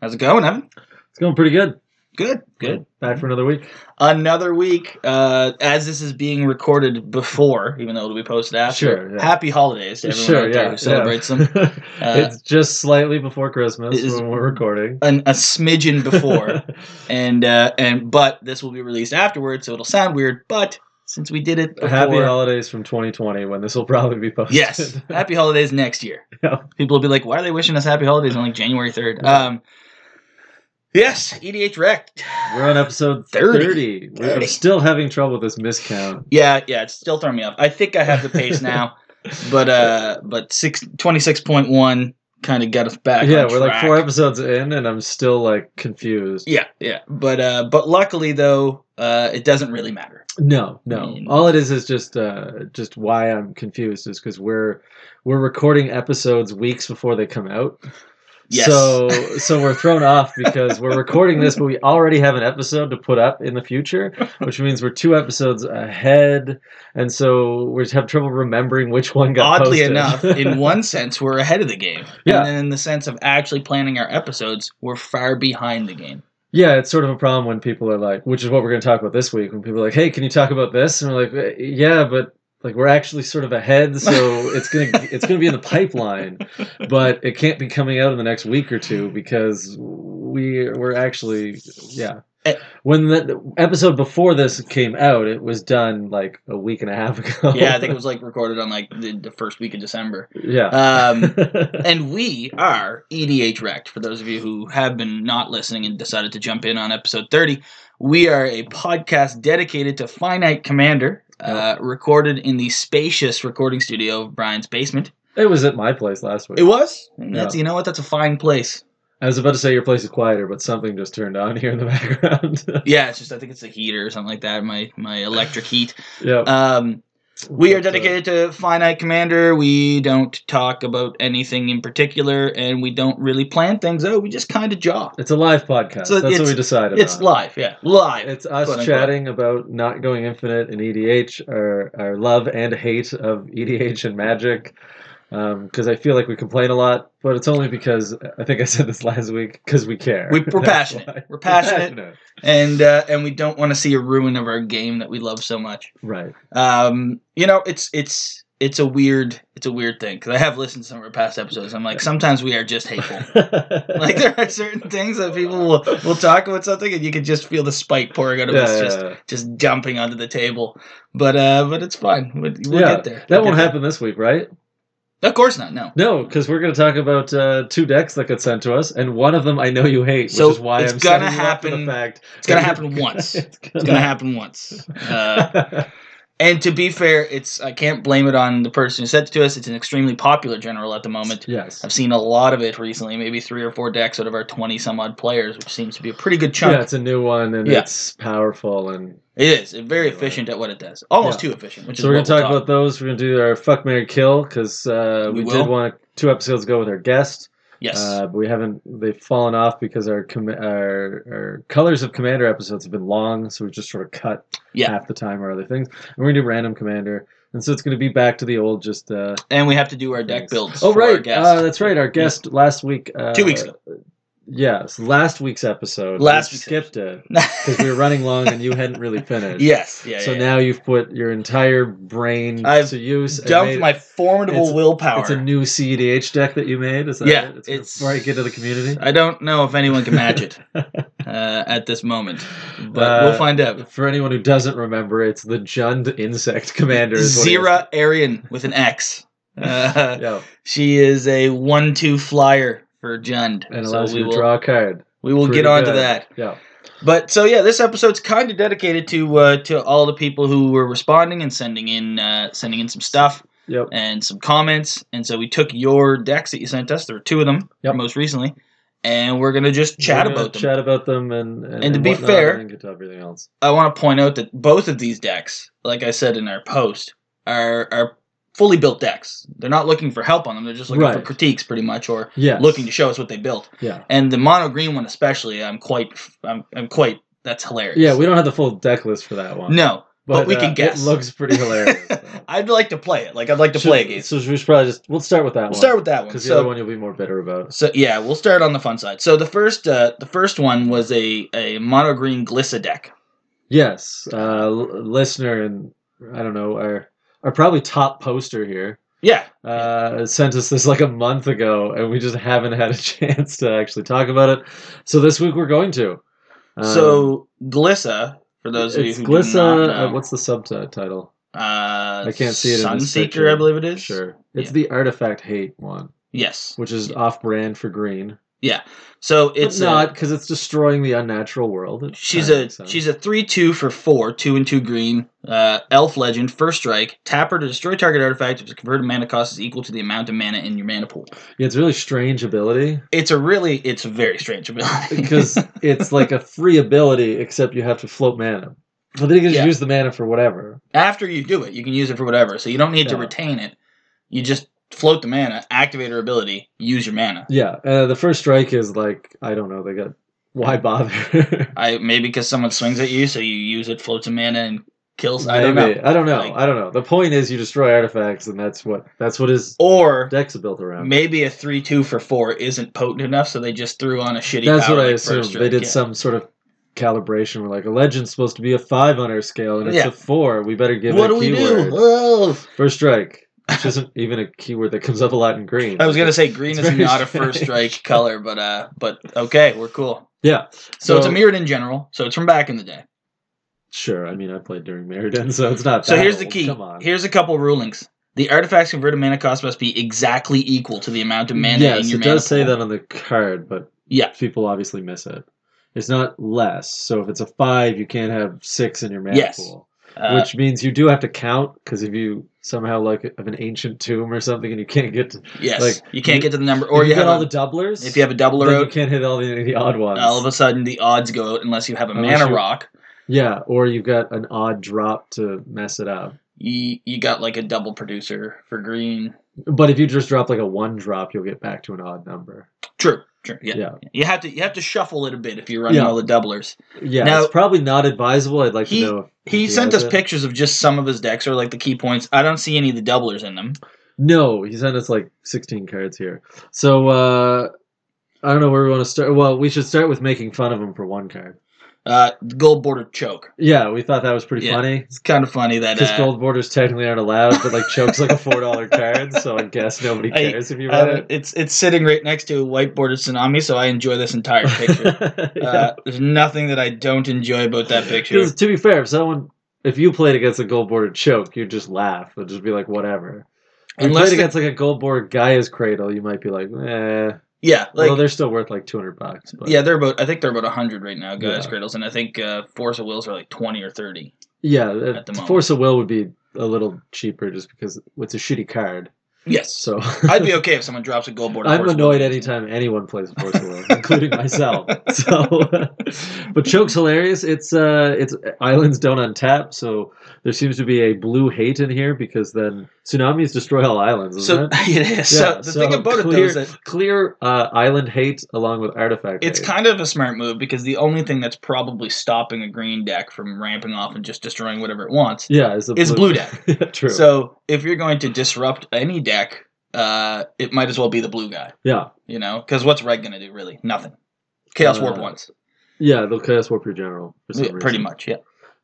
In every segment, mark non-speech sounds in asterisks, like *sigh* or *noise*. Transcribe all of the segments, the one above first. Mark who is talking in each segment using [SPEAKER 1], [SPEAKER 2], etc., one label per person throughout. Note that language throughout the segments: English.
[SPEAKER 1] How's it going, Evan?
[SPEAKER 2] It's going pretty good.
[SPEAKER 1] Good, good.
[SPEAKER 2] Back for another week.
[SPEAKER 1] Another week, uh, as this is being recorded before, even though it'll be posted after.
[SPEAKER 2] Sure, yeah.
[SPEAKER 1] Happy holidays to everyone out there who celebrates
[SPEAKER 2] *laughs*
[SPEAKER 1] them.
[SPEAKER 2] it's just slightly before Christmas
[SPEAKER 1] it is-
[SPEAKER 2] when we're recording.
[SPEAKER 1] An, a smidgen
[SPEAKER 2] *laughs*
[SPEAKER 1] before, and uh, and but this will be released afterwards, so it'll sound weird. But since we did it before,
[SPEAKER 2] Happy holidays from 2020 when this will probably be posted. *laughs*
[SPEAKER 1] yes, happy holidays next year.
[SPEAKER 2] Yeah.
[SPEAKER 1] People will be like, "Why are they wishing us happy holidays on like January 3rd?
[SPEAKER 2] Yeah.
[SPEAKER 1] Um, yes, EDH wrecked.
[SPEAKER 2] we're on episode
[SPEAKER 1] 30.
[SPEAKER 2] 30.
[SPEAKER 1] 30.
[SPEAKER 2] We're still having trouble with this miscount.
[SPEAKER 1] Yeah, yeah, it's still throwing me off. I think I have the pace
[SPEAKER 2] *laughs*
[SPEAKER 1] now, but uh, but six, 26.1 kind of got us back.
[SPEAKER 2] yeah,
[SPEAKER 1] on
[SPEAKER 2] we're like
[SPEAKER 1] track.
[SPEAKER 2] four episodes in and I'm still like confused.
[SPEAKER 1] Yeah, yeah, but uh, but luckily though, uh, it doesn't really matter.
[SPEAKER 2] No, no.
[SPEAKER 1] mean-
[SPEAKER 2] All it is is just uh just why I'm confused is because we're we're recording episodes weeks before they come out.
[SPEAKER 1] Yes.
[SPEAKER 2] So so we're thrown off because we're recording this, but we already have an episode to put up in the future, which means we're two episodes ahead, and so we just have trouble remembering which one got
[SPEAKER 1] Oddly
[SPEAKER 2] posted.
[SPEAKER 1] enough,
[SPEAKER 2] *laughs*
[SPEAKER 1] in one sense, we're ahead of the game,
[SPEAKER 2] Yeah.
[SPEAKER 1] and then in the sense of actually planning our episodes, we're far behind the game.
[SPEAKER 2] Yeah, it's sort of a problem when people are like, which is what we're going to talk about this week. When people are like, "Hey, can you talk about this?" and we're like, "Eh, "Yeah, but like we're actually sort of
[SPEAKER 1] *laughs*
[SPEAKER 2] ahead, so it's gonna it's gonna be in the pipeline, but it can't be coming out in the next week or two because we we're actually yeah."
[SPEAKER 1] Eh.
[SPEAKER 2] When the the episode before this came out, it was done like a week and a half ago.
[SPEAKER 1] Yeah, I think it was like recorded on like the, the first week of December.
[SPEAKER 2] *laughs* yeah.
[SPEAKER 1] Um, And we are E EDH Wrecked. For those of you who have been not listening and decided to jump in on episode 30, we are a podcast dedicated to Finite Commander, uh, recorded in the spacious recording studio of Brian's basement.
[SPEAKER 2] it was at my place last week.
[SPEAKER 1] It was. And That's, You know what? That's a fine place.
[SPEAKER 2] I was about to say your place is quieter, but something just turned on here in the *laughs* background.
[SPEAKER 1] Yeah, it's just, I think it's a heater or something like that, my, my electric heat.
[SPEAKER 2] yeah.
[SPEAKER 1] Um, we are
[SPEAKER 2] But, uh,
[SPEAKER 1] dedicated to Finite Commander. We don't talk about anything in particular, and we don't really plan things out. We just kind of jaw.
[SPEAKER 2] It's a live podcast.
[SPEAKER 1] So
[SPEAKER 2] That's
[SPEAKER 1] it's-
[SPEAKER 2] what we decided.
[SPEAKER 1] It's
[SPEAKER 2] on.
[SPEAKER 1] live, yeah. Live.
[SPEAKER 2] It's us
[SPEAKER 1] quote, unquote.
[SPEAKER 2] chatting about not going infinite and EDH, our, our love and hate of EDH and Magic. Because I feel like we complain a lot, but it's only because I think I said this last week because we care.
[SPEAKER 1] We- we're
[SPEAKER 2] *laughs* That's
[SPEAKER 1] passionate.
[SPEAKER 2] why.
[SPEAKER 1] We're passionate. and uh, and we don't want to see a ruin of our game that we love so much.
[SPEAKER 2] *laughs* Right.
[SPEAKER 1] Um, you know, it's it's it's a weird it's a weird thing because I have listened to some of our past episodes. I'm like, sometimes we are just hateful. *laughs* *laughs*
[SPEAKER 2] *laughs*
[SPEAKER 1] like there are certain things that people will will talk about something, and you can just feel the spite pouring out of us,
[SPEAKER 2] Yeah,
[SPEAKER 1] just
[SPEAKER 2] yeah, yeah.
[SPEAKER 1] just dumping onto the table. But uh, but it's fine. We'll, we'll
[SPEAKER 2] Yeah,
[SPEAKER 1] get there.
[SPEAKER 2] That
[SPEAKER 1] We'll
[SPEAKER 2] won't
[SPEAKER 1] get
[SPEAKER 2] happen this week, right?
[SPEAKER 1] there. Of course not. No.
[SPEAKER 2] No, because we're going to talk about uh, two decks that got sent to us, and one of them I know you hate,
[SPEAKER 1] So
[SPEAKER 2] which is why
[SPEAKER 1] it's
[SPEAKER 2] I'm
[SPEAKER 1] gonna
[SPEAKER 2] setting you up for
[SPEAKER 1] happen-
[SPEAKER 2] The fact
[SPEAKER 1] It's gonna
[SPEAKER 2] *laughs*
[SPEAKER 1] happen once. It's
[SPEAKER 2] it's
[SPEAKER 1] gonna happen
[SPEAKER 2] *laughs*
[SPEAKER 1] once. Uh, And to be fair, it's I can't blame it on the person who sent it to us. It's an extremely popular general at the moment.
[SPEAKER 2] yes.
[SPEAKER 1] I've seen a lot of it recently, maybe three or four decks out of our twenty some odd players, which seems to be a pretty good chunk.
[SPEAKER 2] Yeah, it's a new one and
[SPEAKER 1] Yeah.
[SPEAKER 2] it's powerful and
[SPEAKER 1] It is very efficient at what it does, almost
[SPEAKER 2] Yeah.
[SPEAKER 1] too efficient. Which
[SPEAKER 2] so
[SPEAKER 1] is
[SPEAKER 2] we're gonna
[SPEAKER 1] what we'll
[SPEAKER 2] talk about those. We're gonna do our fuck Mary Kill because uh,
[SPEAKER 1] We
[SPEAKER 2] we,
[SPEAKER 1] will.
[SPEAKER 2] did one two episodes ago with our guest,
[SPEAKER 1] yes,
[SPEAKER 2] uh, but we haven't. They've fallen off because our com- our, our colors of Commander episodes have been long, so we just sort of cut
[SPEAKER 1] Yeah.
[SPEAKER 2] half the time or other things. And we're gonna do random Commander, and so it's gonna be back to the old just. Uh,
[SPEAKER 1] and we have to do our deck
[SPEAKER 2] things.
[SPEAKER 1] builds.
[SPEAKER 2] Oh
[SPEAKER 1] for our
[SPEAKER 2] right,
[SPEAKER 1] guests. *laughs*
[SPEAKER 2] uh, that's right. Our guest last week, uh,
[SPEAKER 1] two weeks ago.
[SPEAKER 2] Yes, last week's episode.
[SPEAKER 1] Last
[SPEAKER 2] we
[SPEAKER 1] week's
[SPEAKER 2] skipped it because we were running long and you hadn't really finished.
[SPEAKER 1] yes, *laughs*
[SPEAKER 2] *laughs*
[SPEAKER 1] yeah.
[SPEAKER 2] so
[SPEAKER 1] yeah,
[SPEAKER 2] now you've put your entire brain
[SPEAKER 1] I've
[SPEAKER 2] to use.
[SPEAKER 1] yeah.
[SPEAKER 2] and
[SPEAKER 1] dumped
[SPEAKER 2] made-
[SPEAKER 1] my formidable
[SPEAKER 2] it's-
[SPEAKER 1] willpower.
[SPEAKER 2] It's a new CEDH deck that you made. Is that
[SPEAKER 1] Yeah,
[SPEAKER 2] it?
[SPEAKER 1] it's-
[SPEAKER 2] before I get to the community.
[SPEAKER 1] I don't know if anyone can match
[SPEAKER 2] *laughs*
[SPEAKER 1] it uh, at this moment, but we'll
[SPEAKER 2] Uh,
[SPEAKER 1] find out.
[SPEAKER 2] For anyone who doesn't remember, it's the Jund Insect Commander. Is what it is.
[SPEAKER 1] Zira Arian with an X. Uh,
[SPEAKER 2] Yeah,
[SPEAKER 1] she is a one-two flyer for Jund,
[SPEAKER 2] and
[SPEAKER 1] so
[SPEAKER 2] allows
[SPEAKER 1] we
[SPEAKER 2] you to
[SPEAKER 1] will
[SPEAKER 2] draw a card.
[SPEAKER 1] we will get
[SPEAKER 2] Pretty
[SPEAKER 1] on to
[SPEAKER 2] good.
[SPEAKER 1] that.
[SPEAKER 2] Yeah,
[SPEAKER 1] But so yeah, this episode's kind of dedicated to uh, to all the people who were responding and sending in uh, sending in some stuff
[SPEAKER 2] yep.
[SPEAKER 1] and some comments. And so we took your decks that you sent us. There were two of them
[SPEAKER 2] Yep.
[SPEAKER 1] most recently, and we're gonna just chat
[SPEAKER 2] We're gonna
[SPEAKER 1] about them.
[SPEAKER 2] Chat about them, and and,
[SPEAKER 1] to be
[SPEAKER 2] whatnot,
[SPEAKER 1] fair-
[SPEAKER 2] and then get to everything else.
[SPEAKER 1] I want to point out that both of these decks, like I said in our post, are are fully built decks. They're not looking for help on them. They're just looking for
[SPEAKER 2] Right.
[SPEAKER 1] critiques, pretty much, or
[SPEAKER 2] Yeah,
[SPEAKER 1] looking to show us what they built.
[SPEAKER 2] yeah,
[SPEAKER 1] And the mono green one, especially, I'm quite, I'm, I'm quite. That's hilarious.
[SPEAKER 2] yeah. We don't have the full deck list for that one. uh,
[SPEAKER 1] no, But we can guess.
[SPEAKER 2] It looks pretty
[SPEAKER 1] *laughs*
[SPEAKER 2] hilarious. So-
[SPEAKER 1] I'd like to play it. Like I'd like to play a game.
[SPEAKER 2] So we should probably just we'll start with that
[SPEAKER 1] We'll
[SPEAKER 2] one.
[SPEAKER 1] start with that one.
[SPEAKER 2] because the
[SPEAKER 1] So
[SPEAKER 2] other one you'll be more bitter about.
[SPEAKER 1] So yeah, we'll start on the fun side. So the first uh, the first one was a a mono green glissa deck.
[SPEAKER 2] Yes, uh, l- listener and I don't know our our probably top poster here
[SPEAKER 1] Yeah,
[SPEAKER 2] uh, sent us this like a month ago, and we just haven't had a *laughs* chance to actually talk about it. So this week we're going to. Um,
[SPEAKER 1] so glissa for those of you
[SPEAKER 2] it's
[SPEAKER 1] who do not
[SPEAKER 2] Glissa.
[SPEAKER 1] know,
[SPEAKER 2] Uh, what's the subtitle?
[SPEAKER 1] uh,
[SPEAKER 2] I can't see it. in this
[SPEAKER 1] Sunseeker,
[SPEAKER 2] picture.
[SPEAKER 1] I believe it is.
[SPEAKER 2] Sure, it's
[SPEAKER 1] Yeah.
[SPEAKER 2] the artifact hate one,
[SPEAKER 1] Yes.
[SPEAKER 2] which is
[SPEAKER 1] Yeah.
[SPEAKER 2] off-brand for green.
[SPEAKER 1] So
[SPEAKER 2] It's
[SPEAKER 1] it's a-
[SPEAKER 2] not because it's destroying the unnatural world. It
[SPEAKER 1] She's
[SPEAKER 2] kinda
[SPEAKER 1] a
[SPEAKER 2] makes sense.
[SPEAKER 1] she's a three two for four, two and two green. Uh, elf legend, first strike, tap her to destroy target artifact if the converted mana cost is equal to the amount of mana in your mana pool.
[SPEAKER 2] Yeah, it's a really strange ability
[SPEAKER 1] It's a really it's a very strange ability. *laughs*
[SPEAKER 2] because it's like a free ability, except you have to float mana. But then you can just
[SPEAKER 1] Yeah.
[SPEAKER 2] use the mana for whatever.
[SPEAKER 1] after you do it, you can use it for whatever. So you don't need to
[SPEAKER 2] Yeah.
[SPEAKER 1] retain it. You just float the mana, activate her ability, use your mana.
[SPEAKER 2] Yeah, uh, the first strike is like I don't know. They got why bother?
[SPEAKER 1] I maybe because someone swings at you, so you use it, floats a mana, and kills. *laughs* I don't know.
[SPEAKER 2] Maybe. I don't know.
[SPEAKER 1] Like-
[SPEAKER 2] I don't know. The point is, you destroy artifacts, and that's what that's what his
[SPEAKER 1] Or
[SPEAKER 2] decks are built around.
[SPEAKER 1] maybe a three two for four isn't potent enough, so they just threw on a shitty.
[SPEAKER 2] That's
[SPEAKER 1] power
[SPEAKER 2] what I
[SPEAKER 1] like
[SPEAKER 2] assume.
[SPEAKER 1] first
[SPEAKER 2] They
[SPEAKER 1] strike,
[SPEAKER 2] did
[SPEAKER 1] yeah.
[SPEAKER 2] some sort of calibration where like a legend's supposed to be a five on our scale, and it's
[SPEAKER 1] Yeah.
[SPEAKER 2] a four. We better give
[SPEAKER 1] What
[SPEAKER 2] it a
[SPEAKER 1] do we
[SPEAKER 2] keyword. *laughs*
[SPEAKER 1] do? Oh.
[SPEAKER 2] First strike, which isn't even a keyword that comes up a lot in green.
[SPEAKER 1] I was gonna say green
[SPEAKER 2] It's
[SPEAKER 1] is
[SPEAKER 2] very
[SPEAKER 1] not a first
[SPEAKER 2] strange.
[SPEAKER 1] strike color, but uh, but okay, we're cool.
[SPEAKER 2] Yeah.
[SPEAKER 1] So, it's
[SPEAKER 2] So-
[SPEAKER 1] a Mirrodin general. So it's from back in the day.
[SPEAKER 2] Sure, I mean I played during Meriden, *laughs* so it's not.
[SPEAKER 1] So
[SPEAKER 2] that
[SPEAKER 1] here's the
[SPEAKER 2] old.
[SPEAKER 1] key.
[SPEAKER 2] Come on.
[SPEAKER 1] Here's a couple rulings. The artifact's converted mana cost must be exactly equal to the amount of mana
[SPEAKER 2] yes,
[SPEAKER 1] in your
[SPEAKER 2] it
[SPEAKER 1] mana
[SPEAKER 2] does say
[SPEAKER 1] pool.
[SPEAKER 2] that on the card, but
[SPEAKER 1] Yeah.
[SPEAKER 2] people obviously miss it. It's not less. So if it's a five, you can't have six in your mana
[SPEAKER 1] Yes.
[SPEAKER 2] pool,
[SPEAKER 1] Uh,
[SPEAKER 2] which means you do have to count because if you somehow like of an ancient tomb or something, and you can't get to,
[SPEAKER 1] yes,
[SPEAKER 2] like,
[SPEAKER 1] you can't
[SPEAKER 2] you-
[SPEAKER 1] get to the number, or
[SPEAKER 2] if
[SPEAKER 1] you
[SPEAKER 2] got
[SPEAKER 1] have
[SPEAKER 2] all
[SPEAKER 1] a-
[SPEAKER 2] the doublers.
[SPEAKER 1] if you have a double
[SPEAKER 2] then you
[SPEAKER 1] road,
[SPEAKER 2] can't hit all the, the odd ones.
[SPEAKER 1] all of a sudden the odds go out unless you have a
[SPEAKER 2] Unless
[SPEAKER 1] mana
[SPEAKER 2] you-
[SPEAKER 1] rock.
[SPEAKER 2] yeah, or you've got an odd drop to mess it up.
[SPEAKER 1] You you got like a double producer for green.
[SPEAKER 2] But if you just drop like a one drop, you'll get back to an odd number.
[SPEAKER 1] True, true. Yeah,
[SPEAKER 2] Yeah.
[SPEAKER 1] you have to you have to shuffle it a bit if you're running
[SPEAKER 2] Yeah.
[SPEAKER 1] all the doublers.
[SPEAKER 2] Yeah,
[SPEAKER 1] Now-
[SPEAKER 2] it's probably not advisable. I'd like
[SPEAKER 1] He-
[SPEAKER 2] to know. If, if
[SPEAKER 1] He sent
[SPEAKER 2] has
[SPEAKER 1] us
[SPEAKER 2] it.
[SPEAKER 1] pictures of just some of his decks or like the key points. I don't see any of the doublers in them.
[SPEAKER 2] No, he sent us like 16 cards here. So uh I don't know where we want to start. Well, we should start with making fun of him for one card.
[SPEAKER 1] Uh, gold bordered choke.
[SPEAKER 2] Yeah, we thought that was pretty
[SPEAKER 1] Yeah.
[SPEAKER 2] funny
[SPEAKER 1] It's kind of funny that
[SPEAKER 2] because
[SPEAKER 1] uh,
[SPEAKER 2] gold borders technically aren't allowed, but like chokes like a four dollar card, so I guess nobody
[SPEAKER 1] I-
[SPEAKER 2] cares if you
[SPEAKER 1] I
[SPEAKER 2] run
[SPEAKER 1] don't-
[SPEAKER 2] it.
[SPEAKER 1] it's it's sitting right next to a whiteboarded tsunami, so I enjoy this entire
[SPEAKER 2] *laughs*
[SPEAKER 1] picture.
[SPEAKER 2] Yeah.
[SPEAKER 1] uh, there's nothing that I don't enjoy about that picture.
[SPEAKER 2] 'Cause to be fair, if someone if you played against a gold border choke, you'd just laugh. It'd just be like whatever. If you
[SPEAKER 1] Unless
[SPEAKER 2] played
[SPEAKER 1] the-
[SPEAKER 2] against like a gold border Gaia's cradle, you might be like, eh.
[SPEAKER 1] yeah, like
[SPEAKER 2] well, they're still worth like 200 bucks. But
[SPEAKER 1] yeah, they're about I think they're about hundred right now, guys.
[SPEAKER 2] Yeah.
[SPEAKER 1] Cradles, and I think uh, Force of Wills are like twenty or thirty.
[SPEAKER 2] Yeah, uh,
[SPEAKER 1] the moment.
[SPEAKER 2] Force of Will would be a little cheaper just because it's a shitty card.
[SPEAKER 1] Yes,
[SPEAKER 2] So
[SPEAKER 1] I'd be okay if someone drops a gold board.
[SPEAKER 2] *laughs* I'm annoyed anytime anyone plays Force of Will,
[SPEAKER 1] *laughs*
[SPEAKER 2] including myself. So, *laughs* but Choke's hilarious. It's uh, it's islands don't untap, so there seems to be a blue hate in here because then tsunamis destroy all islands. Isn't
[SPEAKER 1] So
[SPEAKER 2] it?
[SPEAKER 1] yeah, *laughs* so the thing about it though
[SPEAKER 2] clear,
[SPEAKER 1] is that
[SPEAKER 2] clear uh, island hate along with artifact.
[SPEAKER 1] it's
[SPEAKER 2] hate.
[SPEAKER 1] kind of a smart move because the only thing that's probably stopping a green deck from ramping off and just destroying whatever it wants
[SPEAKER 2] yeah, it's, a
[SPEAKER 1] is
[SPEAKER 2] *laughs*
[SPEAKER 1] blue deck.
[SPEAKER 2] deck. True.
[SPEAKER 1] So if you're going to disrupt any deck, uh, it might as well be the blue guy.
[SPEAKER 2] yeah,
[SPEAKER 1] You know, because what's red gonna do really? Nothing. Chaos
[SPEAKER 2] Uh,
[SPEAKER 1] Warp once,
[SPEAKER 2] yeah, they'll chaos warp your general. For some
[SPEAKER 1] Yeah, pretty
[SPEAKER 2] reason.
[SPEAKER 1] much. Yeah.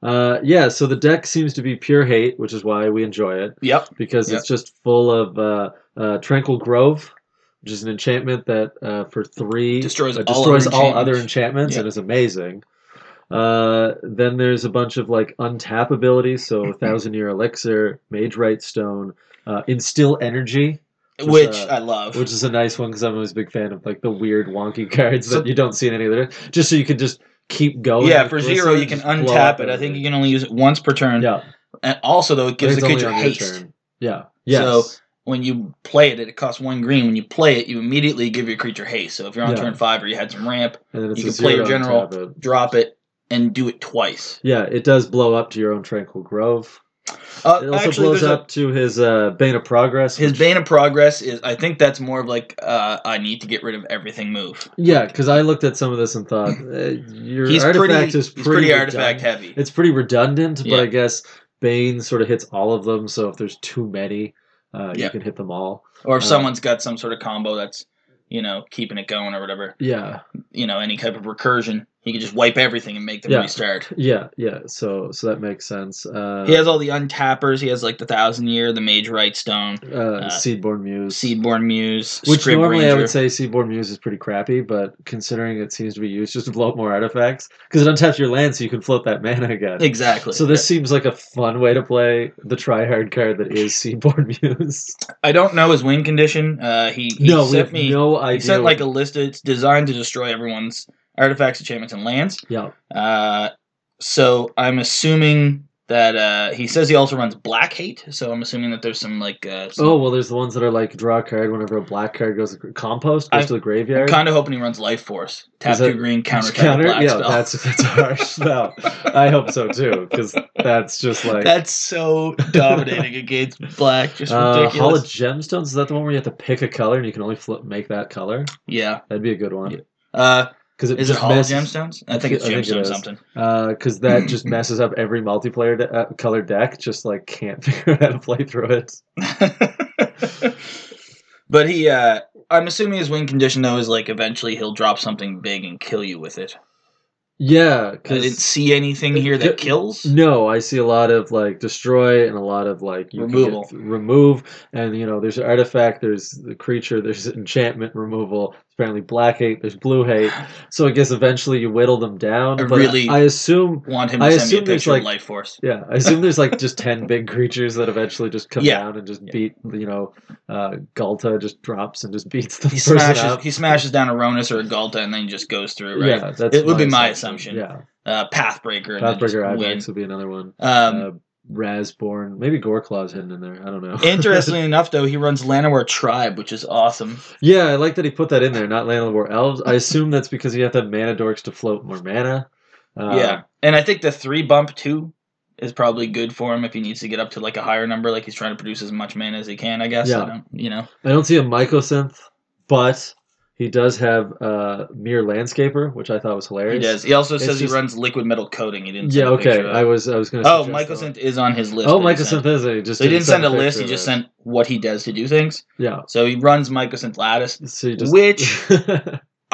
[SPEAKER 2] Uh, yeah, so the deck seems to be pure hate, which is why we enjoy it
[SPEAKER 1] Yep.
[SPEAKER 2] because it's just full of uh, uh, Tranquil Grove, which is an enchantment that uh, for three
[SPEAKER 1] Destroys
[SPEAKER 2] uh,
[SPEAKER 1] all
[SPEAKER 2] destroys
[SPEAKER 1] other
[SPEAKER 2] all other
[SPEAKER 1] enchantments.
[SPEAKER 2] enchantments
[SPEAKER 1] Yeah.
[SPEAKER 2] and is amazing. Uh, then there's a bunch of like untap
[SPEAKER 1] *laughs*
[SPEAKER 2] abilities, so Thousand Year Elixir, Mage Right Stone, uh, Instill Energy, Which,
[SPEAKER 1] Which
[SPEAKER 2] uh,
[SPEAKER 1] I love.
[SPEAKER 2] which is a nice one because I'm always a big fan of like the weird wonky *laughs* cards
[SPEAKER 1] So-
[SPEAKER 2] that you don't see in any other. Just so you can just keep going.
[SPEAKER 1] yeah,
[SPEAKER 2] with
[SPEAKER 1] for
[SPEAKER 2] Glisten
[SPEAKER 1] zero
[SPEAKER 2] and
[SPEAKER 1] you can
[SPEAKER 2] just blow up
[SPEAKER 1] untap it. I think
[SPEAKER 2] everything.
[SPEAKER 1] you can only use it once per turn.
[SPEAKER 2] yeah.
[SPEAKER 1] And also though, it gives the
[SPEAKER 2] It's only
[SPEAKER 1] creature
[SPEAKER 2] on your
[SPEAKER 1] haste.
[SPEAKER 2] turn. Yeah. Yes. So,
[SPEAKER 1] When you play it, it costs one green. When you play it, you immediately give your creature haste. So if you're on
[SPEAKER 2] Yeah.
[SPEAKER 1] turn five or you had some ramp,
[SPEAKER 2] and then it's
[SPEAKER 1] you
[SPEAKER 2] a
[SPEAKER 1] can play
[SPEAKER 2] zero
[SPEAKER 1] your
[SPEAKER 2] on
[SPEAKER 1] general.
[SPEAKER 2] top of it.
[SPEAKER 1] drop it and do it twice.
[SPEAKER 2] Yeah, it does blow up to your own tranquil grove.
[SPEAKER 1] Uh,
[SPEAKER 2] It also
[SPEAKER 1] actually,
[SPEAKER 2] blows
[SPEAKER 1] there's a-
[SPEAKER 2] up to his uh, Bane of Progress.
[SPEAKER 1] his
[SPEAKER 2] which-
[SPEAKER 1] bane of progress is. I think that's more of like uh, I need to get rid of everything. Move.
[SPEAKER 2] Yeah, because I looked at some of this and thought uh, your
[SPEAKER 1] he's
[SPEAKER 2] artifact
[SPEAKER 1] pretty.
[SPEAKER 2] is
[SPEAKER 1] he's
[SPEAKER 2] pretty,
[SPEAKER 1] pretty
[SPEAKER 2] redundant.
[SPEAKER 1] artifact heavy.
[SPEAKER 2] It's pretty redundant, but
[SPEAKER 1] Yeah.
[SPEAKER 2] I guess Bane sort of hits all of them. So if there's too many, uh,
[SPEAKER 1] Yeah.
[SPEAKER 2] you can hit them all.
[SPEAKER 1] or if
[SPEAKER 2] Uh,
[SPEAKER 1] someone's got some sort of combo that's you know keeping it going or whatever
[SPEAKER 2] Yeah,
[SPEAKER 1] you know any type of recursion he can just wipe everything and make them
[SPEAKER 2] Yeah.
[SPEAKER 1] restart
[SPEAKER 2] yeah, yeah. So so that makes sense. Uh,
[SPEAKER 1] he has all the untappers he has like the thousand year the mage right stone
[SPEAKER 2] uh, Seedborn Muse.
[SPEAKER 1] seedborn muse
[SPEAKER 2] which
[SPEAKER 1] Scrib
[SPEAKER 2] normally I
[SPEAKER 1] Ranger.
[SPEAKER 2] would say Seaborn Muse is pretty crappy, but considering it seems to be used just to blow up more artifacts, because it untaps your land so you can float that mana again.
[SPEAKER 1] exactly
[SPEAKER 2] So this seems like a fun way to play the tryhard card that is Seaborn *laughs* Muse.
[SPEAKER 1] i don't know his win condition uh he, he
[SPEAKER 2] no, we
[SPEAKER 1] sent
[SPEAKER 2] have
[SPEAKER 1] me
[SPEAKER 2] no
[SPEAKER 1] he
[SPEAKER 2] idea.
[SPEAKER 1] sent
[SPEAKER 2] what-
[SPEAKER 1] like a list it's designed to destroy everyone's artifacts enchantments and lands
[SPEAKER 2] yeah,
[SPEAKER 1] Uh, so I'm assuming that uh, he says he also runs Black Hate. So I'm assuming that there's some like uh, some-
[SPEAKER 2] Oh well, there's the ones that are like draw a card whenever a black card goes compost goes
[SPEAKER 1] I-
[SPEAKER 2] to the
[SPEAKER 1] I'm
[SPEAKER 2] graveyard.
[SPEAKER 1] kind of hoping he runs Life Force. Tap
[SPEAKER 2] Is that-
[SPEAKER 1] two green counter
[SPEAKER 2] Just
[SPEAKER 1] counter, black
[SPEAKER 2] yeah,
[SPEAKER 1] spell. *laughs*
[SPEAKER 2] that's that's a harsh spell. I hope so too, because that's just like
[SPEAKER 1] That's so dominating against black, just
[SPEAKER 2] *laughs* uh, Hall of
[SPEAKER 1] ridiculous.
[SPEAKER 2] Gemstones. Is that the one where you have to pick a color and you can only flip make that color?
[SPEAKER 1] yeah.
[SPEAKER 2] That'd be a good one.
[SPEAKER 1] Yeah. Uh,
[SPEAKER 2] Because
[SPEAKER 1] is it
[SPEAKER 2] just
[SPEAKER 1] Hall of
[SPEAKER 2] messes-
[SPEAKER 1] Gemstones? I think
[SPEAKER 2] I
[SPEAKER 1] it's
[SPEAKER 2] think it
[SPEAKER 1] Gemstone
[SPEAKER 2] is.
[SPEAKER 1] something. *clears throat*
[SPEAKER 2] because that just messes up every multiplayer de- uh, color deck. Just like can't *laughs* figure out how to play through it.
[SPEAKER 1] *laughs* but he, uh, I'm assuming his win condition though is like eventually he'll drop something big and kill you with it.
[SPEAKER 2] Yeah,
[SPEAKER 1] I didn't
[SPEAKER 2] because
[SPEAKER 1] see anything here that kills.
[SPEAKER 2] no, I see a lot of like destroy and a lot of like you can get-
[SPEAKER 1] Removal.
[SPEAKER 2] remove, and you know there's artifact, there's the creature, there's enchantment removal. Apparently black hate, there's blue hate. So I guess eventually you whittle them down.
[SPEAKER 1] I
[SPEAKER 2] but
[SPEAKER 1] really-
[SPEAKER 2] I assume.
[SPEAKER 1] want him to send
[SPEAKER 2] I
[SPEAKER 1] me a
[SPEAKER 2] assume there's,
[SPEAKER 1] picture of
[SPEAKER 2] like-
[SPEAKER 1] life force.
[SPEAKER 2] Yeah, I assume there's like just ten big creatures that eventually just come
[SPEAKER 1] Yeah.
[SPEAKER 2] down and just
[SPEAKER 1] Yeah.
[SPEAKER 2] beat. You know, uh, Galta just drops and just beats the
[SPEAKER 1] He
[SPEAKER 2] person
[SPEAKER 1] smashes
[SPEAKER 2] up.
[SPEAKER 1] he smashes down a Ronus or a Galta and then just goes through, right?
[SPEAKER 2] Yeah, that's
[SPEAKER 1] It would be my assumption.
[SPEAKER 2] Yeah,
[SPEAKER 1] Uh, Pathbreaker and then just
[SPEAKER 2] Pathbreaker
[SPEAKER 1] win.
[SPEAKER 2] Ibex would be another one.
[SPEAKER 1] Um,
[SPEAKER 2] uh, *laughs* Razborn, maybe Goreclaw's hidden in there. I don't know.
[SPEAKER 1] interestingly enough though, he runs Llanowar tribe, which is awesome.
[SPEAKER 2] yeah, I like that he put that in there. Not Land of the War Elves. I assume that's because you have to have mana dorks to float more mana. Uh,
[SPEAKER 1] yeah. And I think the three bump too is probably good for him if he needs to get up to like a higher number, like he's trying to produce as much mana as he can, I guess.
[SPEAKER 2] Yeah.
[SPEAKER 1] I don't, you know.
[SPEAKER 2] I don't see a Mycosynth, but he does have uh, Mere Landscaper, which I thought was
[SPEAKER 1] He
[SPEAKER 2] hilarious.
[SPEAKER 1] does. He also
[SPEAKER 2] it's
[SPEAKER 1] says he
[SPEAKER 2] just-
[SPEAKER 1] runs liquid metal coating. He didn't
[SPEAKER 2] Yeah.
[SPEAKER 1] send a
[SPEAKER 2] Okay.
[SPEAKER 1] picture of-
[SPEAKER 2] I was. I was gonna.
[SPEAKER 1] Oh,
[SPEAKER 2] suggest that
[SPEAKER 1] Mycosynth is on his
[SPEAKER 2] one.
[SPEAKER 1] list.
[SPEAKER 2] Oh,
[SPEAKER 1] that he sent.
[SPEAKER 2] Mycosynth is it? He just
[SPEAKER 1] So he didn't send a list,
[SPEAKER 2] picture
[SPEAKER 1] he
[SPEAKER 2] of
[SPEAKER 1] just
[SPEAKER 2] it.
[SPEAKER 1] sent what he does to do things.
[SPEAKER 2] Yeah.
[SPEAKER 1] So he runs Mycosynth Lattice.
[SPEAKER 2] So you just
[SPEAKER 1] Which-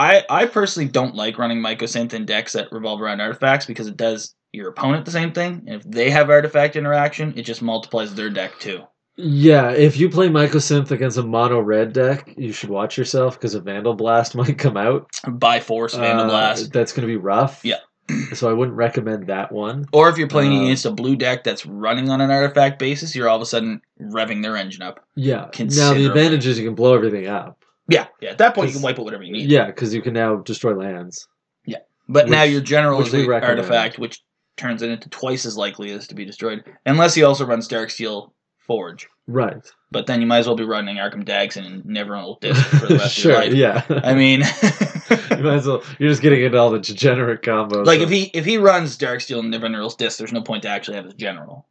[SPEAKER 1] I, I personally don't like running Mycosynth in decks that revolve around artifacts because it does your opponent the same thing. And if they have artifact interaction, it just multiplies their deck too.
[SPEAKER 2] *laughs* Yeah, if you play Mycosynth against a mono red deck, you should watch yourself because a Vandal Blast *laughs* might come out.
[SPEAKER 1] By force, Vandal
[SPEAKER 2] Uh,
[SPEAKER 1] Blast.
[SPEAKER 2] That's going to be rough.
[SPEAKER 1] Yeah. *clears throat*
[SPEAKER 2] so I wouldn't recommend that one.
[SPEAKER 1] Or if you're playing
[SPEAKER 2] uh,
[SPEAKER 1] against a blue deck that's running on an artifact basis, you're all of a sudden revving their engine up.
[SPEAKER 2] Yeah. Now
[SPEAKER 1] Considerably.
[SPEAKER 2] the advantage is you can blow everything up.
[SPEAKER 1] Yeah, yeah. At that point, you can
[SPEAKER 2] Cause-
[SPEAKER 1] wipe it whatever you need.
[SPEAKER 2] Yeah, because you can now destroy lands.
[SPEAKER 1] But now
[SPEAKER 2] Which-
[SPEAKER 1] your general
[SPEAKER 2] which
[SPEAKER 1] is
[SPEAKER 2] we
[SPEAKER 1] an
[SPEAKER 2] recommend.
[SPEAKER 1] artifact, which turns it into twice as likely as to be destroyed, unless he also runs Derek Steel Forge.
[SPEAKER 2] Right.
[SPEAKER 1] But then you might as well be running Arkham Dagson and never on old disc for the rest
[SPEAKER 2] *laughs* sure.
[SPEAKER 1] of your life.
[SPEAKER 2] Yeah. Oh,
[SPEAKER 1] I
[SPEAKER 2] *laughs*
[SPEAKER 1] mean,
[SPEAKER 2] you might as well. You're just getting into all the degenerate combos.
[SPEAKER 1] like if he if he runs Derek Steel and Nevinural's disc, there's no point to actually have his general.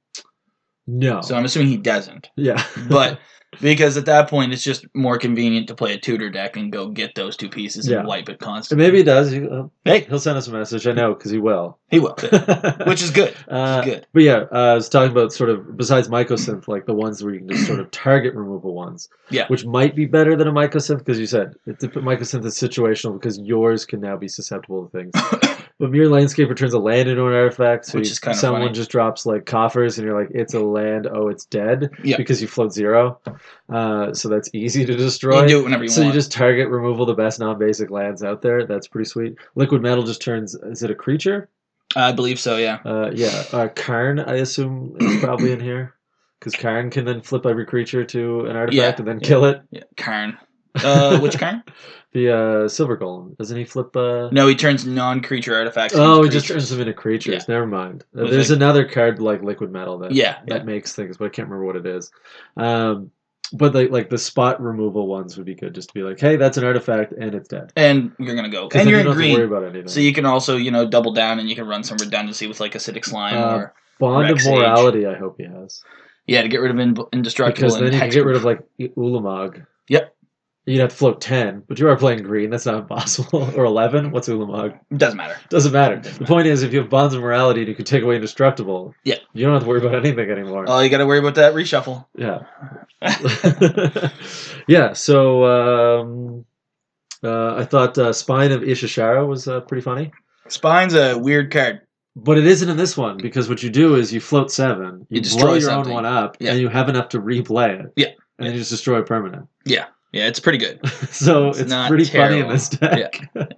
[SPEAKER 2] No.
[SPEAKER 1] So I'm assuming he
[SPEAKER 2] *laughs*
[SPEAKER 1] doesn't.
[SPEAKER 2] yeah.
[SPEAKER 1] But because at that point it's just more convenient to play a tutor deck and go get those two pieces
[SPEAKER 2] Yeah.
[SPEAKER 1] and wipe it
[SPEAKER 2] And
[SPEAKER 1] constantly.
[SPEAKER 2] maybe he does. He, uh,
[SPEAKER 1] Hey.
[SPEAKER 2] he'll send us a message. I know because he will. *laughs*
[SPEAKER 1] he will, which is good.
[SPEAKER 2] Uh,
[SPEAKER 1] good.
[SPEAKER 2] But yeah, uh, I was talking about sort of besides mycosynth, like the ones where you can just sort of target removal ones.
[SPEAKER 1] Yeah.
[SPEAKER 2] Which might be better than a mycosynth because you said it, the mycosynth is situational because yours can now be susceptible
[SPEAKER 1] *coughs*
[SPEAKER 2] to things. but Mirror Landscape returns a land into an artifact, so
[SPEAKER 1] Which
[SPEAKER 2] you-
[SPEAKER 1] is kinda
[SPEAKER 2] someone
[SPEAKER 1] funny.
[SPEAKER 2] just drops like coffers, and you're like, it's a land. Oh, it's dead.
[SPEAKER 1] Yeah.
[SPEAKER 2] Because you float zero, uh, so that's easy to
[SPEAKER 1] You
[SPEAKER 2] destroy.
[SPEAKER 1] can do it whenever you
[SPEAKER 2] So you
[SPEAKER 1] want.
[SPEAKER 2] just target removal the best non-basic lands out there. That's pretty sweet. Liquid metal just turns. Is it a creature?
[SPEAKER 1] I believe so. Yeah.
[SPEAKER 2] Uh, yeah, uh, Karn, I assume, is probably in here. Because Karn can then flip every creature to an artifact
[SPEAKER 1] Yeah,
[SPEAKER 2] and then
[SPEAKER 1] yeah.
[SPEAKER 2] kill it.
[SPEAKER 1] Yeah.
[SPEAKER 2] *laughs*
[SPEAKER 1] Karn. Uh, which Karn?
[SPEAKER 2] The uh, Silver Golem. Doesn't he flip. Uh...
[SPEAKER 1] No, he turns non-creature artifacts. into
[SPEAKER 2] oh, he just
[SPEAKER 1] creatures.
[SPEAKER 2] turns them into creatures. Never mind. Uh,
[SPEAKER 1] Was
[SPEAKER 2] There's
[SPEAKER 1] like-
[SPEAKER 2] another card like Liquid Metal that,
[SPEAKER 1] Yeah, yeah.
[SPEAKER 2] that makes things, but I can't remember what it is. Um, but like, like the spot removal ones would be good just to be like, hey, that's an artifact and it's dead.
[SPEAKER 1] and you're gonna go,
[SPEAKER 2] 'Cause
[SPEAKER 1] and
[SPEAKER 2] then
[SPEAKER 1] you're
[SPEAKER 2] you
[SPEAKER 1] in
[SPEAKER 2] don't have to worry
[SPEAKER 1] green,
[SPEAKER 2] about anything.
[SPEAKER 1] so you can also you know double down and you can run some redundancy with like acidic slime
[SPEAKER 2] Um,
[SPEAKER 1] or
[SPEAKER 2] Bond
[SPEAKER 1] Rex
[SPEAKER 2] of
[SPEAKER 1] age.
[SPEAKER 2] morality. I hope he has
[SPEAKER 1] Yeah, to get rid of in- indestructible.
[SPEAKER 2] because then
[SPEAKER 1] and
[SPEAKER 2] you can get
[SPEAKER 1] hexproof.
[SPEAKER 2] rid of like Ulamog.
[SPEAKER 1] Yep.
[SPEAKER 2] You'd have to float ten, but you are playing green. That's not *laughs* possible. or eleven. What's Ulamog?
[SPEAKER 1] Doesn't matter.
[SPEAKER 2] Doesn't matter.
[SPEAKER 1] Doesn't
[SPEAKER 2] The point is, if you have bonds of morality, and you can take away indestructible.
[SPEAKER 1] Yeah.
[SPEAKER 2] You don't have to worry about anything anymore.
[SPEAKER 1] Oh, you got to worry about that reshuffle.
[SPEAKER 2] yeah.
[SPEAKER 1] *laughs*
[SPEAKER 2] yeah. *laughs* So um, uh, I thought uh, Spine of Ishishara was uh, pretty funny.
[SPEAKER 1] Spine's a weird card.
[SPEAKER 2] But it isn't in this one because what you do is you float seven, you,
[SPEAKER 1] You destroy
[SPEAKER 2] blow your
[SPEAKER 1] something.
[SPEAKER 2] own one up,
[SPEAKER 1] Yeah.
[SPEAKER 2] and you have enough to replay it.
[SPEAKER 1] Yeah.
[SPEAKER 2] And then you just destroy a permanent.
[SPEAKER 1] Yeah, it's pretty good.
[SPEAKER 2] So
[SPEAKER 1] It's
[SPEAKER 2] it's,
[SPEAKER 1] not
[SPEAKER 2] pretty funny in
[SPEAKER 1] terrible.
[SPEAKER 2] this deck.
[SPEAKER 1] *laughs*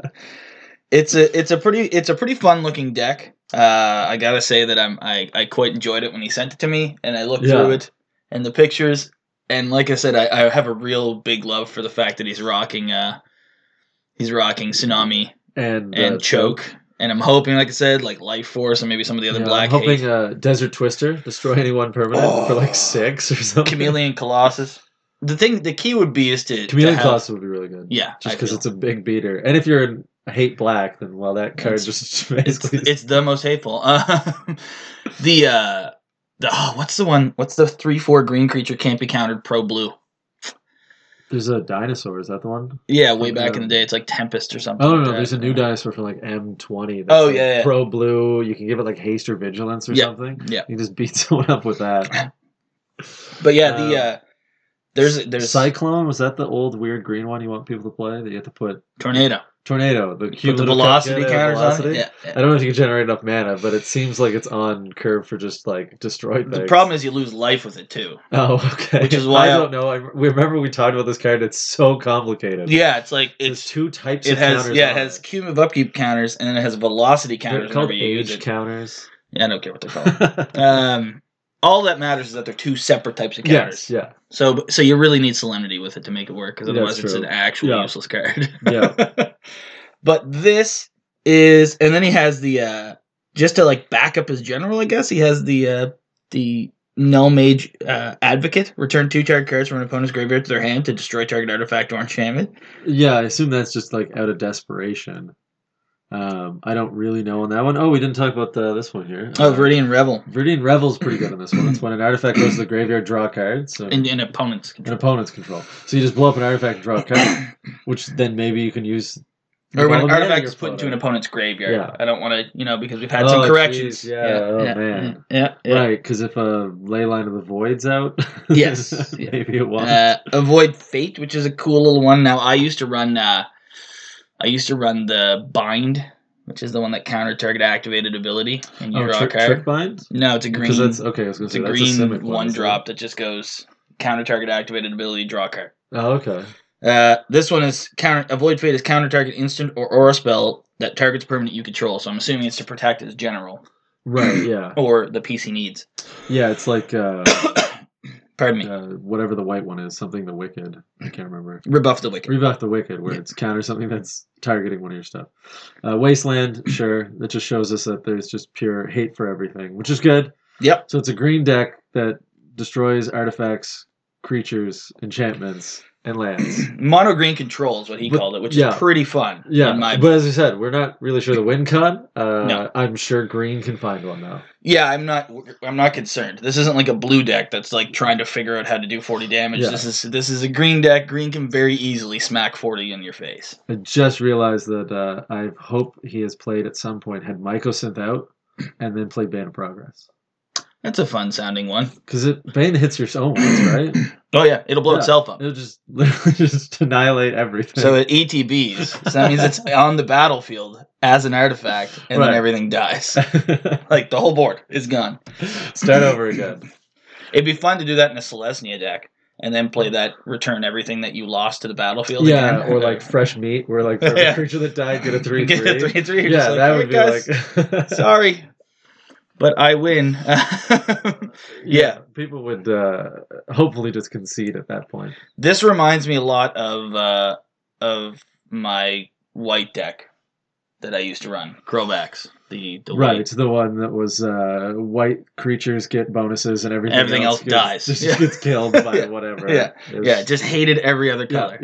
[SPEAKER 1] It's a it's a pretty it's a pretty fun looking deck. Uh, I gotta say that I'm I, I quite enjoyed it when he sent it to me, and I looked
[SPEAKER 2] Yeah.
[SPEAKER 1] through it and the pictures. And like I said, I, I have a real big love for the fact that he's rocking uh he's rocking tsunami
[SPEAKER 2] And,
[SPEAKER 1] and
[SPEAKER 2] uh,
[SPEAKER 1] choke. And I'm hoping, like I said, like life force and maybe some of the other
[SPEAKER 2] yeah,
[SPEAKER 1] black
[SPEAKER 2] I'm hoping *laughs*
[SPEAKER 1] hate.
[SPEAKER 2] uh, Desert Twister destroy any one permanent for
[SPEAKER 1] Oh.
[SPEAKER 2] like six or something.
[SPEAKER 1] chameleon colossus. The thing the key would be is to to
[SPEAKER 2] *laughs* Chameleon
[SPEAKER 1] have-
[SPEAKER 2] Colossus would be really good.
[SPEAKER 1] Yeah,
[SPEAKER 2] Just
[SPEAKER 1] I
[SPEAKER 2] because
[SPEAKER 1] feel.
[SPEAKER 2] it's a big beater. And if you're in hate black, then well, that card
[SPEAKER 1] It's-
[SPEAKER 2] just *laughs*
[SPEAKER 1] it's
[SPEAKER 2] basically.
[SPEAKER 1] it's the most hateful. *laughs* Um, the uh, the oh, what's the one? What's the three four green creature can't be countered pro blue?
[SPEAKER 2] there's a dinosaur. Is that the one?
[SPEAKER 1] Yeah, way back in the day, it's like Tempest or something.
[SPEAKER 2] Oh
[SPEAKER 1] like
[SPEAKER 2] no,
[SPEAKER 1] that.
[SPEAKER 2] there's a new dinosaur from like M20.
[SPEAKER 1] Oh,
[SPEAKER 2] like,
[SPEAKER 1] yeah, yeah.
[SPEAKER 2] pro blue. You can give it like haste or vigilance or
[SPEAKER 1] Yeah,
[SPEAKER 2] something.
[SPEAKER 1] yeah.
[SPEAKER 2] you just beat *laughs* someone up with that.
[SPEAKER 1] But yeah, the
[SPEAKER 2] um,
[SPEAKER 1] uh, there's there's
[SPEAKER 2] cyclone. Was that the old weird green one you want people to play that you have to put
[SPEAKER 1] tornado.
[SPEAKER 2] tornado? The
[SPEAKER 1] Put
[SPEAKER 2] cute
[SPEAKER 1] the
[SPEAKER 2] little
[SPEAKER 1] velocity
[SPEAKER 2] yeah,
[SPEAKER 1] counters on it.
[SPEAKER 2] velocity.
[SPEAKER 1] Yeah, yeah.
[SPEAKER 2] I don't know if you can generate enough mana, but it seems like it's on curve for just like destroy things.
[SPEAKER 1] The problem is you lose life with it too.
[SPEAKER 2] *laughs* oh, okay.
[SPEAKER 1] Which is why
[SPEAKER 2] I
[SPEAKER 1] I-
[SPEAKER 2] don't know. I we remember we talked about this card. It's so complicated.
[SPEAKER 1] Yeah, it's like
[SPEAKER 2] There's
[SPEAKER 1] it's
[SPEAKER 2] two types.
[SPEAKER 1] it
[SPEAKER 2] of
[SPEAKER 1] has
[SPEAKER 2] counters
[SPEAKER 1] yeah
[SPEAKER 2] on
[SPEAKER 1] it has cumulative upkeep counters and then it has velocity
[SPEAKER 2] They're
[SPEAKER 1] counters.
[SPEAKER 2] called
[SPEAKER 1] whenever you use
[SPEAKER 2] age
[SPEAKER 1] it.
[SPEAKER 2] counters.
[SPEAKER 1] *laughs*
[SPEAKER 2] *laughs*
[SPEAKER 1] yeah, I don't care what they're called. *laughs* um, all that matters is that they're two separate types of counters.
[SPEAKER 2] yes. Yeah.
[SPEAKER 1] So, so you really need solemnity with it to make it work, because
[SPEAKER 2] Yeah,
[SPEAKER 1] otherwise
[SPEAKER 2] that's
[SPEAKER 1] it's an
[SPEAKER 2] true.
[SPEAKER 1] actual
[SPEAKER 2] Yeah.
[SPEAKER 1] useless card. *laughs*
[SPEAKER 2] Yeah.
[SPEAKER 1] but this is, and then he has the uh just to like back up his general, I guess he has the uh the null mage uh, advocate return two target cards from an opponent's graveyard to their hand to destroy target artifact or enchantment.
[SPEAKER 2] Yeah, I assume that's just like out of desperation. Um, I don't really know on that one. Oh, we didn't talk about the, this one here.
[SPEAKER 1] Oh,
[SPEAKER 2] Uh,
[SPEAKER 1] Viridian Revel
[SPEAKER 2] Viridian Revel's pretty good on this one. It's when an artifact goes to the graveyard, draw a
[SPEAKER 1] *clears throat*
[SPEAKER 2] card. So
[SPEAKER 1] in, in opponents.
[SPEAKER 2] an opponent's control. So you just blow up an artifact, and draw a card, which then maybe you can use.
[SPEAKER 1] *coughs* Or when an
[SPEAKER 2] Well,
[SPEAKER 1] artifact
[SPEAKER 2] yeah,
[SPEAKER 1] is put
[SPEAKER 2] you're
[SPEAKER 1] into an
[SPEAKER 2] photo.
[SPEAKER 1] opponent's graveyard.
[SPEAKER 2] Yeah.
[SPEAKER 1] I don't want to, you know, because we've had
[SPEAKER 2] Oh,
[SPEAKER 1] some
[SPEAKER 2] jeez,
[SPEAKER 1] corrections.
[SPEAKER 2] yeah, oh, man.
[SPEAKER 1] yeah, yeah.
[SPEAKER 2] Right, because if a ley line of the void's out, *laughs*
[SPEAKER 1] Yes, yeah.
[SPEAKER 2] maybe it won't.
[SPEAKER 1] Uh, avoid fate, which is a cool little one. Now I used to run, uh, I used to run the bind, which is the one that counter target activated ability, and you
[SPEAKER 2] oh,
[SPEAKER 1] draw
[SPEAKER 2] trick,
[SPEAKER 1] a card.
[SPEAKER 2] trick bind.
[SPEAKER 1] No, it's a green.
[SPEAKER 2] Because that's okay. I was going
[SPEAKER 1] it's
[SPEAKER 2] to say
[SPEAKER 1] a
[SPEAKER 2] that's a
[SPEAKER 1] green
[SPEAKER 2] Simic
[SPEAKER 1] one
[SPEAKER 2] isn't it?
[SPEAKER 1] drop that just goes counter target activated ability, draw a card.
[SPEAKER 2] Oh, okay.
[SPEAKER 1] Uh, this one is counter. Avoid fate is counter target instant or aura spell that targets permanent you control. So I'm assuming it's to protect his general *coughs*
[SPEAKER 2] Right. Yeah.
[SPEAKER 1] or the piece he needs.
[SPEAKER 2] Yeah. It's like. Uh,
[SPEAKER 1] Pardon me.
[SPEAKER 2] uh, whatever the white one is, something the wicked. I can't remember.
[SPEAKER 1] Rebuff the wicked.
[SPEAKER 2] Rebuff the wicked, where it's counter something that's targeting one of your stuff.
[SPEAKER 1] *clears throat*
[SPEAKER 2] Uh, Wasteland, sure, that just shows us that there's just pure hate for everything, which is good.
[SPEAKER 1] Yep.
[SPEAKER 2] So it's a green deck that destroys artifacts, creatures, enchantments, and
[SPEAKER 1] *clears throat*
[SPEAKER 2] lands.
[SPEAKER 1] Mono green control is what he
[SPEAKER 2] But-
[SPEAKER 1] called it, which
[SPEAKER 2] yeah.
[SPEAKER 1] is pretty fun.
[SPEAKER 2] Yeah,
[SPEAKER 1] in my
[SPEAKER 2] but as I said, we're not really sure the win con. Uh,
[SPEAKER 1] No.
[SPEAKER 2] I'm sure green can find one though.
[SPEAKER 1] Yeah, I'm not. I'm not concerned. This isn't like a blue deck that's like trying to figure out how to do 40 damage.
[SPEAKER 2] Yeah.
[SPEAKER 1] This is this is a green deck. Green can very easily smack 40 in your face.
[SPEAKER 2] I just realized that uh, I hope he has played at some point had Mycosynth out, and then played Band of Progress.
[SPEAKER 1] That's a fun sounding one.
[SPEAKER 2] Because it Bane hits your own ones, right?
[SPEAKER 1] Oh yeah, it'll blow
[SPEAKER 2] Yeah.
[SPEAKER 1] itself up.
[SPEAKER 2] It'll just *laughs* literally just annihilate everything.
[SPEAKER 1] So it ETBs. So that means it's on the battlefield as an artifact, and then
[SPEAKER 2] Right.
[SPEAKER 1] everything dies. *laughs* Like the whole board is gone.
[SPEAKER 2] *laughs* Start over again.
[SPEAKER 1] It'd be fun to do that in a Celestia deck, and then play that return everything that you lost to the battlefield.
[SPEAKER 2] Yeah,
[SPEAKER 1] again.
[SPEAKER 2] or
[SPEAKER 1] *laughs*
[SPEAKER 2] like fresh meat, where like for every
[SPEAKER 1] Yeah.
[SPEAKER 2] creature that
[SPEAKER 1] *laughs*
[SPEAKER 2] died get a three
[SPEAKER 1] Get
[SPEAKER 2] three.
[SPEAKER 1] a three three. You're
[SPEAKER 2] yeah,
[SPEAKER 1] just like,
[SPEAKER 2] that
[SPEAKER 1] "All
[SPEAKER 2] would
[SPEAKER 1] right,
[SPEAKER 2] be
[SPEAKER 1] guys,
[SPEAKER 2] *laughs* like.
[SPEAKER 1] sorry, but I win. *laughs* Yeah.
[SPEAKER 2] people would uh, hopefully just concede at that point.
[SPEAKER 1] This reminds me a lot of uh, of my white deck that I used to run, Grovax, the the
[SPEAKER 2] Right,
[SPEAKER 1] white-
[SPEAKER 2] the one that was uh, white creatures get bonuses and everything.
[SPEAKER 1] Everything else
[SPEAKER 2] gets,
[SPEAKER 1] dies.
[SPEAKER 2] *laughs* Just
[SPEAKER 1] Yeah.
[SPEAKER 2] gets killed
[SPEAKER 1] *laughs*
[SPEAKER 2] by
[SPEAKER 1] Yeah.
[SPEAKER 2] whatever.
[SPEAKER 1] Yeah.
[SPEAKER 2] It's-
[SPEAKER 1] Yeah, just hated every other
[SPEAKER 2] yeah,
[SPEAKER 1] color.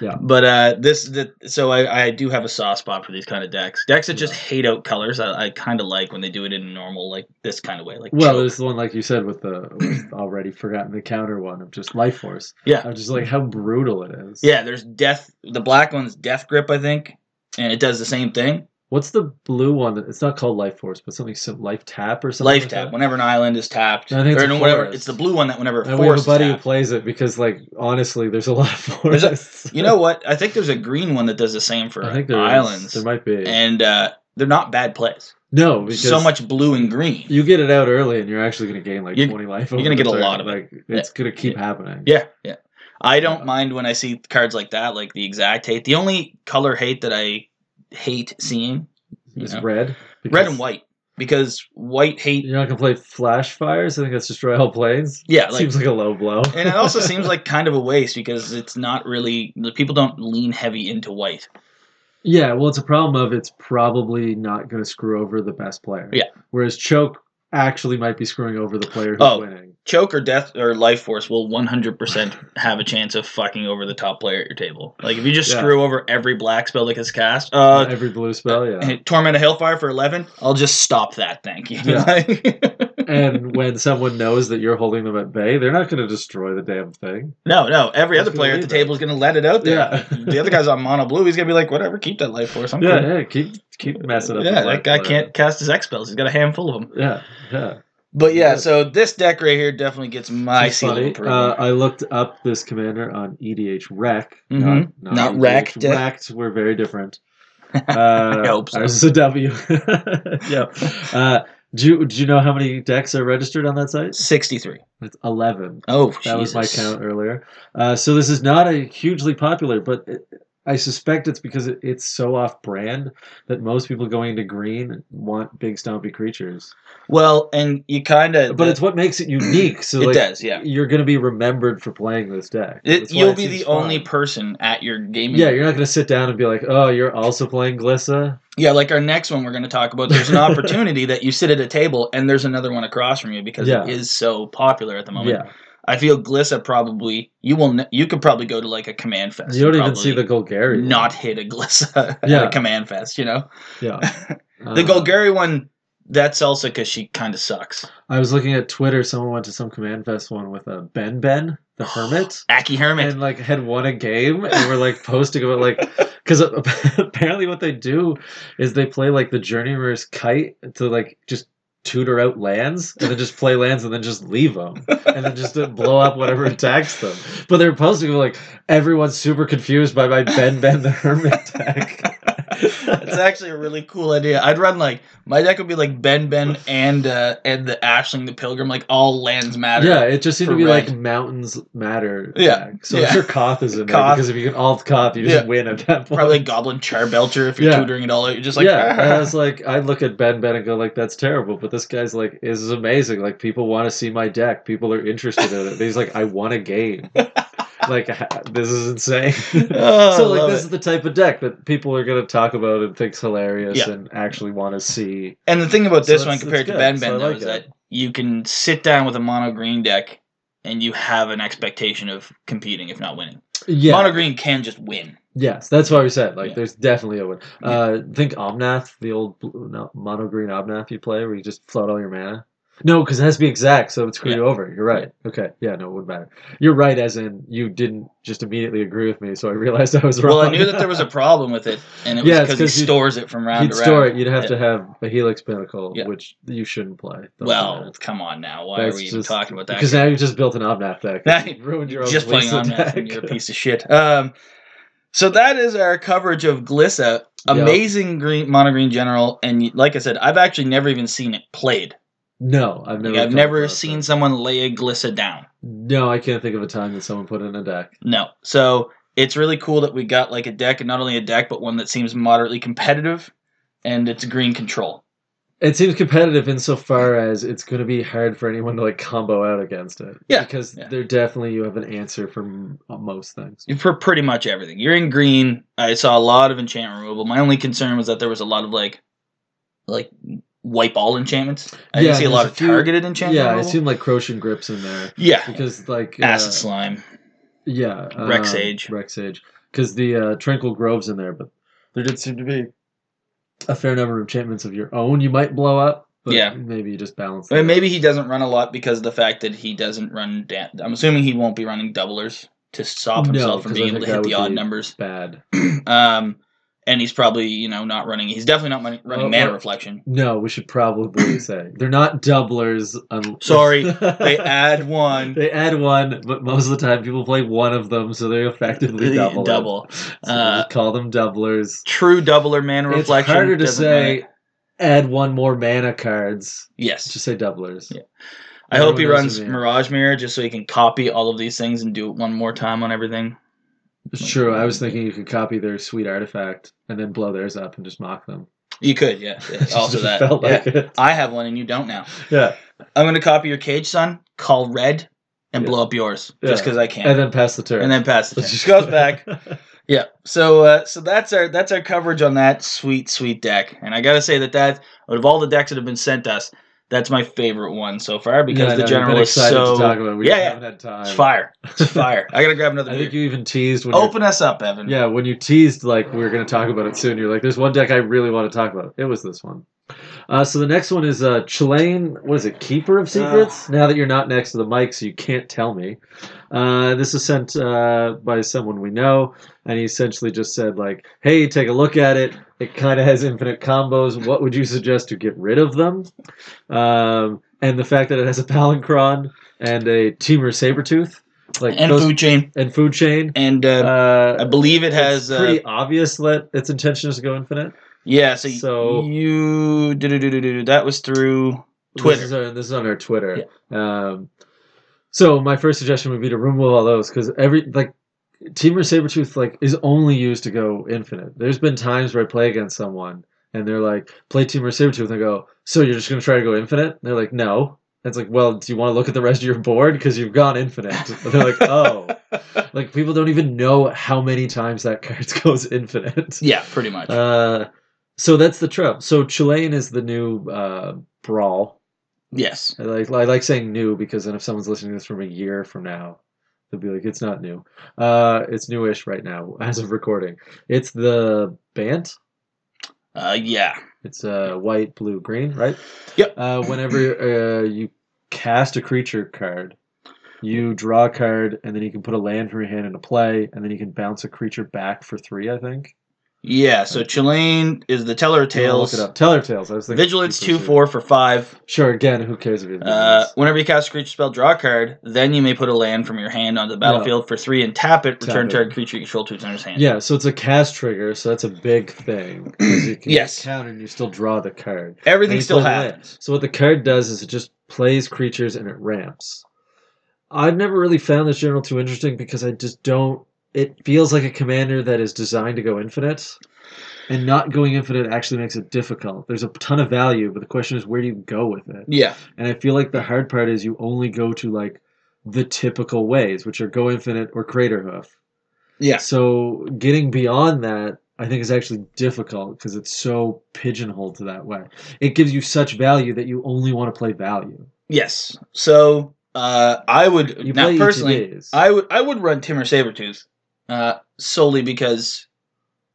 [SPEAKER 2] yeah.
[SPEAKER 1] But uh, this, the, so I, I do have a soft spot for these kind of decks. Decks that just hate out colors, I, I kind of like when they do it in a normal, like this kind of way. Like,
[SPEAKER 2] Well,
[SPEAKER 1] choke.
[SPEAKER 2] there's the one like you said with the with already forgotten the counter one of just life force.
[SPEAKER 1] yeah,
[SPEAKER 2] I'm just like how brutal it is.
[SPEAKER 1] yeah. There's death. The black one's death grip, I think, and it does the same thing.
[SPEAKER 2] What's the blue one? That, it's not called life force, but something sim- life tap or something.
[SPEAKER 1] Life
[SPEAKER 2] like
[SPEAKER 1] tap.
[SPEAKER 2] That?
[SPEAKER 1] Whenever an island is tapped,
[SPEAKER 2] I think it's
[SPEAKER 1] or
[SPEAKER 2] a
[SPEAKER 1] no, whatever.
[SPEAKER 2] forest.
[SPEAKER 1] It's the blue one that whenever a
[SPEAKER 2] And we have a
[SPEAKER 1] forest is
[SPEAKER 2] buddy who
[SPEAKER 1] tapped.
[SPEAKER 2] plays it because, like, honestly, there's a *laughs* lot of
[SPEAKER 1] There's a-
[SPEAKER 2] forests.
[SPEAKER 1] you know what? I think there's a green one that does the same for
[SPEAKER 2] *laughs* I think there is.
[SPEAKER 1] islands,
[SPEAKER 2] There might be.
[SPEAKER 1] and uh, they're not bad plays.
[SPEAKER 2] no, because
[SPEAKER 1] so much blue and green.
[SPEAKER 2] You get it out early, and you're actually going to gain like
[SPEAKER 1] You-
[SPEAKER 2] 20 life.
[SPEAKER 1] you're
[SPEAKER 2] over
[SPEAKER 1] gonna
[SPEAKER 2] the
[SPEAKER 1] get a
[SPEAKER 2] turn.
[SPEAKER 1] lot of it.
[SPEAKER 2] like, It's going to keep happening.
[SPEAKER 1] Yeah, yeah. I don't
[SPEAKER 2] Yeah.
[SPEAKER 1] mind when I see cards like that, like the exact hate. The only color hate that I hate seeing, you
[SPEAKER 2] it's
[SPEAKER 1] know,
[SPEAKER 2] red.
[SPEAKER 1] red
[SPEAKER 2] because
[SPEAKER 1] and white, because white hate.
[SPEAKER 2] You're not going to play flash fires. I think that's destroy all planes.
[SPEAKER 1] Yeah, like,
[SPEAKER 2] Seems like a low blow.
[SPEAKER 1] and it
[SPEAKER 2] *laughs*
[SPEAKER 1] also seems like kind of a waste because it's not really the people don't lean heavy into white.
[SPEAKER 2] Yeah, well, it's a problem of it's probably not going to screw over the best player.
[SPEAKER 1] Yeah.
[SPEAKER 2] Whereas choke actually might be screwing over the player who's
[SPEAKER 1] Oh.
[SPEAKER 2] winning.
[SPEAKER 1] Choke or death or life force will 100% have a chance of fucking over the top player at your table. Like if you just
[SPEAKER 2] Yeah.
[SPEAKER 1] screw over every black spell that gets cast, uh,
[SPEAKER 2] Every blue spell, yeah.
[SPEAKER 1] *laughs* hey, torment a hellfire for 11, I'll just stop that. *laughs* Thank you.
[SPEAKER 2] Yeah.
[SPEAKER 1] Like-
[SPEAKER 2] and when someone knows that you're holding them at bay, they're not going to destroy the damn thing.
[SPEAKER 1] No, no. Every
[SPEAKER 2] He's
[SPEAKER 1] other
[SPEAKER 2] gonna
[SPEAKER 1] player at the
[SPEAKER 2] leave it.
[SPEAKER 1] table is going to let it out there.
[SPEAKER 2] Yeah.
[SPEAKER 1] the other guy's on mono blue. He's going to be like, whatever, keep that life force. I'm
[SPEAKER 2] Yeah,
[SPEAKER 1] cool.
[SPEAKER 2] yeah. Keep keep messing up. the
[SPEAKER 1] Yeah, that
[SPEAKER 2] black
[SPEAKER 1] guy
[SPEAKER 2] player.
[SPEAKER 1] can't cast his X spells. He's got a handful of them.
[SPEAKER 2] Yeah, yeah.
[SPEAKER 1] But yeah,
[SPEAKER 2] Yeah.
[SPEAKER 1] so this deck right here definitely gets my
[SPEAKER 2] It's
[SPEAKER 1] seal of
[SPEAKER 2] funny.
[SPEAKER 1] approval.
[SPEAKER 2] Uh, I looked up this commander on EDH Rec,
[SPEAKER 1] Mhm.
[SPEAKER 2] not, not, E
[SPEAKER 1] Not
[SPEAKER 2] EDH
[SPEAKER 1] Rect.
[SPEAKER 2] Rect, We're very
[SPEAKER 1] *laughs*
[SPEAKER 2] different. Uh,
[SPEAKER 1] hope so.
[SPEAKER 2] Ours is a W. *laughs*
[SPEAKER 1] *laughs*
[SPEAKER 2] yeah. Uh, do you, do you know how many decks are registered on that site?
[SPEAKER 1] 63.
[SPEAKER 2] It's eleven.
[SPEAKER 1] Oh,
[SPEAKER 2] That was my
[SPEAKER 1] Jesus.
[SPEAKER 2] count earlier. Uh, so this is not a hugely popular, but it, I suspect it's because it, it's so off-brand that most people going to green want big stompy creatures.
[SPEAKER 1] Well, and you kind of.
[SPEAKER 2] But it's what
[SPEAKER 1] *clears throat*
[SPEAKER 2] makes it unique. So
[SPEAKER 1] it
[SPEAKER 2] like,
[SPEAKER 1] does, yeah.
[SPEAKER 2] you're going to be remembered for playing this deck.
[SPEAKER 1] It,
[SPEAKER 2] That's why
[SPEAKER 1] you'll
[SPEAKER 2] it
[SPEAKER 1] be
[SPEAKER 2] seems
[SPEAKER 1] the
[SPEAKER 2] fun.
[SPEAKER 1] only person at your gaming.
[SPEAKER 2] Yeah, you're not going to sit down and be like, "Oh, you're also playing Glissa."
[SPEAKER 1] Yeah, like our next one we're going to talk about. There's
[SPEAKER 2] *laughs*
[SPEAKER 1] an opportunity that you sit at a table and there's another one across from you because
[SPEAKER 2] Yeah.
[SPEAKER 1] it is so popular at the moment.
[SPEAKER 2] Yeah,
[SPEAKER 1] I feel Glissa probably you will n- you could probably go to like a command fest.
[SPEAKER 2] you don't
[SPEAKER 1] and
[SPEAKER 2] even see the
[SPEAKER 1] probably
[SPEAKER 2] Golgari. one.
[SPEAKER 1] not hit a Glissa *laughs* at
[SPEAKER 2] Yeah.
[SPEAKER 1] a command fest. You know *laughs*
[SPEAKER 2] yeah.
[SPEAKER 1] the
[SPEAKER 2] Uh,
[SPEAKER 1] Golgari one. That's also because she kind of sucks.
[SPEAKER 2] I was looking at Twitter. Someone went to some Command Fest one with a Ben Ben
[SPEAKER 1] *gasps*
[SPEAKER 2] the Hermit.
[SPEAKER 1] Aki Hermit.
[SPEAKER 2] and like had won a game and were like posting about like because *laughs* apparently what they do is they play like the journeyman's kite to like just tutor out lands and then just play lands and then just leave them and then just uh, blow
[SPEAKER 1] *laughs*
[SPEAKER 2] up whatever attacks them but they're posting about, like everyone's super confused by my ben ben the hermit deck
[SPEAKER 1] *laughs* That's actually a really cool idea. I'd run like my deck would be like Ben Ben and uh, and the Ashling the Pilgrim. Like all lands matter.
[SPEAKER 2] yeah it just seemed to
[SPEAKER 1] For
[SPEAKER 2] be
[SPEAKER 1] red.
[SPEAKER 2] like mountains matter
[SPEAKER 1] Yeah,
[SPEAKER 2] deck. so
[SPEAKER 1] yeah.
[SPEAKER 2] i'm sure koth is
[SPEAKER 1] Koth.
[SPEAKER 2] in there because if you can alt koth you just
[SPEAKER 1] Yeah.
[SPEAKER 2] win at that point
[SPEAKER 1] Probably Goblin Charbelcher if you're
[SPEAKER 2] Yeah.
[SPEAKER 1] tutoring it all out. You're just like "Ah."
[SPEAKER 2] yeah, and I
[SPEAKER 1] *laughs*
[SPEAKER 2] was like, I look at Ben Ben and go like, that's terrible. But this guy's like, this is amazing. Like people want to see my deck. People are interested in it. He's like, I want
[SPEAKER 1] *laughs*
[SPEAKER 2] a game. like ha- this is insane.
[SPEAKER 1] Oh,
[SPEAKER 2] so
[SPEAKER 1] I
[SPEAKER 2] like
[SPEAKER 1] love
[SPEAKER 2] this
[SPEAKER 1] it.
[SPEAKER 2] is the type of deck that people are gonna talk about and think's hilarious
[SPEAKER 1] Yeah.
[SPEAKER 2] and actually want to see.
[SPEAKER 1] And the thing about
[SPEAKER 2] So
[SPEAKER 1] this
[SPEAKER 2] that's-
[SPEAKER 1] one compared to
[SPEAKER 2] that's good.
[SPEAKER 1] Ben
[SPEAKER 2] So I
[SPEAKER 1] Ben though
[SPEAKER 2] like
[SPEAKER 1] is
[SPEAKER 2] it.
[SPEAKER 1] that you can sit down with a mono green deck and you have an expectation of competing, if not winning.
[SPEAKER 2] Yeah.
[SPEAKER 1] Mono green can just win.
[SPEAKER 2] Yes, that's why we said like
[SPEAKER 1] Yeah.
[SPEAKER 2] there's definitely a win. Uh, think Omnath, the old blue, no, mono green Omnath you play, where you just flood all your mana. No, because it has to be exact, so it would screw
[SPEAKER 1] Yeah.
[SPEAKER 2] you over. You're right. Okay, yeah, no, it wouldn't matter. You're right, as in you didn't just immediately agree with me, so I realized I was wrong.
[SPEAKER 1] Well, I knew that there was
[SPEAKER 2] *laughs*
[SPEAKER 1] a problem with it, and it was
[SPEAKER 2] Yeah, it's
[SPEAKER 1] because he
[SPEAKER 2] 'cause you'd-
[SPEAKER 1] stores it from round
[SPEAKER 2] *laughs* You'd
[SPEAKER 1] to
[SPEAKER 2] store it.
[SPEAKER 1] round.
[SPEAKER 2] You'd have
[SPEAKER 1] Yeah.
[SPEAKER 2] to have a Helix Pinnacle,
[SPEAKER 1] Yeah.
[SPEAKER 2] which you shouldn't play. Don't
[SPEAKER 1] Well,
[SPEAKER 2] do that.
[SPEAKER 1] come on now. Why
[SPEAKER 2] That's
[SPEAKER 1] are we even
[SPEAKER 2] just-
[SPEAKER 1] talking about that?
[SPEAKER 2] because now you've just built an Omnath deck.
[SPEAKER 1] *laughs* Now
[SPEAKER 2] You ruined your own
[SPEAKER 1] just playing
[SPEAKER 2] Lisa
[SPEAKER 1] on that, and
[SPEAKER 2] deck.
[SPEAKER 1] you're a piece of shit. Um, so that is our coverage of Glissa.
[SPEAKER 2] Yep.
[SPEAKER 1] Amazing green mono green general, and like I said, I've actually never even seen it played.
[SPEAKER 2] *laughs* No, I've never.
[SPEAKER 1] Like, I've
[SPEAKER 2] come
[SPEAKER 1] never
[SPEAKER 2] across it.
[SPEAKER 1] seen someone lay a Glissa down.
[SPEAKER 2] No, I can't think of a time that someone put it in a deck.
[SPEAKER 1] No. So it's really cool that we got like a deck, and not only a deck, but one that seems moderately competitive, and it's green control.
[SPEAKER 2] It seems competitive insofar as it's going to be hard for anyone to like combo out against it.
[SPEAKER 1] Yeah,
[SPEAKER 2] because
[SPEAKER 1] yeah.
[SPEAKER 2] they're definitely you have an answer for m- uh, most things.
[SPEAKER 1] for pretty much everything. You're in green. I saw a lot of enchantment removal. My only concern was that there was a lot of like, like wipe all enchantments. I
[SPEAKER 2] Yeah,
[SPEAKER 1] didn't see a lot
[SPEAKER 2] there's
[SPEAKER 1] of
[SPEAKER 2] a few-
[SPEAKER 1] targeted enchantment.
[SPEAKER 2] Yeah, I
[SPEAKER 1] removal.
[SPEAKER 2] assume like Croatian grips in there
[SPEAKER 1] Yeah,
[SPEAKER 2] because like
[SPEAKER 1] acid
[SPEAKER 2] uh,
[SPEAKER 1] slime.
[SPEAKER 2] Yeah, um,
[SPEAKER 1] Rex Age.
[SPEAKER 2] Rex Age, because the uh, Tranquil Grove's in there, but there did seem to be a fair number of enchantments of your own you might blow up. But
[SPEAKER 1] Yeah.
[SPEAKER 2] maybe you just balance.
[SPEAKER 1] I mean,
[SPEAKER 2] that.
[SPEAKER 1] maybe he doesn't run a lot because of the fact that he doesn't run. Da- I'm assuming he won't be running doublers to stop
[SPEAKER 2] No,
[SPEAKER 1] himself from
[SPEAKER 2] 'cause
[SPEAKER 1] being
[SPEAKER 2] I
[SPEAKER 1] able to
[SPEAKER 2] think
[SPEAKER 1] hit
[SPEAKER 2] that
[SPEAKER 1] the
[SPEAKER 2] would
[SPEAKER 1] odd
[SPEAKER 2] be-
[SPEAKER 1] numbers. *clears throat*
[SPEAKER 2] bad.
[SPEAKER 1] Um, and he's probably you know not running. He's definitely not running, running
[SPEAKER 2] Well,
[SPEAKER 1] mana
[SPEAKER 2] well- *laughs*
[SPEAKER 1] reflection.
[SPEAKER 2] No, we should probably say they're not doublers. Un-
[SPEAKER 1] Sorry,
[SPEAKER 2] *laughs*
[SPEAKER 1] They add one.
[SPEAKER 2] They add one, but most of the time people play one of them, so they
[SPEAKER 1] *laughs*
[SPEAKER 2] effectively
[SPEAKER 1] They
[SPEAKER 2] double. it.
[SPEAKER 1] double.
[SPEAKER 2] So
[SPEAKER 1] Uh,
[SPEAKER 2] we call them doublers.
[SPEAKER 1] True doubler mana
[SPEAKER 2] It's
[SPEAKER 1] reflection.
[SPEAKER 2] harder to
[SPEAKER 1] doesn't
[SPEAKER 2] say.
[SPEAKER 1] matter.
[SPEAKER 2] Add one more mana cards.
[SPEAKER 1] Yes.
[SPEAKER 2] Just say doublers.
[SPEAKER 1] Yeah. I hope he
[SPEAKER 2] Everyone
[SPEAKER 1] runs
[SPEAKER 2] knows the name.
[SPEAKER 1] Mirage Mirror just so he can copy all of these things and do it one more time on everything.
[SPEAKER 2] It's true. I was thinking you could copy their sweet artifact and then blow theirs up and just mock them.
[SPEAKER 1] You could, yeah. *laughs*
[SPEAKER 2] *laughs*
[SPEAKER 1] yeah,
[SPEAKER 2] It just
[SPEAKER 1] also that.
[SPEAKER 2] felt
[SPEAKER 1] yeah.
[SPEAKER 2] like it.
[SPEAKER 1] I have one and you don't now.
[SPEAKER 2] Yeah,
[SPEAKER 1] I'm gonna copy your cage, son. Call red and
[SPEAKER 2] Yeah.
[SPEAKER 1] blow up yours just
[SPEAKER 2] Yeah.
[SPEAKER 1] because I can.
[SPEAKER 2] and then pass the turn. *laughs*
[SPEAKER 1] And then pass the turn.
[SPEAKER 2] Let's just-
[SPEAKER 1] goes
[SPEAKER 2] *laughs*
[SPEAKER 1] back. *laughs* Yeah. So uh, so that's our that's our coverage on that sweet sweet deck. And I gotta say that that out of all the decks that have been sent us, that's my favorite one so far because the
[SPEAKER 2] Yeah, no, we've
[SPEAKER 1] general
[SPEAKER 2] been
[SPEAKER 1] is
[SPEAKER 2] excited
[SPEAKER 1] so
[SPEAKER 2] to talk about. it. We
[SPEAKER 1] yeah,
[SPEAKER 2] just
[SPEAKER 1] yeah.
[SPEAKER 2] haven't had time.
[SPEAKER 1] it's Oh, fire.
[SPEAKER 2] *laughs*
[SPEAKER 1] It's fire. I gotta grab another
[SPEAKER 2] I
[SPEAKER 1] beer.
[SPEAKER 2] think you even teased when. you-
[SPEAKER 1] Open us up, Evan.
[SPEAKER 2] Yeah, when you teased like we were going to talk about it soon, you're like, "There's one deck I really want to talk about." It was this one. Uh, so the next one is uh, Chilean. What is it? Keeper of Secrets. now that you're not next to the mic, so you can't tell me. Uh, this was sent uh, by someone we know, and he essentially just said like, "Hey, take a look at it. It kind of has infinite combos. What would you suggest to get rid of them?" Um, and the fact that it has a Palancron and a Teamer Sabretooth, like
[SPEAKER 1] and
[SPEAKER 2] those,
[SPEAKER 1] food chain.
[SPEAKER 2] and food chain.
[SPEAKER 1] And uh,
[SPEAKER 2] Uh,
[SPEAKER 1] I believe it
[SPEAKER 2] it's
[SPEAKER 1] has. Uh,
[SPEAKER 2] pretty obvious that its intention is to go infinite.
[SPEAKER 1] yeah, so,
[SPEAKER 2] so-
[SPEAKER 1] you do do do do do. That was through. Twitter.
[SPEAKER 2] This is, our, this is on our Twitter. Um, so my first suggestion would be to remove all those because every like Teamer Sabretooth like is only used to go infinite. There's been times where I play against someone and they're like, play Teamer Sabretooth, and I go, So you're just gonna try to go infinite? And they're like, No. And it's like, well, do you want to look at the rest of your board? Because you've
[SPEAKER 1] *laughs*
[SPEAKER 2] gone infinite. And they're like, oh. like, people don't even know how many times that *laughs* card goes infinite.
[SPEAKER 1] Yeah, pretty much.
[SPEAKER 2] Uh, so that's the trope. So Chilean is the new uh, brawl.
[SPEAKER 1] yes.
[SPEAKER 2] I like I like saying new because then if someone's listening to this from a year from now, they'll be like, it's not new. Uh, it's newish right now *laughs* as of recording. It's the Bant.
[SPEAKER 1] Uh, yeah.
[SPEAKER 2] It's uh, white, blue, green, right?
[SPEAKER 1] Yep.
[SPEAKER 2] Uh, whenever uh, you cast a creature card, you draw a card, and then you can put a land from your hand into play, and then you can bounce a creature back for three. I think.
[SPEAKER 1] Yeah, so Chilean is the teller of
[SPEAKER 2] You wanna look
[SPEAKER 1] tales.
[SPEAKER 2] it up. Teller tales. I was thinking
[SPEAKER 1] Vigilance
[SPEAKER 2] Keeper's
[SPEAKER 1] 2
[SPEAKER 2] Secret.
[SPEAKER 1] 4 for 5.
[SPEAKER 2] Sure, again, who cares if you
[SPEAKER 1] Uh, whenever you cast a creature spell, draw a card. Then you may put a land from your hand onto the battlefield for 3 and tap it.
[SPEAKER 2] Tap
[SPEAKER 1] Return
[SPEAKER 2] it.
[SPEAKER 1] target creature you control to its owner's hand.
[SPEAKER 2] Yeah, so it's a cast trigger, so that's a big
[SPEAKER 1] *clears throat*
[SPEAKER 2] thing. 'cause You can
[SPEAKER 1] Yes.
[SPEAKER 2] counter and you still draw the card. And
[SPEAKER 1] Everything
[SPEAKER 2] you
[SPEAKER 1] still
[SPEAKER 2] play the land.
[SPEAKER 1] happens.
[SPEAKER 2] So what the card does is it just plays creatures and it ramps. I've never really found this general too interesting because I just don't it feels like a commander that is designed to go infinite. And not going infinite actually makes it difficult. There's a ton of value, but the question is where do you go with it?
[SPEAKER 1] Yeah.
[SPEAKER 2] And I feel like the hard part is you only go to like the typical ways, which are go infinite or crater hoof.
[SPEAKER 1] Yeah.
[SPEAKER 2] So getting beyond that, I think is actually difficult because it's so pigeonholed to that way. It gives you such value that you only want to play value.
[SPEAKER 1] Yes. So uh, I would.
[SPEAKER 2] You
[SPEAKER 1] now,
[SPEAKER 2] play E
[SPEAKER 1] personally,
[SPEAKER 2] ETBs.
[SPEAKER 1] I would I would run Timur Sabretooth, uh, solely because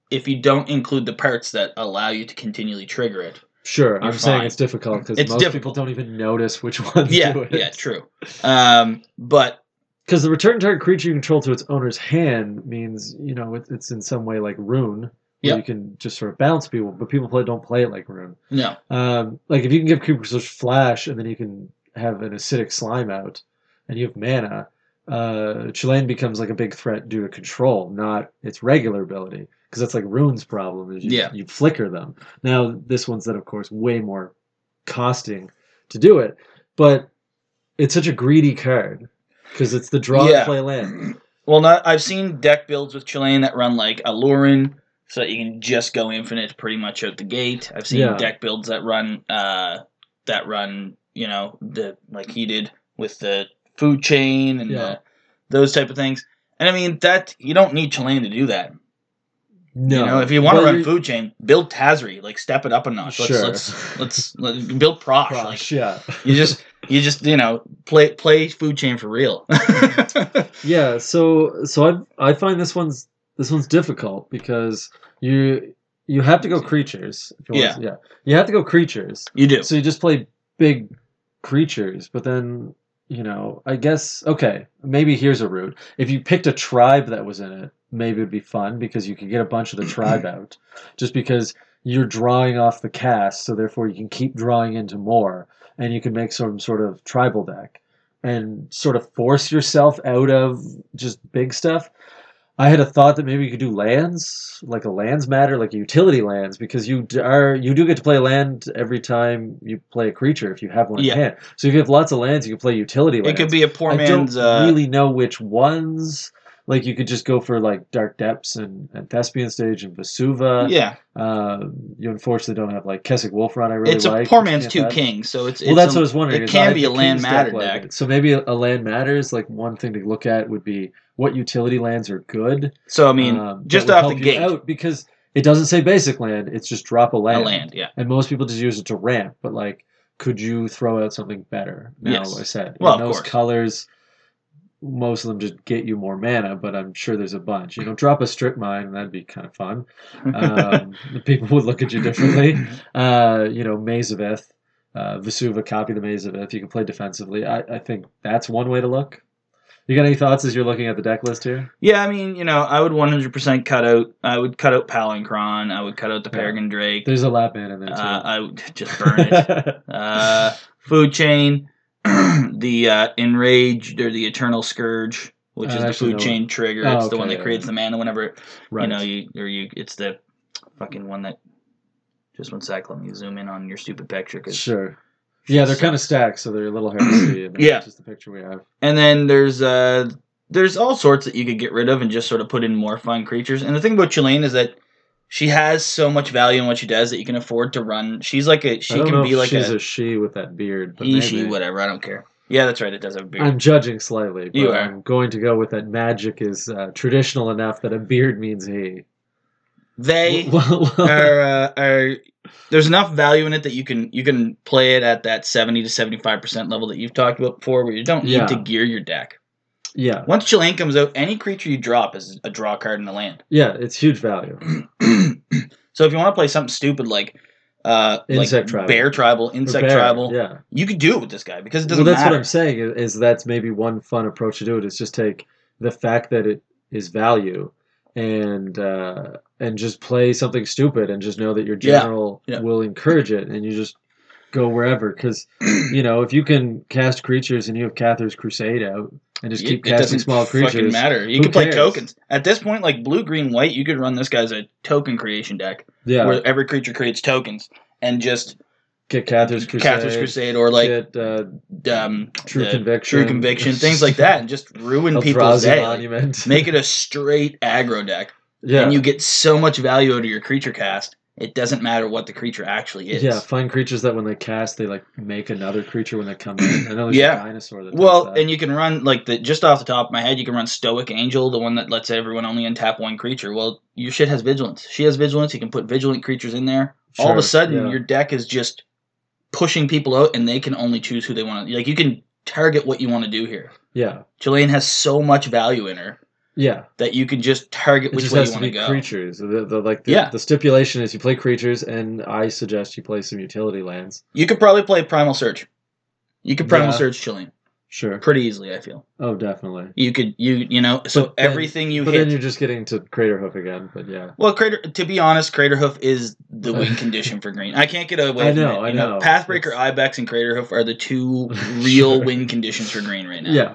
[SPEAKER 1] if you don't include the parts that allow you to continually trigger it.
[SPEAKER 2] sure.
[SPEAKER 1] You're
[SPEAKER 2] I'm saying
[SPEAKER 1] fine.
[SPEAKER 2] it's difficult because
[SPEAKER 1] It's
[SPEAKER 2] most
[SPEAKER 1] difficult.
[SPEAKER 2] people don't even notice which *laughs* ones
[SPEAKER 1] Yeah,
[SPEAKER 2] *laughs* do it.
[SPEAKER 1] yeah, true. Um, but
[SPEAKER 2] Because the return target creature you control to its owner's hand means you know it, it's in some way like Rune, where
[SPEAKER 1] Yeah.
[SPEAKER 2] you can just sort of bounce people, but people play don't play it like Rune.
[SPEAKER 1] no, *clears throat*
[SPEAKER 2] Um, like if you can give creatures flash and then you can have an acidic slime out and you have mana, uh, Chilean becomes like a big threat due to control, not its regular ability. Because that's like Rune's problem is you,
[SPEAKER 1] Yeah.
[SPEAKER 2] you flicker them. Now this one's then of course way more costing to do it, but it's such a greedy card because it's the draw
[SPEAKER 1] Yeah.
[SPEAKER 2] and play land.
[SPEAKER 1] well, not. I've seen deck builds with Chilean that run like Alurin, so that you can just go infinite pretty much out the gate. I've seen
[SPEAKER 2] Yeah.
[SPEAKER 1] deck builds that run uh that run, you know, the like he did with the food chain and
[SPEAKER 2] Yeah.
[SPEAKER 1] the, those type of things. And I mean that you don't need Chelan to do that.
[SPEAKER 2] No,
[SPEAKER 1] You know, if you want to
[SPEAKER 2] Well,
[SPEAKER 1] run
[SPEAKER 2] you-
[SPEAKER 1] food chain, build Tazri, like step it up a notch. Let's
[SPEAKER 2] Sure.
[SPEAKER 1] let's, let's let's build Prosh. Like
[SPEAKER 2] Prosh, yeah,
[SPEAKER 1] you just you just you know play play food chain for real. *laughs*
[SPEAKER 2] yeah. So so I I find this one's this one's difficult because you you have to go creatures. If you
[SPEAKER 1] Yeah.
[SPEAKER 2] want, yeah. You have to go creatures.
[SPEAKER 1] you do.
[SPEAKER 2] So you just play big creatures, but then you know, I guess okay, maybe here's a route. If you picked a tribe that was in it, maybe it'd be fun because you could get a bunch of the tribe out. Just because you're drawing off the cast, so therefore you can keep drawing into more and you can make some sort of tribal deck and sort of force yourself out of just big stuff. I had a thought that maybe you could do lands, like a lands matter, like a utility lands, because you d- are you do get to play land every time you play a creature if you have one in
[SPEAKER 1] Yeah.
[SPEAKER 2] hand. So if you have lots of lands, you can play utility
[SPEAKER 1] It
[SPEAKER 2] lands.
[SPEAKER 1] could be a poor
[SPEAKER 2] I
[SPEAKER 1] man's
[SPEAKER 2] don't
[SPEAKER 1] uh,
[SPEAKER 2] really know which ones. Like you could just go for like Dark Depths and, and Thespian Stage and Vesuva.
[SPEAKER 1] yeah.
[SPEAKER 2] Um, you unfortunately don't have like Keswick Wolf Run. I really
[SPEAKER 1] it's
[SPEAKER 2] like.
[SPEAKER 1] a poor man's
[SPEAKER 2] Can't
[SPEAKER 1] two
[SPEAKER 2] have-
[SPEAKER 1] kings, so it's, it's
[SPEAKER 2] Well, that's
[SPEAKER 1] a-
[SPEAKER 2] what I was wondering.
[SPEAKER 1] it
[SPEAKER 2] is
[SPEAKER 1] can
[SPEAKER 2] I-
[SPEAKER 1] be
[SPEAKER 2] the
[SPEAKER 1] a land
[SPEAKER 2] King's
[SPEAKER 1] matter
[SPEAKER 2] like
[SPEAKER 1] deck.
[SPEAKER 2] it. So maybe a land matters. Like one thing to look at would be what utility lands are good.
[SPEAKER 1] so I mean,
[SPEAKER 2] um, that
[SPEAKER 1] just
[SPEAKER 2] would
[SPEAKER 1] off the
[SPEAKER 2] help you
[SPEAKER 1] gate,
[SPEAKER 2] out because it doesn't say basic land. It's just drop
[SPEAKER 1] a
[SPEAKER 2] a land.
[SPEAKER 1] land,
[SPEAKER 2] *laughs*
[SPEAKER 1] yeah.
[SPEAKER 2] And most people just use it to ramp. But like, could you throw out something better? Now,
[SPEAKER 1] Yes.
[SPEAKER 2] I said
[SPEAKER 1] Well,
[SPEAKER 2] in
[SPEAKER 1] of
[SPEAKER 2] those
[SPEAKER 1] course.
[SPEAKER 2] colors, most of them just get you more mana. But I'm sure there's a bunch. You know, drop a strip mine, and that'd be kind of fun.
[SPEAKER 1] *laughs*
[SPEAKER 2] *laughs* Um, people would look at you differently uh, you know, Maze of Ith, uh, Vesuva, copy the Maze of Ith. You can play defensively. I, I think that's one way to look. You got any thoughts as you're looking at the deck list here?
[SPEAKER 1] yeah, I mean, you know, I would 100% cut out. I would cut out Palancron. I would cut out the
[SPEAKER 2] Yeah.
[SPEAKER 1] Paragon Drake.
[SPEAKER 2] There's a lap man in there too.
[SPEAKER 1] Uh, I would *laughs* just burn
[SPEAKER 2] *laughs*
[SPEAKER 1] it. uh, food chain, *clears throat* the uh, enraged or the eternal scourge, which
[SPEAKER 2] I
[SPEAKER 1] is the
[SPEAKER 2] actually
[SPEAKER 1] food
[SPEAKER 2] know
[SPEAKER 1] chain trigger.
[SPEAKER 2] Oh,
[SPEAKER 1] it's the one
[SPEAKER 2] okay,
[SPEAKER 1] that creates
[SPEAKER 2] yeah.
[SPEAKER 1] the mana whenever it
[SPEAKER 2] right.
[SPEAKER 1] you know you or you it's the fucking one that just one sec let me zoom in on your stupid picture 'cause-
[SPEAKER 2] sure. Yeah, they're kind of stacked, so they're a little hard to
[SPEAKER 1] *clears throat*
[SPEAKER 2] see. and that's
[SPEAKER 1] Yeah.
[SPEAKER 2] Just the picture we have.
[SPEAKER 1] and then there's uh there's all sorts that you could get rid of and just sort of put in more fun creatures and the thing about Chilane is that she has so much value in what she does that you can afford to run she's like a
[SPEAKER 2] I
[SPEAKER 1] she
[SPEAKER 2] don't
[SPEAKER 1] can
[SPEAKER 2] know
[SPEAKER 1] be
[SPEAKER 2] if
[SPEAKER 1] like
[SPEAKER 2] she's a,
[SPEAKER 1] a,
[SPEAKER 2] she with that beard. But
[SPEAKER 1] he she
[SPEAKER 2] maybe.
[SPEAKER 1] whatever i don't care yeah that's right it does have a beard
[SPEAKER 2] I'm judging slightly, but
[SPEAKER 1] You are.
[SPEAKER 2] I'm going to go with that magic is uh, traditional enough that a beard means he.
[SPEAKER 1] they
[SPEAKER 2] *laughs* Well, well,
[SPEAKER 1] are, uh, are there's enough value in it that you can you can play it at that 70 to 75 percent level that you've talked about before where you don't need
[SPEAKER 2] Yeah.
[SPEAKER 1] to gear your deck
[SPEAKER 2] yeah,
[SPEAKER 1] Once Chelan comes out, any creature you drop is a draw card in the land. *clears throat*
[SPEAKER 2] yeah, it's huge value.
[SPEAKER 1] so if you want to play something stupid like uh like
[SPEAKER 2] Insect tribal.
[SPEAKER 1] bear tribal,
[SPEAKER 2] Or
[SPEAKER 1] insect
[SPEAKER 2] bear,
[SPEAKER 1] tribal,
[SPEAKER 2] Yeah.
[SPEAKER 1] you could do it with this guy because it
[SPEAKER 2] Well,
[SPEAKER 1] doesn't
[SPEAKER 2] that's what
[SPEAKER 1] matter.
[SPEAKER 2] I'm saying i- is that's maybe one fun approach to do it is just take the fact that it is value and uh, and just play something stupid and just know that your
[SPEAKER 1] Yeah,
[SPEAKER 2] general
[SPEAKER 1] yeah.
[SPEAKER 2] will encourage it and you just go
[SPEAKER 1] *clears throat*
[SPEAKER 2] wherever because you know if you can cast creatures and you have Cather's Crusade out and just
[SPEAKER 1] It-
[SPEAKER 2] keep
[SPEAKER 1] it
[SPEAKER 2] casting
[SPEAKER 1] doesn't
[SPEAKER 2] small
[SPEAKER 1] fucking
[SPEAKER 2] creatures.
[SPEAKER 1] matter. You
[SPEAKER 2] Who
[SPEAKER 1] could play
[SPEAKER 2] cares?
[SPEAKER 1] tokens. At this point, like blue, green, white, you could run this guy as a token creation deck
[SPEAKER 2] Yeah,
[SPEAKER 1] where every creature creates tokens and just
[SPEAKER 2] get Cather's Crusade.
[SPEAKER 1] Cather's Crusade or like
[SPEAKER 2] get uh,
[SPEAKER 1] um
[SPEAKER 2] True
[SPEAKER 1] the
[SPEAKER 2] Conviction.
[SPEAKER 1] True Conviction, things like that, and just ruin people's
[SPEAKER 2] Eldrazi
[SPEAKER 1] day. Like,
[SPEAKER 2] Monument.
[SPEAKER 1] make it a straight aggro deck.
[SPEAKER 2] *laughs* yeah.
[SPEAKER 1] and you get so much value out of your creature cast. It doesn't matter what the creature actually is.
[SPEAKER 2] Yeah, find creatures that when they cast, they like make another creature when they come in. I know there's
[SPEAKER 1] Yeah.
[SPEAKER 2] a dinosaur that. does
[SPEAKER 1] Well,
[SPEAKER 2] that.
[SPEAKER 1] and you can run like the just off the top of my head, you can run Stoic Angel, the one that lets everyone only untap one creature. Well, your shit has vigilance. She has vigilance. You can put vigilant creatures in there. All of
[SPEAKER 2] Sure,
[SPEAKER 1] a sudden,
[SPEAKER 2] yeah.
[SPEAKER 1] your deck is just pushing people out, and they can only choose who they want to. Like you can target what you want to do here.
[SPEAKER 2] yeah,
[SPEAKER 1] Jillian has so much value in her
[SPEAKER 2] yeah,
[SPEAKER 1] that you can just target
[SPEAKER 2] it
[SPEAKER 1] which
[SPEAKER 2] just
[SPEAKER 1] way
[SPEAKER 2] has
[SPEAKER 1] you
[SPEAKER 2] to
[SPEAKER 1] want
[SPEAKER 2] be
[SPEAKER 1] to go.
[SPEAKER 2] creatures. The, the, like the,
[SPEAKER 1] Yeah.
[SPEAKER 2] the stipulation is you play creatures, and I suggest you play some utility lands.
[SPEAKER 1] You could probably play Primal Search. You could Primal
[SPEAKER 2] Yeah.
[SPEAKER 1] Search Jillian
[SPEAKER 2] Sure.
[SPEAKER 1] pretty easily. I feel.
[SPEAKER 2] Oh, definitely.
[SPEAKER 1] You could you you know so
[SPEAKER 2] But then-
[SPEAKER 1] everything you
[SPEAKER 2] but then
[SPEAKER 1] hit.
[SPEAKER 2] you're just getting to crater hoof again. But yeah,
[SPEAKER 1] Well, crater. To be honest, crater hoof is the
[SPEAKER 2] *laughs*
[SPEAKER 1] win condition for green. I can't get away.
[SPEAKER 2] I
[SPEAKER 1] from
[SPEAKER 2] know,
[SPEAKER 1] it,
[SPEAKER 2] I
[SPEAKER 1] you
[SPEAKER 2] know.
[SPEAKER 1] Pathbreaker,
[SPEAKER 2] It's-
[SPEAKER 1] ibex, and crater hoof are the two real
[SPEAKER 2] *laughs* Sure.
[SPEAKER 1] win conditions for green right now.
[SPEAKER 2] yeah,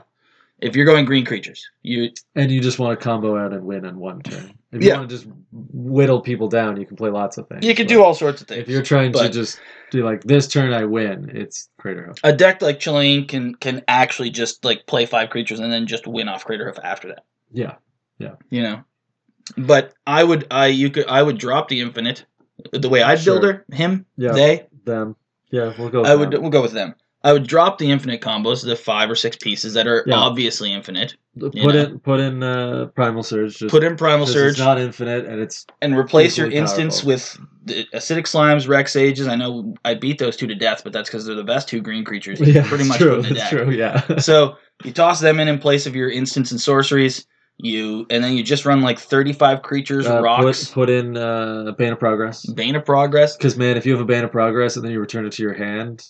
[SPEAKER 1] If you're going green creatures, you
[SPEAKER 2] and you just want to combo out and win in one turn. If you
[SPEAKER 1] Yeah.
[SPEAKER 2] want to just whittle people down, you can play lots of things.
[SPEAKER 1] you can
[SPEAKER 2] but
[SPEAKER 1] do all sorts of
[SPEAKER 2] If
[SPEAKER 1] things.
[SPEAKER 2] you're trying to
[SPEAKER 1] but-
[SPEAKER 2] just do like this turn, I win. It's crater hoof.
[SPEAKER 1] A deck like Chilean can can actually just like play five creatures and then just win off crater hoof after that.
[SPEAKER 2] Yeah.
[SPEAKER 1] You know. But I would I you could I would drop the infinite. The way I'd build
[SPEAKER 2] Sure.
[SPEAKER 1] her, him,
[SPEAKER 2] Yeah.
[SPEAKER 1] they,
[SPEAKER 2] Them. Yeah, we'll go. With
[SPEAKER 1] I would
[SPEAKER 2] them.
[SPEAKER 1] we'll go with them. I would drop the infinite combos, the five or six pieces that are
[SPEAKER 2] Yeah.
[SPEAKER 1] obviously infinite.
[SPEAKER 2] put
[SPEAKER 1] you know.
[SPEAKER 2] in put in uh, primal surge. Just,
[SPEAKER 1] Put in primal
[SPEAKER 2] 'cause
[SPEAKER 1] surge
[SPEAKER 2] It's not infinite, and it's
[SPEAKER 1] and replace your
[SPEAKER 2] equally
[SPEAKER 1] instance
[SPEAKER 2] powerful.
[SPEAKER 1] with the acidic slimes, Rex Ages. I know I beat those two to death, but that's because they're the best two green creatures you
[SPEAKER 2] *laughs* yeah,
[SPEAKER 1] can *laughs* pretty
[SPEAKER 2] it's
[SPEAKER 1] much
[SPEAKER 2] true.
[SPEAKER 1] put in the
[SPEAKER 2] it's
[SPEAKER 1] deck.
[SPEAKER 2] true. Yeah.
[SPEAKER 1] so you toss them in in place of your instants and sorceries. You and then you just run like thirty-five creatures,
[SPEAKER 2] Uh,
[SPEAKER 1] rocks,
[SPEAKER 2] Put, put in uh, Bane of Progress.
[SPEAKER 1] Bane of Progress.
[SPEAKER 2] Because, man, if you have a Bane of Progress and then you return it to your hand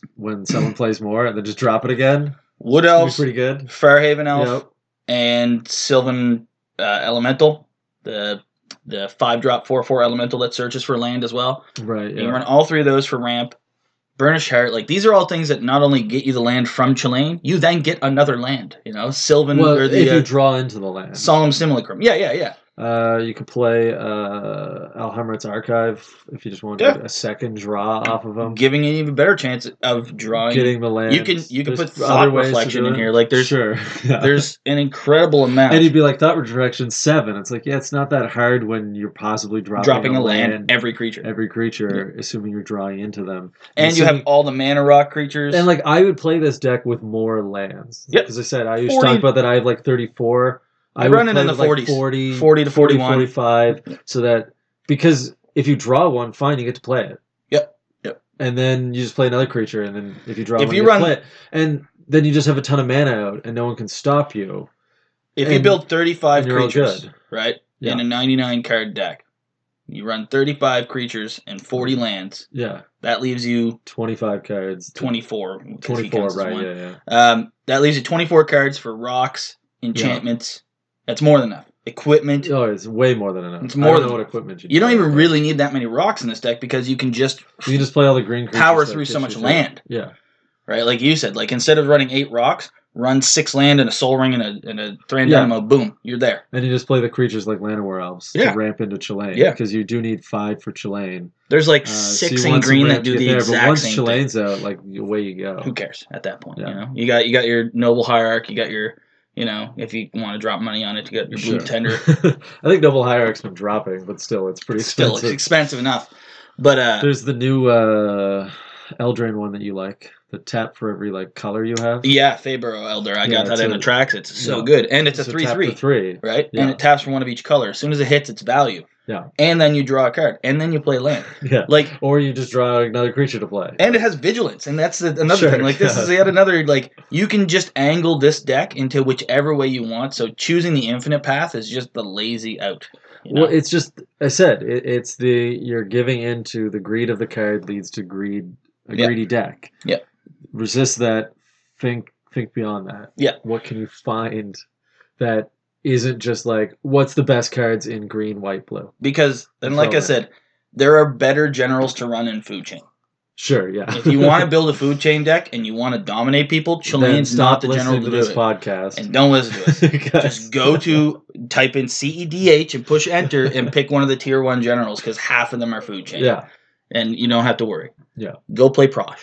[SPEAKER 1] *clears throat*
[SPEAKER 2] when someone plays more and then just drop it again,
[SPEAKER 1] Wood
[SPEAKER 2] it'd be
[SPEAKER 1] Elves,
[SPEAKER 2] pretty good.
[SPEAKER 1] Fairhaven Elf,
[SPEAKER 2] Yep.
[SPEAKER 1] and Sylvan uh, Elemental, the the five drop four four elemental that searches for land as well.
[SPEAKER 2] Right.
[SPEAKER 1] You
[SPEAKER 2] Yeah.
[SPEAKER 1] run all three of those for ramp. Burnish Heart, like these are all things that not only get you the land from Chillane, you then get another land. You know, Sylvan
[SPEAKER 2] Well,
[SPEAKER 1] or
[SPEAKER 2] if
[SPEAKER 1] the
[SPEAKER 2] you
[SPEAKER 1] uh,
[SPEAKER 2] draw into the land,
[SPEAKER 1] Solemn Simulacrum. Yeah, yeah, yeah.
[SPEAKER 2] uh, you could play uh, Alhamrat's Archive if you just wanted
[SPEAKER 1] Yeah.
[SPEAKER 2] a second draw off of them.
[SPEAKER 1] Giving you an even better chance of drawing
[SPEAKER 2] Getting the land.
[SPEAKER 1] you can you can
[SPEAKER 2] There's
[SPEAKER 1] put thought
[SPEAKER 2] ways to
[SPEAKER 1] reflection
[SPEAKER 2] do
[SPEAKER 1] in
[SPEAKER 2] it.
[SPEAKER 1] here. Like there's
[SPEAKER 2] sure. *laughs* Yeah.
[SPEAKER 1] there's an incredible amount
[SPEAKER 2] and you'd be like thought redirection seven. It's like yeah, it's not that hard when you're possibly dropping,
[SPEAKER 1] dropping a land, every creature,
[SPEAKER 2] every creature, assuming you're drawing into them.
[SPEAKER 1] and you have
[SPEAKER 2] assuming-
[SPEAKER 1] all the mana rock creatures.
[SPEAKER 2] And like I would play this deck with more lands.
[SPEAKER 1] Yep.
[SPEAKER 2] As I said, I used
[SPEAKER 1] 40
[SPEAKER 2] to talk about that I have like 34. I
[SPEAKER 1] I'm
[SPEAKER 2] would
[SPEAKER 1] running
[SPEAKER 2] play
[SPEAKER 1] in the
[SPEAKER 2] with, like,
[SPEAKER 1] 40s.
[SPEAKER 2] 40,
[SPEAKER 1] 40 to
[SPEAKER 2] 40,
[SPEAKER 1] 41.
[SPEAKER 2] 45 so that because if you draw one, fine, you get to play it.
[SPEAKER 1] Yep. Yep.
[SPEAKER 2] And then you just play another creature and then if you draw
[SPEAKER 1] If
[SPEAKER 2] one,
[SPEAKER 1] you
[SPEAKER 2] you, get to
[SPEAKER 1] run-
[SPEAKER 2] play it. And then you just have a ton of mana out and no one can stop you.
[SPEAKER 1] if you
[SPEAKER 2] and-
[SPEAKER 1] build 35
[SPEAKER 2] and you're all
[SPEAKER 1] creatures,
[SPEAKER 2] good.
[SPEAKER 1] right, in
[SPEAKER 2] Yeah.
[SPEAKER 1] a 99 card deck, you run 35 creatures and 40 lands.
[SPEAKER 2] Yeah.
[SPEAKER 1] That leaves you
[SPEAKER 2] 25 cards.
[SPEAKER 1] 24. 'cause he
[SPEAKER 2] 24,
[SPEAKER 1] counts as
[SPEAKER 2] right.
[SPEAKER 1] one.
[SPEAKER 2] Yeah, yeah.
[SPEAKER 1] Um, that leaves you 24 cards for rocks, enchantments. That's more than enough. Equipment.
[SPEAKER 2] Oh, it's way more than enough.
[SPEAKER 1] It's
[SPEAKER 2] I
[SPEAKER 1] more
[SPEAKER 2] don't
[SPEAKER 1] than-
[SPEAKER 2] know what equipment you
[SPEAKER 1] You don't
[SPEAKER 2] need,
[SPEAKER 1] even
[SPEAKER 2] but
[SPEAKER 1] really need that many rocks in this deck because you can just
[SPEAKER 2] You can just play all the green creatures.
[SPEAKER 1] power
[SPEAKER 2] that
[SPEAKER 1] through so
[SPEAKER 2] get
[SPEAKER 1] much
[SPEAKER 2] you to-
[SPEAKER 1] land.
[SPEAKER 2] Yeah.
[SPEAKER 1] right? Like you said, like instead of running eight rocks, run six land and a soul ring and a and a Thran
[SPEAKER 2] Yeah.
[SPEAKER 1] Dynamo. Boom, you're there.
[SPEAKER 2] And you just play the creatures like Llanowar Elves
[SPEAKER 1] Yeah.
[SPEAKER 2] to ramp into Chillane.
[SPEAKER 1] Yeah.
[SPEAKER 2] Because you do need five for Chillane.
[SPEAKER 1] There's like
[SPEAKER 2] Uh, so you
[SPEAKER 1] six in
[SPEAKER 2] want some
[SPEAKER 1] green that
[SPEAKER 2] ramp to
[SPEAKER 1] do
[SPEAKER 2] get
[SPEAKER 1] the
[SPEAKER 2] there, But
[SPEAKER 1] exact
[SPEAKER 2] once
[SPEAKER 1] same thing.
[SPEAKER 2] Chillane's out, like, away you
[SPEAKER 1] Who
[SPEAKER 2] go.
[SPEAKER 1] cares at that point?
[SPEAKER 2] Yeah.
[SPEAKER 1] You know, you got you got your noble hierarch. You got your you know, if you want to drop money on it, you got your blue
[SPEAKER 2] Sure.
[SPEAKER 1] tender.
[SPEAKER 2] *laughs* I think Double Hierarch's been dropping, but still, it's pretty
[SPEAKER 1] It's still it's
[SPEAKER 2] expensive.
[SPEAKER 1] expensive enough, but uh,
[SPEAKER 2] There's the new uh, Eldrain one that you like. The tap for every, like, color you have.
[SPEAKER 1] yeah, Fabro Elder, I
[SPEAKER 2] Yeah,
[SPEAKER 1] got that
[SPEAKER 2] it's
[SPEAKER 1] in
[SPEAKER 2] a-
[SPEAKER 1] the tracks. It's so
[SPEAKER 2] yeah.
[SPEAKER 1] good, and it's a
[SPEAKER 2] So
[SPEAKER 1] three
[SPEAKER 2] tap for
[SPEAKER 1] three.
[SPEAKER 2] three.
[SPEAKER 1] Right,
[SPEAKER 2] Yeah.
[SPEAKER 1] and it taps from one of each color. As soon as it hits its value,
[SPEAKER 2] Yeah.
[SPEAKER 1] and then you draw a card, and then you play land.
[SPEAKER 2] Yeah.
[SPEAKER 1] Like
[SPEAKER 2] Or you just draw another creature to play.
[SPEAKER 1] and it has vigilance and that's the, another
[SPEAKER 2] Sure,
[SPEAKER 1] thing like this
[SPEAKER 2] yeah.
[SPEAKER 1] is yet another like you can just angle this deck into whichever way you want so choosing the infinite path is just the lazy out you know?
[SPEAKER 2] Well, it's just I said it, it's the you're giving into the greed of the card leads to greed a
[SPEAKER 1] Yeah.
[SPEAKER 2] greedy deck.
[SPEAKER 1] Yeah.
[SPEAKER 2] Resist that. Think think beyond that.
[SPEAKER 1] Yeah.
[SPEAKER 2] What can you find that isn't just like what's the best cards in green, white, blue?
[SPEAKER 1] because and
[SPEAKER 2] It's
[SPEAKER 1] like i
[SPEAKER 2] all that.
[SPEAKER 1] said there are better generals to run in food chain
[SPEAKER 2] Sure, yeah.
[SPEAKER 1] if you
[SPEAKER 2] *laughs*
[SPEAKER 1] want to build a food chain deck and you want to dominate people chilean's not the general to, do
[SPEAKER 2] this
[SPEAKER 1] it
[SPEAKER 2] podcast. *laughs*
[SPEAKER 1] and don't listen to us
[SPEAKER 2] Because-
[SPEAKER 1] just go to type in cedh and push enter and pick one of the tier one generals because half of them are food chain
[SPEAKER 2] yeah,
[SPEAKER 1] and you don't have to worry
[SPEAKER 2] Yeah.
[SPEAKER 1] go play prosh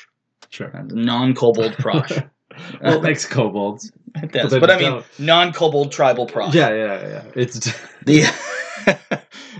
[SPEAKER 2] sure.
[SPEAKER 1] non-kobold
[SPEAKER 2] *laughs*
[SPEAKER 1] prosh.
[SPEAKER 2] Well, thanks, kobolds.
[SPEAKER 1] It does.
[SPEAKER 2] But
[SPEAKER 1] But I
[SPEAKER 2] they
[SPEAKER 1] mean,
[SPEAKER 2] don't.
[SPEAKER 1] non-kobold tribal prosh.
[SPEAKER 2] Yeah, yeah, yeah. It's
[SPEAKER 1] The *laughs*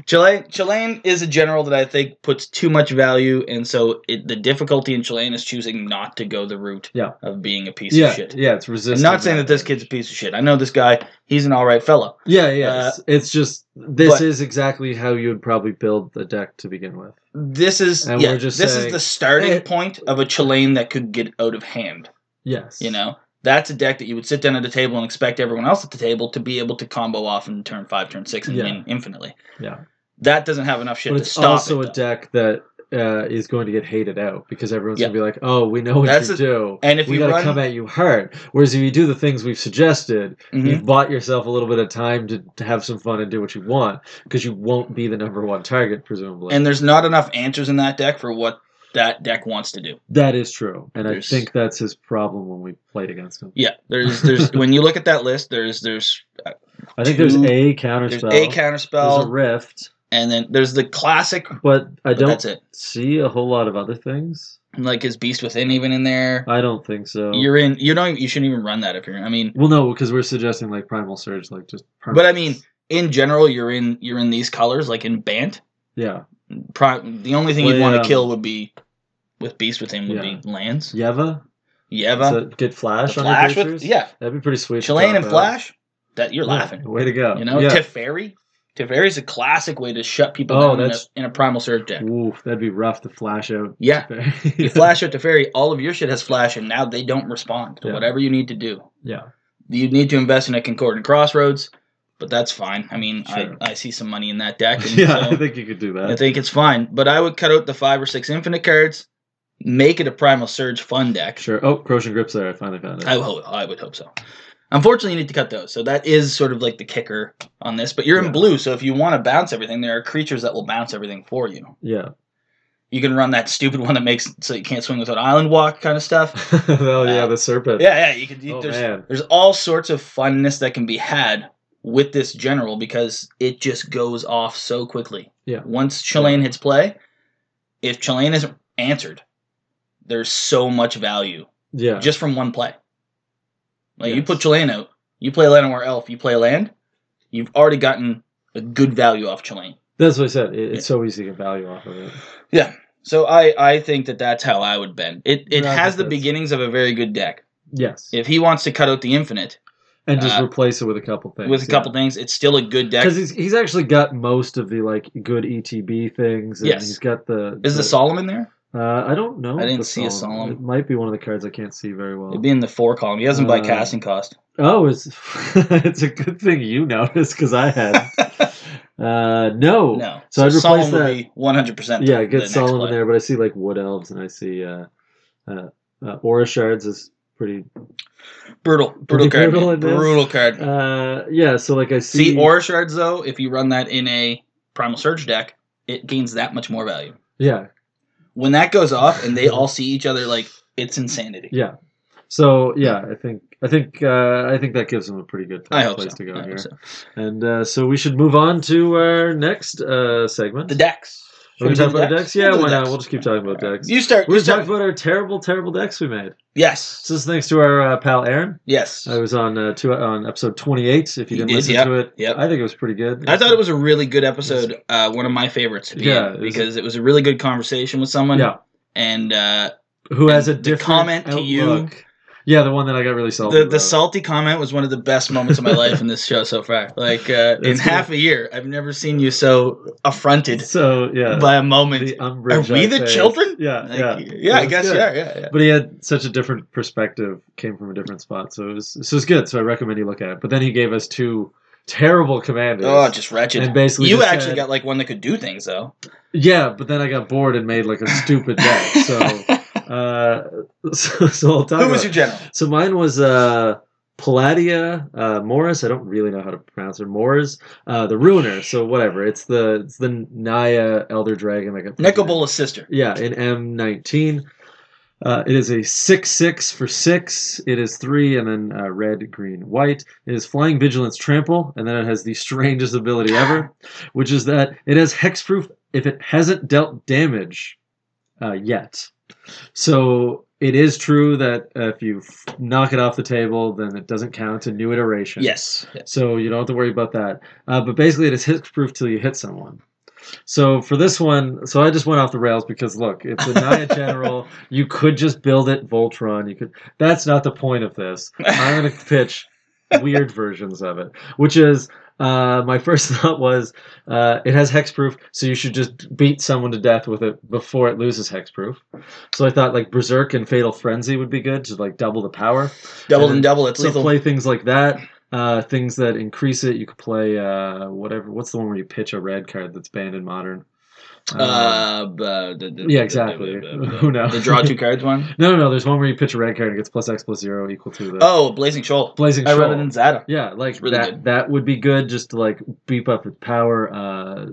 [SPEAKER 1] Chilean Chilean is a general that I think puts too much value, and so it, the difficulty in Chilean is choosing not to go the route
[SPEAKER 2] Yeah.
[SPEAKER 1] of being a piece
[SPEAKER 2] yeah,
[SPEAKER 1] of shit.
[SPEAKER 2] yeah. It's
[SPEAKER 1] I'm
[SPEAKER 2] resistant.
[SPEAKER 1] not saying that this kid's a piece of shit. I know this guy; he's an all right fellow.
[SPEAKER 2] Yeah, yeah.
[SPEAKER 1] Uh,
[SPEAKER 2] it's, it's just this
[SPEAKER 1] but-
[SPEAKER 2] is exactly how you would probably build the deck to begin with.
[SPEAKER 1] This is
[SPEAKER 2] And
[SPEAKER 1] yeah,
[SPEAKER 2] we're just
[SPEAKER 1] this is
[SPEAKER 2] saying-
[SPEAKER 1] the starting
[SPEAKER 2] Eh.
[SPEAKER 1] point of a Chilean that could get out of hand.
[SPEAKER 2] Yes.
[SPEAKER 1] You know, that's a deck that you would sit down at a table and expect everyone else at the table to be able to combo off in turn five, turn six, and
[SPEAKER 2] Yeah.
[SPEAKER 1] win infinitely.
[SPEAKER 2] Yeah.
[SPEAKER 1] That doesn't have enough shit
[SPEAKER 2] But
[SPEAKER 1] to
[SPEAKER 2] it's
[SPEAKER 1] stop.
[SPEAKER 2] also
[SPEAKER 1] it,
[SPEAKER 2] a
[SPEAKER 1] though.
[SPEAKER 2] deck that uh, is going to get hated out because everyone's
[SPEAKER 1] Yeah.
[SPEAKER 2] gonna be like, "Oh, we know what
[SPEAKER 1] That's
[SPEAKER 2] you
[SPEAKER 1] a-
[SPEAKER 2] do."
[SPEAKER 1] and if
[SPEAKER 2] we
[SPEAKER 1] you
[SPEAKER 2] gotta
[SPEAKER 1] run,
[SPEAKER 2] come at you hard. Whereas if you do the things we've suggested,
[SPEAKER 1] Mhm.
[SPEAKER 2] you've bought yourself a little bit of time to, to have some fun and do what you want because you won't be the number one target, presumably.
[SPEAKER 1] and there's not enough answers in that deck for what that deck wants to do.
[SPEAKER 2] that is true. And I
[SPEAKER 1] There's-
[SPEAKER 2] think that's his problem when we played against him.
[SPEAKER 1] Yeah, there's there's when you look at that list, there's there's
[SPEAKER 2] I think there's
[SPEAKER 1] Two-
[SPEAKER 2] a counter
[SPEAKER 1] there's a
[SPEAKER 2] spell, there's a
[SPEAKER 1] counterspell,
[SPEAKER 2] rift,
[SPEAKER 1] and then there's the classic.
[SPEAKER 2] but I
[SPEAKER 1] But
[SPEAKER 2] don't
[SPEAKER 1] that's it.
[SPEAKER 2] see a whole lot of other things.
[SPEAKER 1] Like is Beast Within even in there?
[SPEAKER 2] I don't think so.
[SPEAKER 1] You're in. You don't. You shouldn't even run that if you're. I mean,
[SPEAKER 2] well, no, because we're suggesting like primal surge, like just.
[SPEAKER 1] But I mean, in general, you're in you're in these colors, like in Bant.
[SPEAKER 2] Yeah.
[SPEAKER 1] Pro- the only thing
[SPEAKER 2] Well,
[SPEAKER 1] you'd want to
[SPEAKER 2] um,
[SPEAKER 1] kill would be with Beast with him would
[SPEAKER 2] yeah.
[SPEAKER 1] be Lands.
[SPEAKER 2] Yeva?
[SPEAKER 1] Yeva,
[SPEAKER 2] So get Flash
[SPEAKER 1] the
[SPEAKER 2] on
[SPEAKER 1] Flash
[SPEAKER 2] your
[SPEAKER 1] with
[SPEAKER 2] pictures?
[SPEAKER 1] yeah,
[SPEAKER 2] That'd be pretty sweet. to
[SPEAKER 1] Chilean
[SPEAKER 2] drop
[SPEAKER 1] and
[SPEAKER 2] out.
[SPEAKER 1] Flash. That you're
[SPEAKER 2] Yeah,
[SPEAKER 1] laughing.
[SPEAKER 2] Way to go.
[SPEAKER 1] You know, *laughs*
[SPEAKER 2] Yeah.
[SPEAKER 1] Teferi. Teferi's a classic way to shut people
[SPEAKER 2] Oh,
[SPEAKER 1] down in a,
[SPEAKER 2] that's-
[SPEAKER 1] in a primal surge deck.
[SPEAKER 2] Ooh, that'd be rough to flash out. *laughs*
[SPEAKER 1] Yeah. You
[SPEAKER 2] yeah.
[SPEAKER 1] flash out Teferi, all of your shit has flash, and now they don't respond to
[SPEAKER 2] Yeah.
[SPEAKER 1] whatever you need to do. *laughs* You need to invest in a Concordant Crossroads, but that's fine. I mean,
[SPEAKER 2] Sure.
[SPEAKER 1] I, I see some money in that deck. And
[SPEAKER 2] *laughs* Yeah,
[SPEAKER 1] so
[SPEAKER 2] I think you could do
[SPEAKER 1] I
[SPEAKER 2] that.
[SPEAKER 1] think it's fine. But I would cut out the five or six infinite cards, make it a Primal Surge fun deck.
[SPEAKER 2] Sure. Oh, Croatian Grip's there. I finally found it.
[SPEAKER 1] I hope I would hope so. Unfortunately, you need to cut those. So that is sort of like the kicker on this. But you're
[SPEAKER 2] Yeah.
[SPEAKER 1] in blue, so if you want to bounce everything, there are creatures that will bounce everything for you.
[SPEAKER 2] yeah. *laughs*
[SPEAKER 1] You can run that stupid *laughs* one that makes so you can't swing without island walk kind of stuff.
[SPEAKER 2] oh, yeah,
[SPEAKER 1] Uh,
[SPEAKER 2] the serpent.
[SPEAKER 1] Yeah, yeah. You could. You,
[SPEAKER 2] Oh,
[SPEAKER 1] there's
[SPEAKER 2] man.
[SPEAKER 1] there's all sorts of funness that can be had with this general because it just goes off so quickly.
[SPEAKER 2] Yeah.
[SPEAKER 1] Once Chilean hits play, if Chilean isn't answered, there's so much value
[SPEAKER 2] Yeah.
[SPEAKER 1] just from one play. Like you
[SPEAKER 2] Yes.
[SPEAKER 1] put Chilean out, you play Llanowar Elf, you play land, you've already gotten a good value off Chilean.
[SPEAKER 2] That's what I said. It, it's so easy to get value off of it.
[SPEAKER 1] So I, I think that that's how I would bend. It it
[SPEAKER 2] Yeah, I
[SPEAKER 1] has
[SPEAKER 2] think
[SPEAKER 1] the
[SPEAKER 2] that's-
[SPEAKER 1] beginnings of a very good deck.
[SPEAKER 2] Yes.
[SPEAKER 1] If he wants to cut out the infinite
[SPEAKER 2] and just
[SPEAKER 1] uh,
[SPEAKER 2] replace it with a couple things.
[SPEAKER 1] with a couple things, it's still a good deck.
[SPEAKER 2] Because he's, he's actually got most of the like good ETB things. And
[SPEAKER 1] Yes.
[SPEAKER 2] He's got the.
[SPEAKER 1] Is the Solomon there?
[SPEAKER 2] Uh, I don't know.
[SPEAKER 1] I didn't
[SPEAKER 2] the
[SPEAKER 1] see a Solemn.
[SPEAKER 2] It might be one of the cards I can't see very well.
[SPEAKER 1] It'd be in the four column. He doesn't by
[SPEAKER 2] Uh,
[SPEAKER 1] casting
[SPEAKER 2] *laughs*
[SPEAKER 1] cost.
[SPEAKER 2] Oh, it's it's a good thing you noticed because I had. uh, no.
[SPEAKER 1] *laughs* No.
[SPEAKER 2] So
[SPEAKER 1] So,
[SPEAKER 2] I'd replace
[SPEAKER 1] Solomon
[SPEAKER 2] that-
[SPEAKER 1] would be one hundred percent.
[SPEAKER 2] Yeah, get Solomon there, but I see like wood elves and I see uh, uh, uh aura shards is pretty.
[SPEAKER 1] Brutal,
[SPEAKER 2] Pretty
[SPEAKER 1] brutal card.
[SPEAKER 2] brutal
[SPEAKER 1] Brutal,
[SPEAKER 2] in this.
[SPEAKER 1] card.
[SPEAKER 2] Uh, yeah. So like I see.
[SPEAKER 1] See, aura shards though, if you run that in a primal surge deck, it gains that much more value.
[SPEAKER 2] Yeah,
[SPEAKER 1] When that goes off and they all see each other, like it's insanity.
[SPEAKER 2] yeah. So yeah, I think I think uh, I think that gives them a pretty good
[SPEAKER 1] I hope
[SPEAKER 2] place
[SPEAKER 1] so.
[SPEAKER 2] to go
[SPEAKER 1] I hope
[SPEAKER 2] here.
[SPEAKER 1] so.
[SPEAKER 2] And uh, so we should move on to our next uh, segment.
[SPEAKER 1] The decks.
[SPEAKER 2] We're gonna
[SPEAKER 1] Should
[SPEAKER 2] talk
[SPEAKER 1] we do
[SPEAKER 2] about decks. Yeah,
[SPEAKER 1] We'll do
[SPEAKER 2] why
[SPEAKER 1] the
[SPEAKER 2] not?
[SPEAKER 1] decks.
[SPEAKER 2] We'll just keep talking about decks.
[SPEAKER 1] You start.
[SPEAKER 2] We're
[SPEAKER 1] You
[SPEAKER 2] gonna talk
[SPEAKER 1] start.
[SPEAKER 2] about our terrible, terrible decks we made.
[SPEAKER 1] Yes.
[SPEAKER 2] This is thanks to our uh, pal Aaron.
[SPEAKER 1] Yes.
[SPEAKER 2] I was on uh, two, on episode twenty eight. If you
[SPEAKER 1] You
[SPEAKER 2] didn't
[SPEAKER 1] did,
[SPEAKER 2] listen
[SPEAKER 1] yep,
[SPEAKER 2] to it,
[SPEAKER 1] yep.
[SPEAKER 2] I think it was pretty good.
[SPEAKER 1] I thought it was a really good episode. Uh, one of my favorites. To be
[SPEAKER 2] Yeah,
[SPEAKER 1] yeah,
[SPEAKER 2] it was-
[SPEAKER 1] because it was a really good conversation with someone.
[SPEAKER 2] yeah.
[SPEAKER 1] And uh,
[SPEAKER 2] Who has a
[SPEAKER 1] the
[SPEAKER 2] different
[SPEAKER 1] comment to you-
[SPEAKER 2] outlook. Yeah, the one that I got really salty.
[SPEAKER 1] the the
[SPEAKER 2] about.
[SPEAKER 1] salty comment was one of the best moments of my life in this show so far. Like uh, in
[SPEAKER 2] *laughs* That's good.
[SPEAKER 1] half a year, I've never seen you so affronted
[SPEAKER 2] So yeah,
[SPEAKER 1] by a moment.
[SPEAKER 2] the umbrage.
[SPEAKER 1] Are we
[SPEAKER 2] I
[SPEAKER 1] the
[SPEAKER 2] faced.
[SPEAKER 1] children?
[SPEAKER 2] Yeah,
[SPEAKER 1] Like,
[SPEAKER 2] yeah.
[SPEAKER 1] yeah,
[SPEAKER 2] It
[SPEAKER 1] I
[SPEAKER 2] was
[SPEAKER 1] guess
[SPEAKER 2] good.
[SPEAKER 1] yeah, yeah, yeah.
[SPEAKER 2] But he had such a different perspective, came from a different spot, so it was so it's good. So I recommend you look at it. But then he gave us two terrible commanders.
[SPEAKER 1] Oh, just wretched.
[SPEAKER 2] and basically
[SPEAKER 1] you
[SPEAKER 2] just
[SPEAKER 1] actually
[SPEAKER 2] said-
[SPEAKER 1] got like one that could do things though.
[SPEAKER 2] Yeah, but then I got bored and made like a stupid deck.
[SPEAKER 1] *laughs*
[SPEAKER 2] So, uh, *laughs* so, so I'll talk
[SPEAKER 1] Who was
[SPEAKER 2] about
[SPEAKER 1] your general?
[SPEAKER 2] it. So mine was uh, Palladia uh, Morris. I don't really know how to pronounce her. Morris, uh, the Ruiner. So whatever. It's the it's the Naya Elder Dragon. Like a
[SPEAKER 1] Necobola's sister.
[SPEAKER 2] Yeah, in M19. Uh, it is a 6 6 for 6. It is 3 and then uh, red, green, white. It is Flying Vigilance Trample, and then it has the *laughs* strangest ability ever, which is that it has hexproof if it hasn't dealt damage uh, yet. So it is true that uh, if you f- knock it off the table, then it doesn't count to new iteration.
[SPEAKER 1] Yes. yes.
[SPEAKER 2] So you don't have to worry about that. Uh, but basically, it is hit proof till you hit someone. So for this one, so I just went off the rails because look, it's a Naya General. You could just build it Voltron. You could. That's not the point of this. I'm going to pitch weird versions of it, which is. Uh, my first *laughs* thought was uh, it has hexproof, so you should just beat someone to death with it before it loses hexproof. So I thought like Berserk and Fatal Frenzy would be good to like double the power.
[SPEAKER 1] Double
[SPEAKER 2] And
[SPEAKER 1] and double. It's
[SPEAKER 2] So
[SPEAKER 1] lethal.
[SPEAKER 2] play things like that, uh, things that increase it. You could play uh, whatever. What's the one where you pitch a red card that's banned in modern? Um,
[SPEAKER 1] uh, but the, the,
[SPEAKER 2] yeah, exactly.
[SPEAKER 1] the- the-
[SPEAKER 2] Who knows?
[SPEAKER 1] The draw two cards
[SPEAKER 2] *laughs*
[SPEAKER 1] one.
[SPEAKER 2] no, no, no. There's one where you pitch a red card and it gets plus X plus zero equal to the
[SPEAKER 1] Oh, Blazing Shoal.
[SPEAKER 2] blazing.
[SPEAKER 1] I run
[SPEAKER 2] Shoal.
[SPEAKER 1] it in Zada.
[SPEAKER 2] Yeah, like
[SPEAKER 1] really
[SPEAKER 2] that.
[SPEAKER 1] good.
[SPEAKER 2] That would be good, just to like beep up with power. Uh,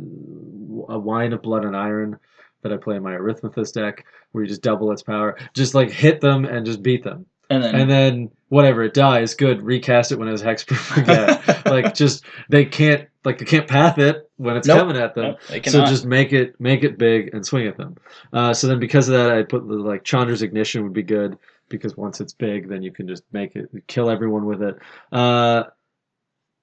[SPEAKER 2] a wine of blood and iron that I play in my Arithmathus deck, where you just double its power. Just like hit them and just beat them,
[SPEAKER 1] And then,
[SPEAKER 2] and then whatever it dies, good. Recast it when it has hexproof *laughs* again.
[SPEAKER 1] *laughs*
[SPEAKER 2] like just they can't like they can't path it when it's
[SPEAKER 1] Nope.
[SPEAKER 2] coming at them.
[SPEAKER 1] Nope, they
[SPEAKER 2] So
[SPEAKER 1] cannot.
[SPEAKER 2] just make it make it big and swing at them. Uh, so then because of that, I put the, like Chandra's ignition would be good because once it's big, then you can just make it kill everyone with it. Uh,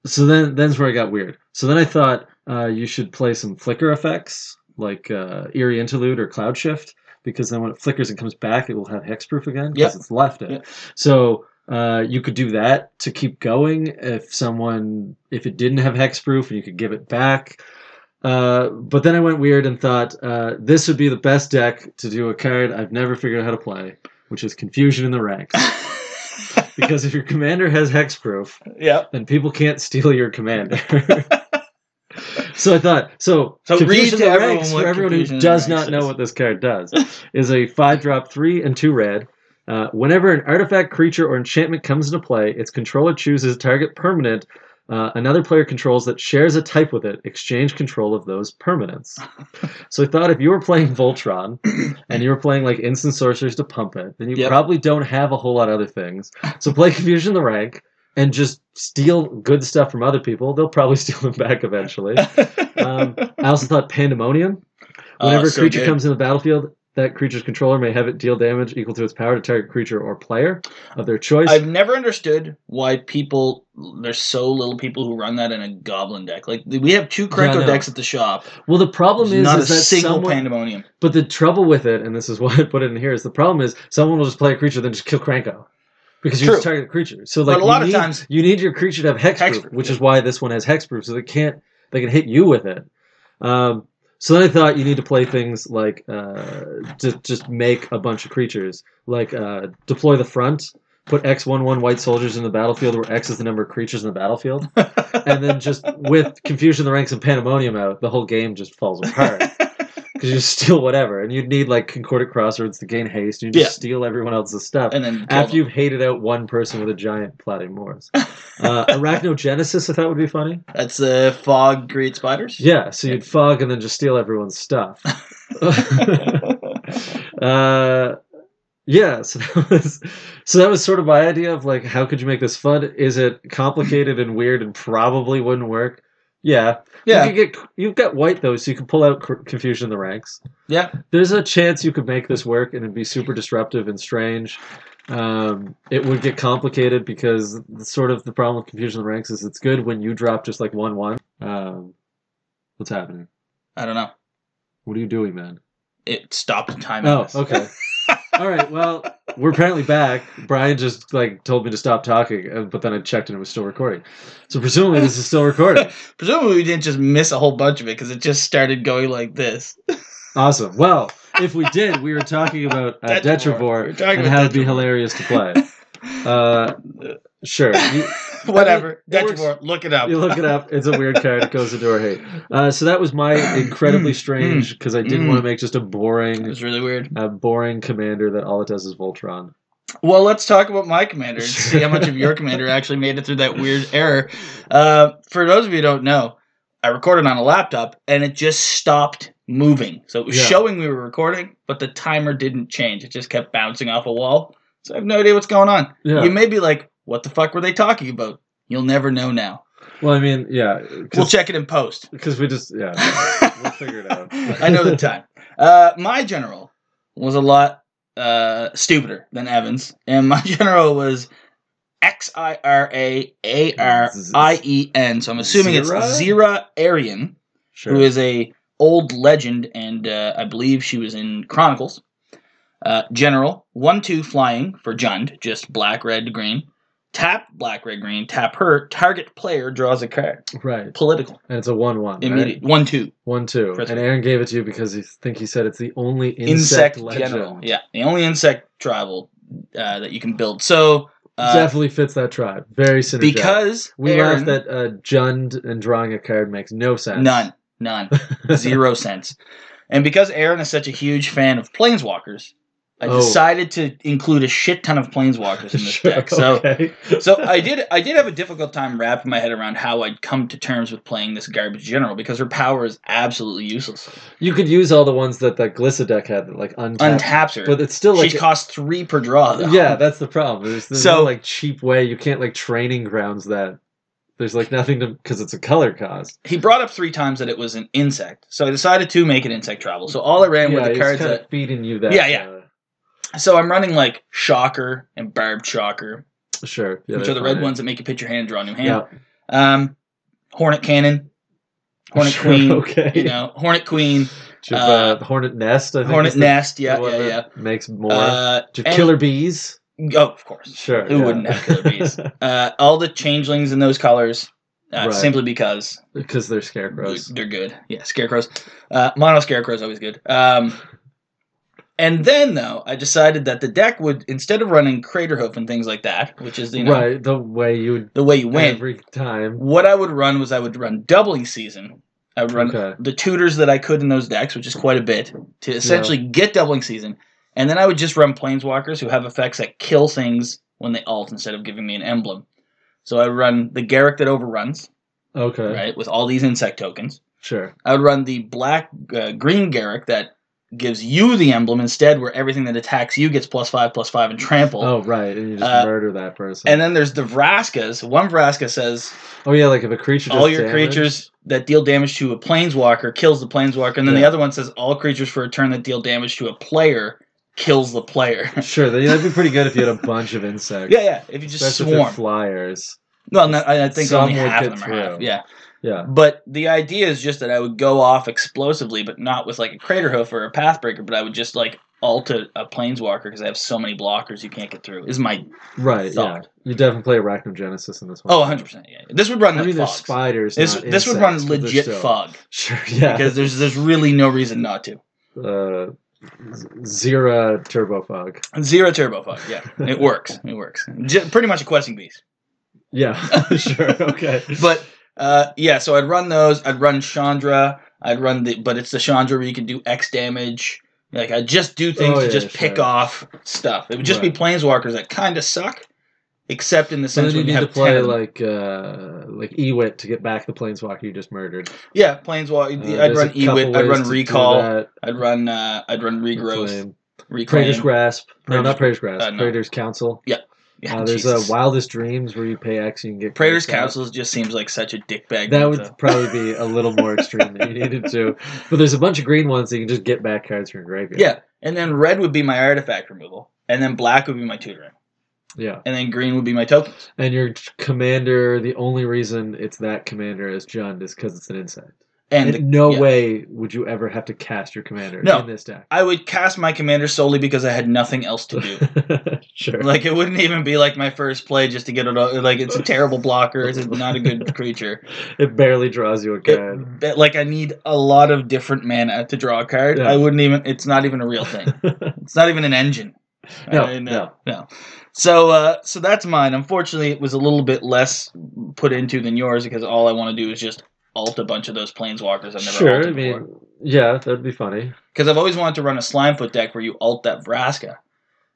[SPEAKER 2] so then then's where I got weird. So then I thought uh, you should play some flicker effects like uh, eerie interlude or cloud shift because then when it flickers and comes back, it will have hexproof again because
[SPEAKER 1] Yep.
[SPEAKER 2] it's left it.
[SPEAKER 1] Yep.
[SPEAKER 2] So uh, you could do that to keep going if someone if it didn't have hexproof and you could give it back. Uh, but then I went weird and thought uh, this would be the best deck to do a card I've never figured out how to play, which is confusion in
[SPEAKER 1] *laughs*
[SPEAKER 2] the ranks. because if your commander has hexproof,
[SPEAKER 1] *laughs* yeah.
[SPEAKER 2] then people can't steal your commander. *laughs* so I thought, so,
[SPEAKER 1] So read
[SPEAKER 2] Confusion
[SPEAKER 1] to
[SPEAKER 2] in the
[SPEAKER 1] everyone
[SPEAKER 2] ranks
[SPEAKER 1] what
[SPEAKER 2] for everyone who
[SPEAKER 1] Confusion in the
[SPEAKER 2] does
[SPEAKER 1] Ranks
[SPEAKER 2] not know
[SPEAKER 1] is.
[SPEAKER 2] what this card does is a five drop three and two red. Uh, whenever an artifact, creature, or enchantment comes into play, its controller chooses a target permanent. Uh, another player controls that shares a type with it. Exchange control of those permanents. so I thought if you were playing
[SPEAKER 1] *clears throat*
[SPEAKER 2] Voltron and you were playing like instant sorcerers to pump it, then you
[SPEAKER 1] Yep.
[SPEAKER 2] probably don't have a whole lot of other things. So play Confusion in the Rank and just steal good stuff from other people. They'll probably *laughs* steal them back eventually. Um, I also thought Pandemonium.
[SPEAKER 1] *laughs* Oh,
[SPEAKER 2] Whenever a
[SPEAKER 1] so
[SPEAKER 2] creature
[SPEAKER 1] good.
[SPEAKER 2] comes in the battlefield, that creature's controller may have it deal damage equal to its power to target creature or player of their choice.
[SPEAKER 1] I've never understood why people there's so little people who run that in a goblin deck. Like we have two
[SPEAKER 2] Yeah, I
[SPEAKER 1] Krenko
[SPEAKER 2] know.
[SPEAKER 1] decks at the shop.
[SPEAKER 2] well, the problem
[SPEAKER 1] There's
[SPEAKER 2] is,
[SPEAKER 1] not
[SPEAKER 2] is
[SPEAKER 1] a
[SPEAKER 2] that
[SPEAKER 1] single
[SPEAKER 2] someone.
[SPEAKER 1] pandemonium.
[SPEAKER 2] but the trouble with it, and this is *laughs* why I put it in here, is the problem is someone will just play a creature then just kill Cranko because you
[SPEAKER 1] True.
[SPEAKER 2] just target the creature. So like
[SPEAKER 1] but a lot
[SPEAKER 2] you
[SPEAKER 1] of
[SPEAKER 2] need-
[SPEAKER 1] times
[SPEAKER 2] You need your creature to have hexproof,
[SPEAKER 1] Hexproof,
[SPEAKER 2] which
[SPEAKER 1] yeah.
[SPEAKER 2] is why this one has hexproof, so they can't they can hit you with it. Um, so then I thought you need to play things like uh, to just make a bunch of creatures, like uh, deploy the front, put X one one white soldiers in the battlefield, where X is the number of creatures in the
[SPEAKER 1] *laughs*
[SPEAKER 2] battlefield, and then just with confusion in the ranks and pandemonium out, the whole game just falls
[SPEAKER 1] *laughs*
[SPEAKER 2] apart because you steal whatever, and you'd need like concordant crossroads to gain haste, and you just
[SPEAKER 1] Yeah.
[SPEAKER 2] steal everyone else's stuff
[SPEAKER 1] and then kill
[SPEAKER 2] after
[SPEAKER 1] them.
[SPEAKER 2] you've hated out one person with a giant
[SPEAKER 1] *laughs*
[SPEAKER 2] plotting Morse. Uh, arachnogenesis, I thought would be funny.
[SPEAKER 1] that's the fog greed spiders.
[SPEAKER 2] Yeah, so you'd fog and then just steal
[SPEAKER 1] *laughs*
[SPEAKER 2] everyone's stuff. *laughs* uh, yeah, *laughs* so that was so that was sort of my idea of like how could you make this fun? Is it complicated and weird and probably wouldn't work? Yeah,
[SPEAKER 1] yeah,
[SPEAKER 2] You could get you've got white though, so you can pull out cr- confusion in the ranks.
[SPEAKER 1] yeah.
[SPEAKER 2] There's a chance you could make this work and it'd be super disruptive and strange. Um, it would get complicated because sort of the problem with confusion in the ranks is it's good when you drop just like one one. Um, what's happening?
[SPEAKER 1] I don't know.
[SPEAKER 2] What are you doing, man?
[SPEAKER 1] It stopped time.
[SPEAKER 2] Oh,
[SPEAKER 1] *laughs*
[SPEAKER 2] okay. All right. Well, we're apparently back. Brian just like told me to stop talking, uh, but then I checked and it was still recording. So presumably this is still
[SPEAKER 1] *laughs*
[SPEAKER 2] recording.
[SPEAKER 1] Presumably we didn't just miss a whole bunch of it because it just started going like this. *laughs*
[SPEAKER 2] Awesome. Well, if we did, we were talking about
[SPEAKER 1] Detrivore.
[SPEAKER 2] uh,
[SPEAKER 1] We were
[SPEAKER 2] Detrivore
[SPEAKER 1] talking
[SPEAKER 2] and
[SPEAKER 1] about
[SPEAKER 2] how it'd be
[SPEAKER 1] Detrivore.
[SPEAKER 2] hilarious
[SPEAKER 1] *laughs*
[SPEAKER 2] to play. Uh, sure. You-
[SPEAKER 1] Whatever.
[SPEAKER 2] That works.
[SPEAKER 1] Detrivore, look it up.
[SPEAKER 2] you look it up. It's a weird card. It goes into our hate. Uh, so that was my incredibly strange because I didn't
[SPEAKER 1] Mm.
[SPEAKER 2] want to make just a
[SPEAKER 1] It
[SPEAKER 2] boring,
[SPEAKER 1] was really weird.
[SPEAKER 2] a boring commander that all it does is Voltron.
[SPEAKER 1] Well, let's talk about my commander and see how much of
[SPEAKER 2] *laughs*
[SPEAKER 1] your commander actually made it through that weird error. Uh, for those of you who don't know, I recorded on a laptop and it just stopped moving. So it was
[SPEAKER 2] Yeah.
[SPEAKER 1] showing we were recording, but the timer didn't change. It just kept bouncing off a wall. So I have no idea what's going on.
[SPEAKER 2] Yeah.
[SPEAKER 1] You may be like, what the fuck were they talking about? You'll never know now.
[SPEAKER 2] well, I mean, yeah,
[SPEAKER 1] We'll
[SPEAKER 2] because
[SPEAKER 1] check it in post.
[SPEAKER 2] we just yeah, *laughs* we'll
[SPEAKER 1] I
[SPEAKER 2] figure it *laughs* out.
[SPEAKER 1] know the time. Uh, my general was a lot uh, stupider than Evans, and my *laughs* general was X I R A A R I E N. So I'm assuming it's
[SPEAKER 2] Zira?
[SPEAKER 1] Zira Arian,
[SPEAKER 2] Sure.
[SPEAKER 1] who is a old legend, and uh, I believe she was in Chronicles. Uh, general one two flying for Jund, just black red green. Tap black red green. Tap her target player draws a card.
[SPEAKER 2] right?
[SPEAKER 1] Political
[SPEAKER 2] And it's a one-one. Right?
[SPEAKER 1] immediate one two.
[SPEAKER 2] One two.
[SPEAKER 1] Press
[SPEAKER 2] And
[SPEAKER 1] one.
[SPEAKER 2] Aaron gave it to you because he think he said it's the only insect,
[SPEAKER 1] insect,
[SPEAKER 2] legend.
[SPEAKER 1] general. Yeah, the only insect tribal uh, that you can build. So uh,
[SPEAKER 2] Definitely fits that tribe. Very synergistic.
[SPEAKER 1] because
[SPEAKER 2] we
[SPEAKER 1] Aaron,
[SPEAKER 2] laughed that uh, Jund and drawing a card makes no sense. *laughs*
[SPEAKER 1] none, none, zero sense, and because Aaron is such a huge fan of planeswalkers, I
[SPEAKER 2] Oh.
[SPEAKER 1] decided to include a shit ton of planeswalkers in this
[SPEAKER 2] *laughs* Sure,
[SPEAKER 1] deck. So.
[SPEAKER 2] okay.
[SPEAKER 1] So I did. I did have a difficult time wrapping my head around how I'd come to terms with playing this garbage general because her power is absolutely useless.
[SPEAKER 2] You could use all the ones that that Glissa deck had that like untapped,
[SPEAKER 1] Untaps her.
[SPEAKER 2] but it's still like
[SPEAKER 1] she costs three per draw. Though.
[SPEAKER 2] yeah, that's the problem. There's, there's
[SPEAKER 1] So-
[SPEAKER 2] no like cheap way. You can't like training grounds that. There's like nothing to because it's a color cost.
[SPEAKER 1] he brought up three times that it was an insect, so I decided to make an insect travel. So all I ran were the
[SPEAKER 2] it's
[SPEAKER 1] cards
[SPEAKER 2] kind
[SPEAKER 1] that.
[SPEAKER 2] of feeding you that.
[SPEAKER 1] Yeah, yeah.
[SPEAKER 2] uh,
[SPEAKER 1] So I'm running like Shocker and Barbed Shocker,
[SPEAKER 2] sure. Yeah,
[SPEAKER 1] which
[SPEAKER 2] uh, they're
[SPEAKER 1] are the red
[SPEAKER 2] fine.
[SPEAKER 1] ones that make you pitch your hand and draw a new hand.
[SPEAKER 2] Yeah,
[SPEAKER 1] Um, Hornet Cannon, Hornet
[SPEAKER 2] *laughs* Sure,
[SPEAKER 1] Queen,
[SPEAKER 2] Okay.
[SPEAKER 1] you know, Hornet Queen,
[SPEAKER 2] Should, uh,
[SPEAKER 1] uh,
[SPEAKER 2] Hornet Nest. I think
[SPEAKER 1] Hornet
[SPEAKER 2] is the-
[SPEAKER 1] Nest.
[SPEAKER 2] the
[SPEAKER 1] Yeah,
[SPEAKER 2] one
[SPEAKER 1] yeah, yeah.
[SPEAKER 2] that Makes more.
[SPEAKER 1] Uh,
[SPEAKER 2] Should
[SPEAKER 1] and-
[SPEAKER 2] killer bees.
[SPEAKER 1] oh, of course.
[SPEAKER 2] Sure.
[SPEAKER 1] Who wouldn't have killer
[SPEAKER 2] *laughs*
[SPEAKER 1] bees? Uh, all the changelings in those colors, uh,
[SPEAKER 2] Right.
[SPEAKER 1] simply because
[SPEAKER 2] Because they're scarecrows.
[SPEAKER 1] They're good. Yeah, scarecrows. Uh, mono scarecrows always good. Um, and then though, I decided that the deck would instead of running Craterhoof and things like that, which is you know
[SPEAKER 2] Right. The way you would
[SPEAKER 1] the way you win.
[SPEAKER 2] every time.
[SPEAKER 1] what I would run was I would run doubling season. I would run
[SPEAKER 2] Okay.
[SPEAKER 1] the tutors that I could in those decks, which is quite a bit, to essentially get doubling season. And then I would just run planeswalkers who have effects that kill things when they alt instead of giving me an emblem. So I would run the Garrick that overruns,
[SPEAKER 2] Okay.
[SPEAKER 1] right, with all these insect tokens.
[SPEAKER 2] Sure.
[SPEAKER 1] I would run the black uh, green Garrick that gives you the emblem instead, where everything that attacks you gets plus five, plus five, and trample.
[SPEAKER 2] Oh, right. And you just
[SPEAKER 1] Uh,
[SPEAKER 2] murder that person.
[SPEAKER 1] And then there's the Vraskas. One Vraska says
[SPEAKER 2] oh, yeah. Like if a creature.
[SPEAKER 1] all
[SPEAKER 2] does
[SPEAKER 1] your
[SPEAKER 2] damage-
[SPEAKER 1] creatures that deal damage to a planeswalker kills the planeswalker, and then the
[SPEAKER 2] Yeah.
[SPEAKER 1] other one says all creatures for a turn that deal damage to a player kills the
[SPEAKER 2] *laughs*
[SPEAKER 1] player.
[SPEAKER 2] Sure. That'd that'd be pretty good if you had a bunch of
[SPEAKER 1] *laughs*
[SPEAKER 2] insects.
[SPEAKER 1] yeah, yeah. If you just
[SPEAKER 2] Especially if they're
[SPEAKER 1] swarm.
[SPEAKER 2] flyers.
[SPEAKER 1] well, no, I I think
[SPEAKER 2] Some
[SPEAKER 1] only
[SPEAKER 2] would
[SPEAKER 1] half of
[SPEAKER 2] get
[SPEAKER 1] them are half.
[SPEAKER 2] through.
[SPEAKER 1] Yeah.
[SPEAKER 2] Yeah.
[SPEAKER 1] But the idea is just that I would go off explosively, but not with like a crater hoof or a pathbreaker, but I would just like alt a, a planeswalker because I have so many blockers you can't get through. Is my
[SPEAKER 2] Right.
[SPEAKER 1] Thought.
[SPEAKER 2] Yeah. You definitely play Arachnogenesis in this one.
[SPEAKER 1] oh 100 percent. Yeah, this would run
[SPEAKER 2] I
[SPEAKER 1] like
[SPEAKER 2] mean, there's
[SPEAKER 1] fogs.
[SPEAKER 2] spiders.
[SPEAKER 1] This
[SPEAKER 2] not
[SPEAKER 1] this would run
[SPEAKER 2] insects, but they're
[SPEAKER 1] legit
[SPEAKER 2] still-
[SPEAKER 1] fog
[SPEAKER 2] Sure. Yeah.
[SPEAKER 1] because there's there's really no reason not to.
[SPEAKER 2] uh, Zira Turbofog.
[SPEAKER 1] Zero turbo fog. Yeah, it works. It works. J- pretty much a questing beast.
[SPEAKER 2] Yeah, *laughs* sure.
[SPEAKER 1] *laughs*
[SPEAKER 2] Okay.
[SPEAKER 1] But uh, yeah, so I'd run those. I'd run Chandra. I'd run the, but it's the Chandra where you can do X damage. Like I just do things
[SPEAKER 2] Oh,
[SPEAKER 1] to
[SPEAKER 2] yeah,
[SPEAKER 1] just pick
[SPEAKER 2] sure.
[SPEAKER 1] off stuff. It would just be planeswalkers that kind of suck, except in the
[SPEAKER 2] So
[SPEAKER 1] sense
[SPEAKER 2] then
[SPEAKER 1] when you
[SPEAKER 2] you need to
[SPEAKER 1] have ten.
[SPEAKER 2] play
[SPEAKER 1] of them.
[SPEAKER 2] like uh, like Ewit to get back the planeswalker you just murdered.
[SPEAKER 1] yeah,
[SPEAKER 2] Uh,
[SPEAKER 1] planeswalker. I'd
[SPEAKER 2] there's
[SPEAKER 1] run
[SPEAKER 2] a couple
[SPEAKER 1] Ewit. I'd
[SPEAKER 2] ways
[SPEAKER 1] run
[SPEAKER 2] to do
[SPEAKER 1] Recall.
[SPEAKER 2] that.
[SPEAKER 1] I'd run. Uh, I'd run
[SPEAKER 2] That's
[SPEAKER 1] Regrowth.
[SPEAKER 2] lame. Praetor's
[SPEAKER 1] Reclaim.
[SPEAKER 2] Grasp. No,
[SPEAKER 1] Praetor's-
[SPEAKER 2] not Praetor's Grasp.
[SPEAKER 1] uh, no.
[SPEAKER 2] Praetor's Council.
[SPEAKER 1] Yeah,
[SPEAKER 2] uh, there's uh,
[SPEAKER 1] Jesus.
[SPEAKER 2] Wildest Dreams where you pay X and you can get
[SPEAKER 1] Praetor's
[SPEAKER 2] creatures out.
[SPEAKER 1] Council just seems like such a dickbag.
[SPEAKER 2] That
[SPEAKER 1] move,
[SPEAKER 2] would
[SPEAKER 1] though.
[SPEAKER 2] probably be a little more extreme than you needed
[SPEAKER 1] *laughs*
[SPEAKER 2] to. But there's a bunch of green ones that you can just get back cards from your graveyard.
[SPEAKER 1] Yeah, and then red would be my artifact removal, and then black would be my tutoring,
[SPEAKER 2] Yeah.
[SPEAKER 1] and then green would be my tokens.
[SPEAKER 2] And your commander, the only reason it's that commander is Jund is because it's an insect.
[SPEAKER 1] And
[SPEAKER 2] In
[SPEAKER 1] the-
[SPEAKER 2] no
[SPEAKER 1] yeah.
[SPEAKER 2] way would you ever have to cast your commander
[SPEAKER 1] No.
[SPEAKER 2] in this deck. *laughs*
[SPEAKER 1] I would cast my commander solely because I had nothing else to do.
[SPEAKER 2] sure.
[SPEAKER 1] like it wouldn't even be like my first play just to get it. o- Like it's a terrible blocker. It's not a good creature.
[SPEAKER 2] it barely draws you a
[SPEAKER 1] It-
[SPEAKER 2] card.
[SPEAKER 1] but, like I need a lot of different mana to draw a card.
[SPEAKER 2] Yeah.
[SPEAKER 1] I wouldn't even. It's not even a real
[SPEAKER 2] *laughs*
[SPEAKER 1] thing. it's not even an engine.
[SPEAKER 2] No,
[SPEAKER 1] I- no, no. So, uh, so that's mine. Unfortunately, it was a little bit less put into than yours because all I want to do is just alt a bunch of those planeswalkers I've never
[SPEAKER 2] sure, I
[SPEAKER 1] alted
[SPEAKER 2] mean, yeah, that'd be funny.
[SPEAKER 1] Because I've always wanted to run a Slimefoot deck where you alt that Vraska,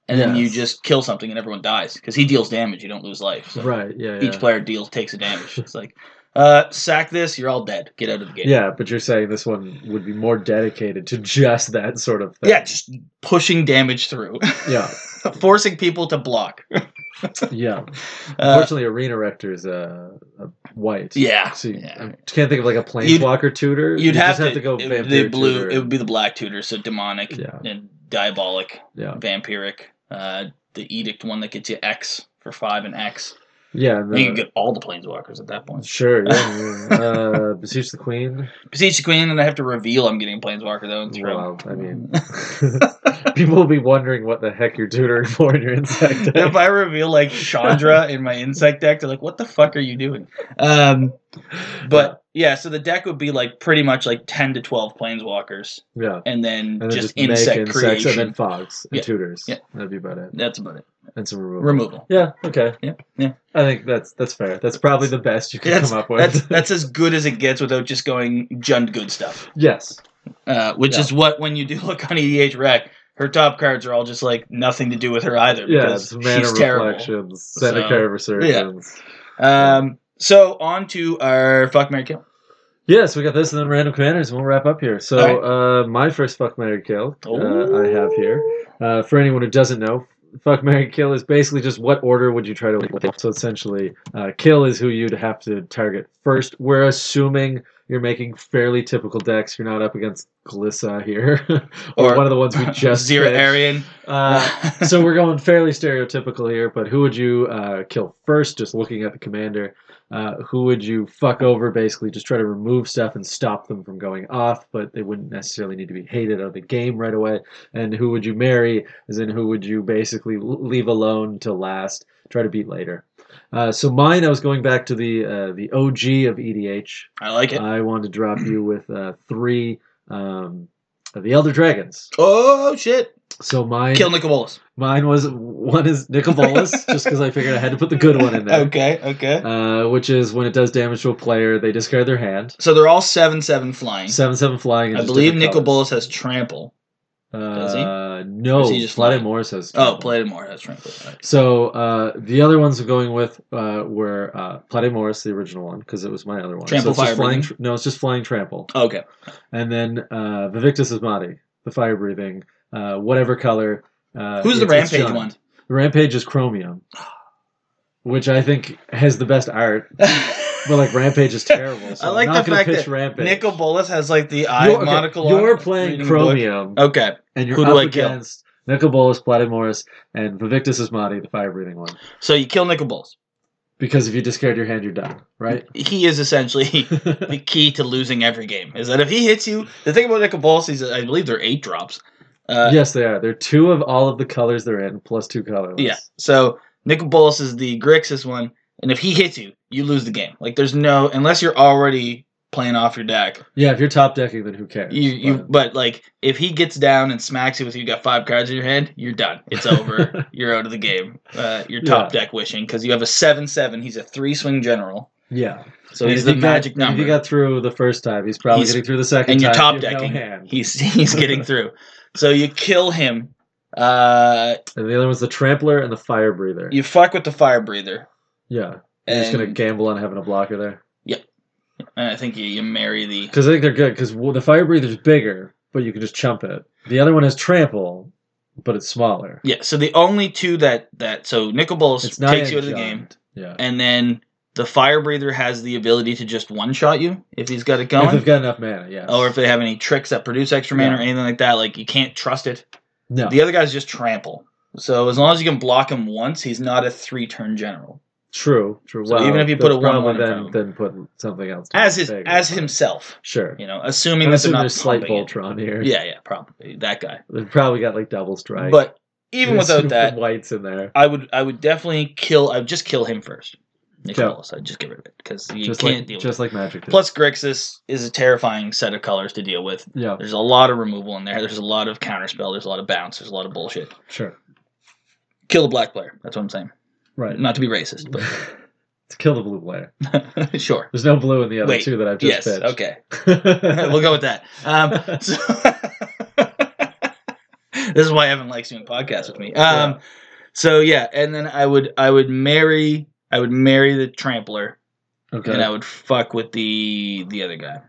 [SPEAKER 1] and then you
[SPEAKER 2] Yes.
[SPEAKER 1] just kill something and everyone dies because he deals damage. You don't lose life. So
[SPEAKER 2] Right, yeah,
[SPEAKER 1] Each
[SPEAKER 2] yeah.
[SPEAKER 1] player deals takes a damage.
[SPEAKER 2] *laughs*
[SPEAKER 1] It's like, uh, sack this, you're all dead. Get out of the game.
[SPEAKER 2] Yeah, but you're saying this one would be more dedicated to just that sort of thing.
[SPEAKER 1] Yeah, just pushing damage through, *laughs*
[SPEAKER 2] Yeah,
[SPEAKER 1] forcing people to block.
[SPEAKER 2] yeah.
[SPEAKER 1] Uh,
[SPEAKER 2] Unfortunately, Arena Rector is uh, uh, white.
[SPEAKER 1] yeah,
[SPEAKER 2] So you,
[SPEAKER 1] yeah.
[SPEAKER 2] I can't think of like a
[SPEAKER 1] You'd-
[SPEAKER 2] Planeswalker tutor.
[SPEAKER 1] You'd
[SPEAKER 2] You
[SPEAKER 1] have,
[SPEAKER 2] just
[SPEAKER 1] to,
[SPEAKER 2] go
[SPEAKER 1] it,
[SPEAKER 2] Vampire
[SPEAKER 1] would- the blue.
[SPEAKER 2] tutor.
[SPEAKER 1] It would be the black tutor, so demonic
[SPEAKER 2] Yeah.
[SPEAKER 1] and diabolic,
[SPEAKER 2] yeah,
[SPEAKER 1] vampiric. Uh, the edict one that gets you X for five and X.
[SPEAKER 2] yeah. and
[SPEAKER 1] You can
[SPEAKER 2] the-
[SPEAKER 1] get all the planeswalkers at that point.
[SPEAKER 2] Sure.
[SPEAKER 1] *laughs*
[SPEAKER 2] Yeah. yeah. uh, Beseech the Queen.
[SPEAKER 1] Beseech the queen, and I have to reveal I'm getting a planeswalker though. And throw.
[SPEAKER 2] Well, I
[SPEAKER 1] *laughs*
[SPEAKER 2] mean, *laughs* people will be wondering what the heck you're tutoring *laughs* for in your insect
[SPEAKER 1] if
[SPEAKER 2] deck.
[SPEAKER 1] I reveal like
[SPEAKER 2] *laughs*
[SPEAKER 1] Chandra in my insect deck, they're like, "What the fuck are you doing?" Um, but yeah, so the deck would be like pretty much like ten to twelve planeswalkers,
[SPEAKER 2] yeah,
[SPEAKER 1] and then
[SPEAKER 2] and then
[SPEAKER 1] just
[SPEAKER 2] just,
[SPEAKER 1] insect
[SPEAKER 2] make insects
[SPEAKER 1] creation.
[SPEAKER 2] and then fogs and
[SPEAKER 1] Yeah,
[SPEAKER 2] tutors.
[SPEAKER 1] yeah.
[SPEAKER 2] that'd be about it.
[SPEAKER 1] That's about it.
[SPEAKER 2] And some removal.
[SPEAKER 1] Removal.
[SPEAKER 2] yeah. Okay.
[SPEAKER 1] Yeah, yeah.
[SPEAKER 2] I think that's that's fair. That's probably the best you can
[SPEAKER 1] That's-
[SPEAKER 2] come up with. *laughs*
[SPEAKER 1] That's that's as good as it gets without just going Jund good stuff.
[SPEAKER 2] yes.
[SPEAKER 1] Uh, which
[SPEAKER 2] Yeah.
[SPEAKER 1] is what when you do *laughs* look on EDH Rec, her top cards are all just like nothing to do with her either
[SPEAKER 2] Yeah.
[SPEAKER 1] because
[SPEAKER 2] It's mana
[SPEAKER 1] she's terrible.
[SPEAKER 2] reflections, Seneca
[SPEAKER 1] So,
[SPEAKER 2] resurgence.
[SPEAKER 1] Um, so on to our fuck Mary Kill.
[SPEAKER 2] Yes, we got this, and then random commanders, and we'll wrap up here. So, uh, my first fuck Mary kill uh, I have
[SPEAKER 1] *laughs*
[SPEAKER 2] here. Uh, for anyone who doesn't know, fuck Mary Kill is basically just what order would you try to. So essentially, uh, kill is who you'd have to target first. We're assuming you're making fairly typical decks. You're not up against Glissa here, *laughs* or,
[SPEAKER 1] Or
[SPEAKER 2] one of the
[SPEAKER 1] *laughs*
[SPEAKER 2] ones we just
[SPEAKER 1] Zero
[SPEAKER 2] picked.
[SPEAKER 1] Arian.
[SPEAKER 2] Uh, so we're going fairly stereotypical here, but who would you uh, kill first? Just looking at the commander. uh, who would you fuck over? Basically, just try to remove stuff and stop them from going off, but they wouldn't necessarily need to be hated out of the game right away. And who would you marry? As in, who would you basically l- leave alone to last? Try to beat later. Uh, so mine, I was going back to the uh, the OG of EDH,
[SPEAKER 1] *laughs* I like it.
[SPEAKER 2] I want to drop you with uh, three um, of the Elder Dragons.
[SPEAKER 1] oh shit!
[SPEAKER 2] So mine,
[SPEAKER 1] Kill Nicobolus.
[SPEAKER 2] mine was one is
[SPEAKER 1] *laughs*
[SPEAKER 2] Nicobolus, just because I figured I had to put the good one in there.
[SPEAKER 1] Okay, okay.
[SPEAKER 2] Uh, which is when it does damage to a player, they discard their hand.
[SPEAKER 1] so they're all seven seven flying.
[SPEAKER 2] Seven seven flying. and
[SPEAKER 1] I
[SPEAKER 2] just
[SPEAKER 1] believe
[SPEAKER 2] different
[SPEAKER 1] Nicobolus has trample.
[SPEAKER 2] colors.
[SPEAKER 1] does he?
[SPEAKER 2] Uh, no,
[SPEAKER 1] Or is he just
[SPEAKER 2] Vladimir
[SPEAKER 1] flying?
[SPEAKER 2] Morris has.
[SPEAKER 1] Oh,
[SPEAKER 2] trample.
[SPEAKER 1] Playdemore has trample. Right.
[SPEAKER 2] So uh, the other ones we're going with uh, were uh, Platy Morris, the original one, because it was my other one.
[SPEAKER 1] Trample,
[SPEAKER 2] so it's just
[SPEAKER 1] Fire
[SPEAKER 2] flying,
[SPEAKER 1] Breathing?
[SPEAKER 2] tr- No, it's just flying trample.
[SPEAKER 1] Okay.
[SPEAKER 2] And then uh, Vivictus Asmati, the fire breathing, uh, whatever color. Uh,
[SPEAKER 1] Who's the
[SPEAKER 2] it's- it's
[SPEAKER 1] rampage
[SPEAKER 2] giant. *laughs*
[SPEAKER 1] one?
[SPEAKER 2] The Rampage is Chromium, which I think has the best art, but like
[SPEAKER 1] *laughs*
[SPEAKER 2] Rampage is terrible. So
[SPEAKER 1] I like
[SPEAKER 2] am not
[SPEAKER 1] the
[SPEAKER 2] gonna
[SPEAKER 1] fact
[SPEAKER 2] pitch
[SPEAKER 1] that
[SPEAKER 2] Rampage.
[SPEAKER 1] Nicobolus has like the eye
[SPEAKER 2] you're, okay,
[SPEAKER 1] monocle. on,
[SPEAKER 2] you're
[SPEAKER 1] like,
[SPEAKER 2] playing
[SPEAKER 1] reading a book.
[SPEAKER 2] Chromium,
[SPEAKER 1] Okay.
[SPEAKER 2] and you're
[SPEAKER 1] who do
[SPEAKER 2] up
[SPEAKER 1] I kill?
[SPEAKER 2] against Nicobolus, Platymoris, and Vivictus Asmati, the fire breathing one.
[SPEAKER 1] So you kill Nicobolus.
[SPEAKER 2] Because if you discard your hand, you're done,
[SPEAKER 1] *laughs*
[SPEAKER 2] right?
[SPEAKER 1] He is
[SPEAKER 2] *laughs*
[SPEAKER 1] essentially the key to losing every game. Is that if he hits you, the thing about Nicobolus is I believe they're eight drops. Uh,
[SPEAKER 2] yes, they are. They're two of all of the colors they're in, plus two colorless.
[SPEAKER 1] Yeah. So Nicobolus is the Grixis one, and if he hits you, you lose the game. Like there's no unless you're already playing off your deck.
[SPEAKER 2] Yeah, if you're top decking, then who cares?
[SPEAKER 1] You you
[SPEAKER 2] But-
[SPEAKER 1] but like if he gets down and smacks you with you got five cards in your hand, you're done. It's
[SPEAKER 2] *laughs*
[SPEAKER 1] over. you're out of the game. Uh, you're top deck wishing because you have a seven seven. He's a three swing general,
[SPEAKER 2] Yeah.
[SPEAKER 1] so
[SPEAKER 2] And
[SPEAKER 1] he's
[SPEAKER 2] if
[SPEAKER 1] the
[SPEAKER 2] he got-
[SPEAKER 1] magic
[SPEAKER 2] If
[SPEAKER 1] number.
[SPEAKER 2] he got through the first time, he's probably
[SPEAKER 1] He's-
[SPEAKER 2] getting through the second
[SPEAKER 1] and you're
[SPEAKER 2] time.
[SPEAKER 1] top
[SPEAKER 2] You have no
[SPEAKER 1] decking.
[SPEAKER 2] hand.
[SPEAKER 1] he's *laughs* he's
[SPEAKER 2] *laughs*
[SPEAKER 1] getting through. So you kill him. Uh,
[SPEAKER 2] and the other one's the trampler and the fire breather.
[SPEAKER 1] you fuck with the fire breather.
[SPEAKER 2] yeah. You're just gonna
[SPEAKER 1] and-
[SPEAKER 2] gamble on having a blocker there
[SPEAKER 1] And I think you, you marry the
[SPEAKER 2] because I think they're good because the fire breather's bigger, but you can just chump it. The other one has trample, but it's smaller.
[SPEAKER 1] Yeah, so the only two that that so Nicol Bolas
[SPEAKER 2] It's not
[SPEAKER 1] takes you out of the game,
[SPEAKER 2] enjined. Yeah.
[SPEAKER 1] and then the Fire Breather has the ability to just one shot you if he's got it
[SPEAKER 2] If they've
[SPEAKER 1] going, Oh,
[SPEAKER 2] got enough mana, yeah.
[SPEAKER 1] or if they have any tricks that produce extra mana or
[SPEAKER 2] Yeah.
[SPEAKER 1] anything like that. Like you can't trust it.
[SPEAKER 2] no.
[SPEAKER 1] The other guy's just trample. So as long as you can block him once, he's not a three turn general.
[SPEAKER 2] True. True.
[SPEAKER 1] So
[SPEAKER 2] Well,
[SPEAKER 1] even if you
[SPEAKER 2] they'll
[SPEAKER 1] put a one on
[SPEAKER 2] probably
[SPEAKER 1] in front
[SPEAKER 2] then
[SPEAKER 1] of
[SPEAKER 2] then put something else down
[SPEAKER 1] As his
[SPEAKER 2] bigger,
[SPEAKER 1] as
[SPEAKER 2] but-
[SPEAKER 1] himself,
[SPEAKER 2] Sure.
[SPEAKER 1] you know, assuming
[SPEAKER 2] I'm
[SPEAKER 1] that they're
[SPEAKER 2] assuming
[SPEAKER 1] not
[SPEAKER 2] there's slight
[SPEAKER 1] pumping it.
[SPEAKER 2] Voltron here.
[SPEAKER 1] Yeah, yeah, probably that guy.
[SPEAKER 2] They've probably got like double strike.
[SPEAKER 1] But even
[SPEAKER 2] There's
[SPEAKER 1] without
[SPEAKER 2] *laughs* super
[SPEAKER 1] that,
[SPEAKER 2] whites in there.
[SPEAKER 1] I would I would definitely kill. I would just kill him first. Nicol
[SPEAKER 2] Yeah.
[SPEAKER 1] Bolas, I'd just get rid of it because you
[SPEAKER 2] just
[SPEAKER 1] can't
[SPEAKER 2] like
[SPEAKER 1] deal with it.
[SPEAKER 2] just like magic. Did.
[SPEAKER 1] Plus, Grixis is a terrifying set of colors to deal with.
[SPEAKER 2] yeah,
[SPEAKER 1] There's a lot of removal in there. There's a lot of counterspell. There's a lot of bounce. There's a lot of bullshit.
[SPEAKER 2] sure,
[SPEAKER 1] Kill the black player. That's what I'm saying.
[SPEAKER 2] right.
[SPEAKER 1] Not to be racist,
[SPEAKER 2] *laughs* to kill the blue player.
[SPEAKER 1] but *laughs* sure.
[SPEAKER 2] There's no blue in the other
[SPEAKER 1] Wait,
[SPEAKER 2] two that I've
[SPEAKER 1] Yes.
[SPEAKER 2] just pitched.
[SPEAKER 1] Okay.
[SPEAKER 2] *laughs* Okay,
[SPEAKER 1] we'll go with that.
[SPEAKER 2] *laughs*
[SPEAKER 1] Um, so *laughs* this is why Evan likes doing podcasts with me. Um,
[SPEAKER 2] Yeah.
[SPEAKER 1] So yeah, and then I would I would marry I would marry the trampler,
[SPEAKER 2] Okay,
[SPEAKER 1] and I would fuck with the the other guy.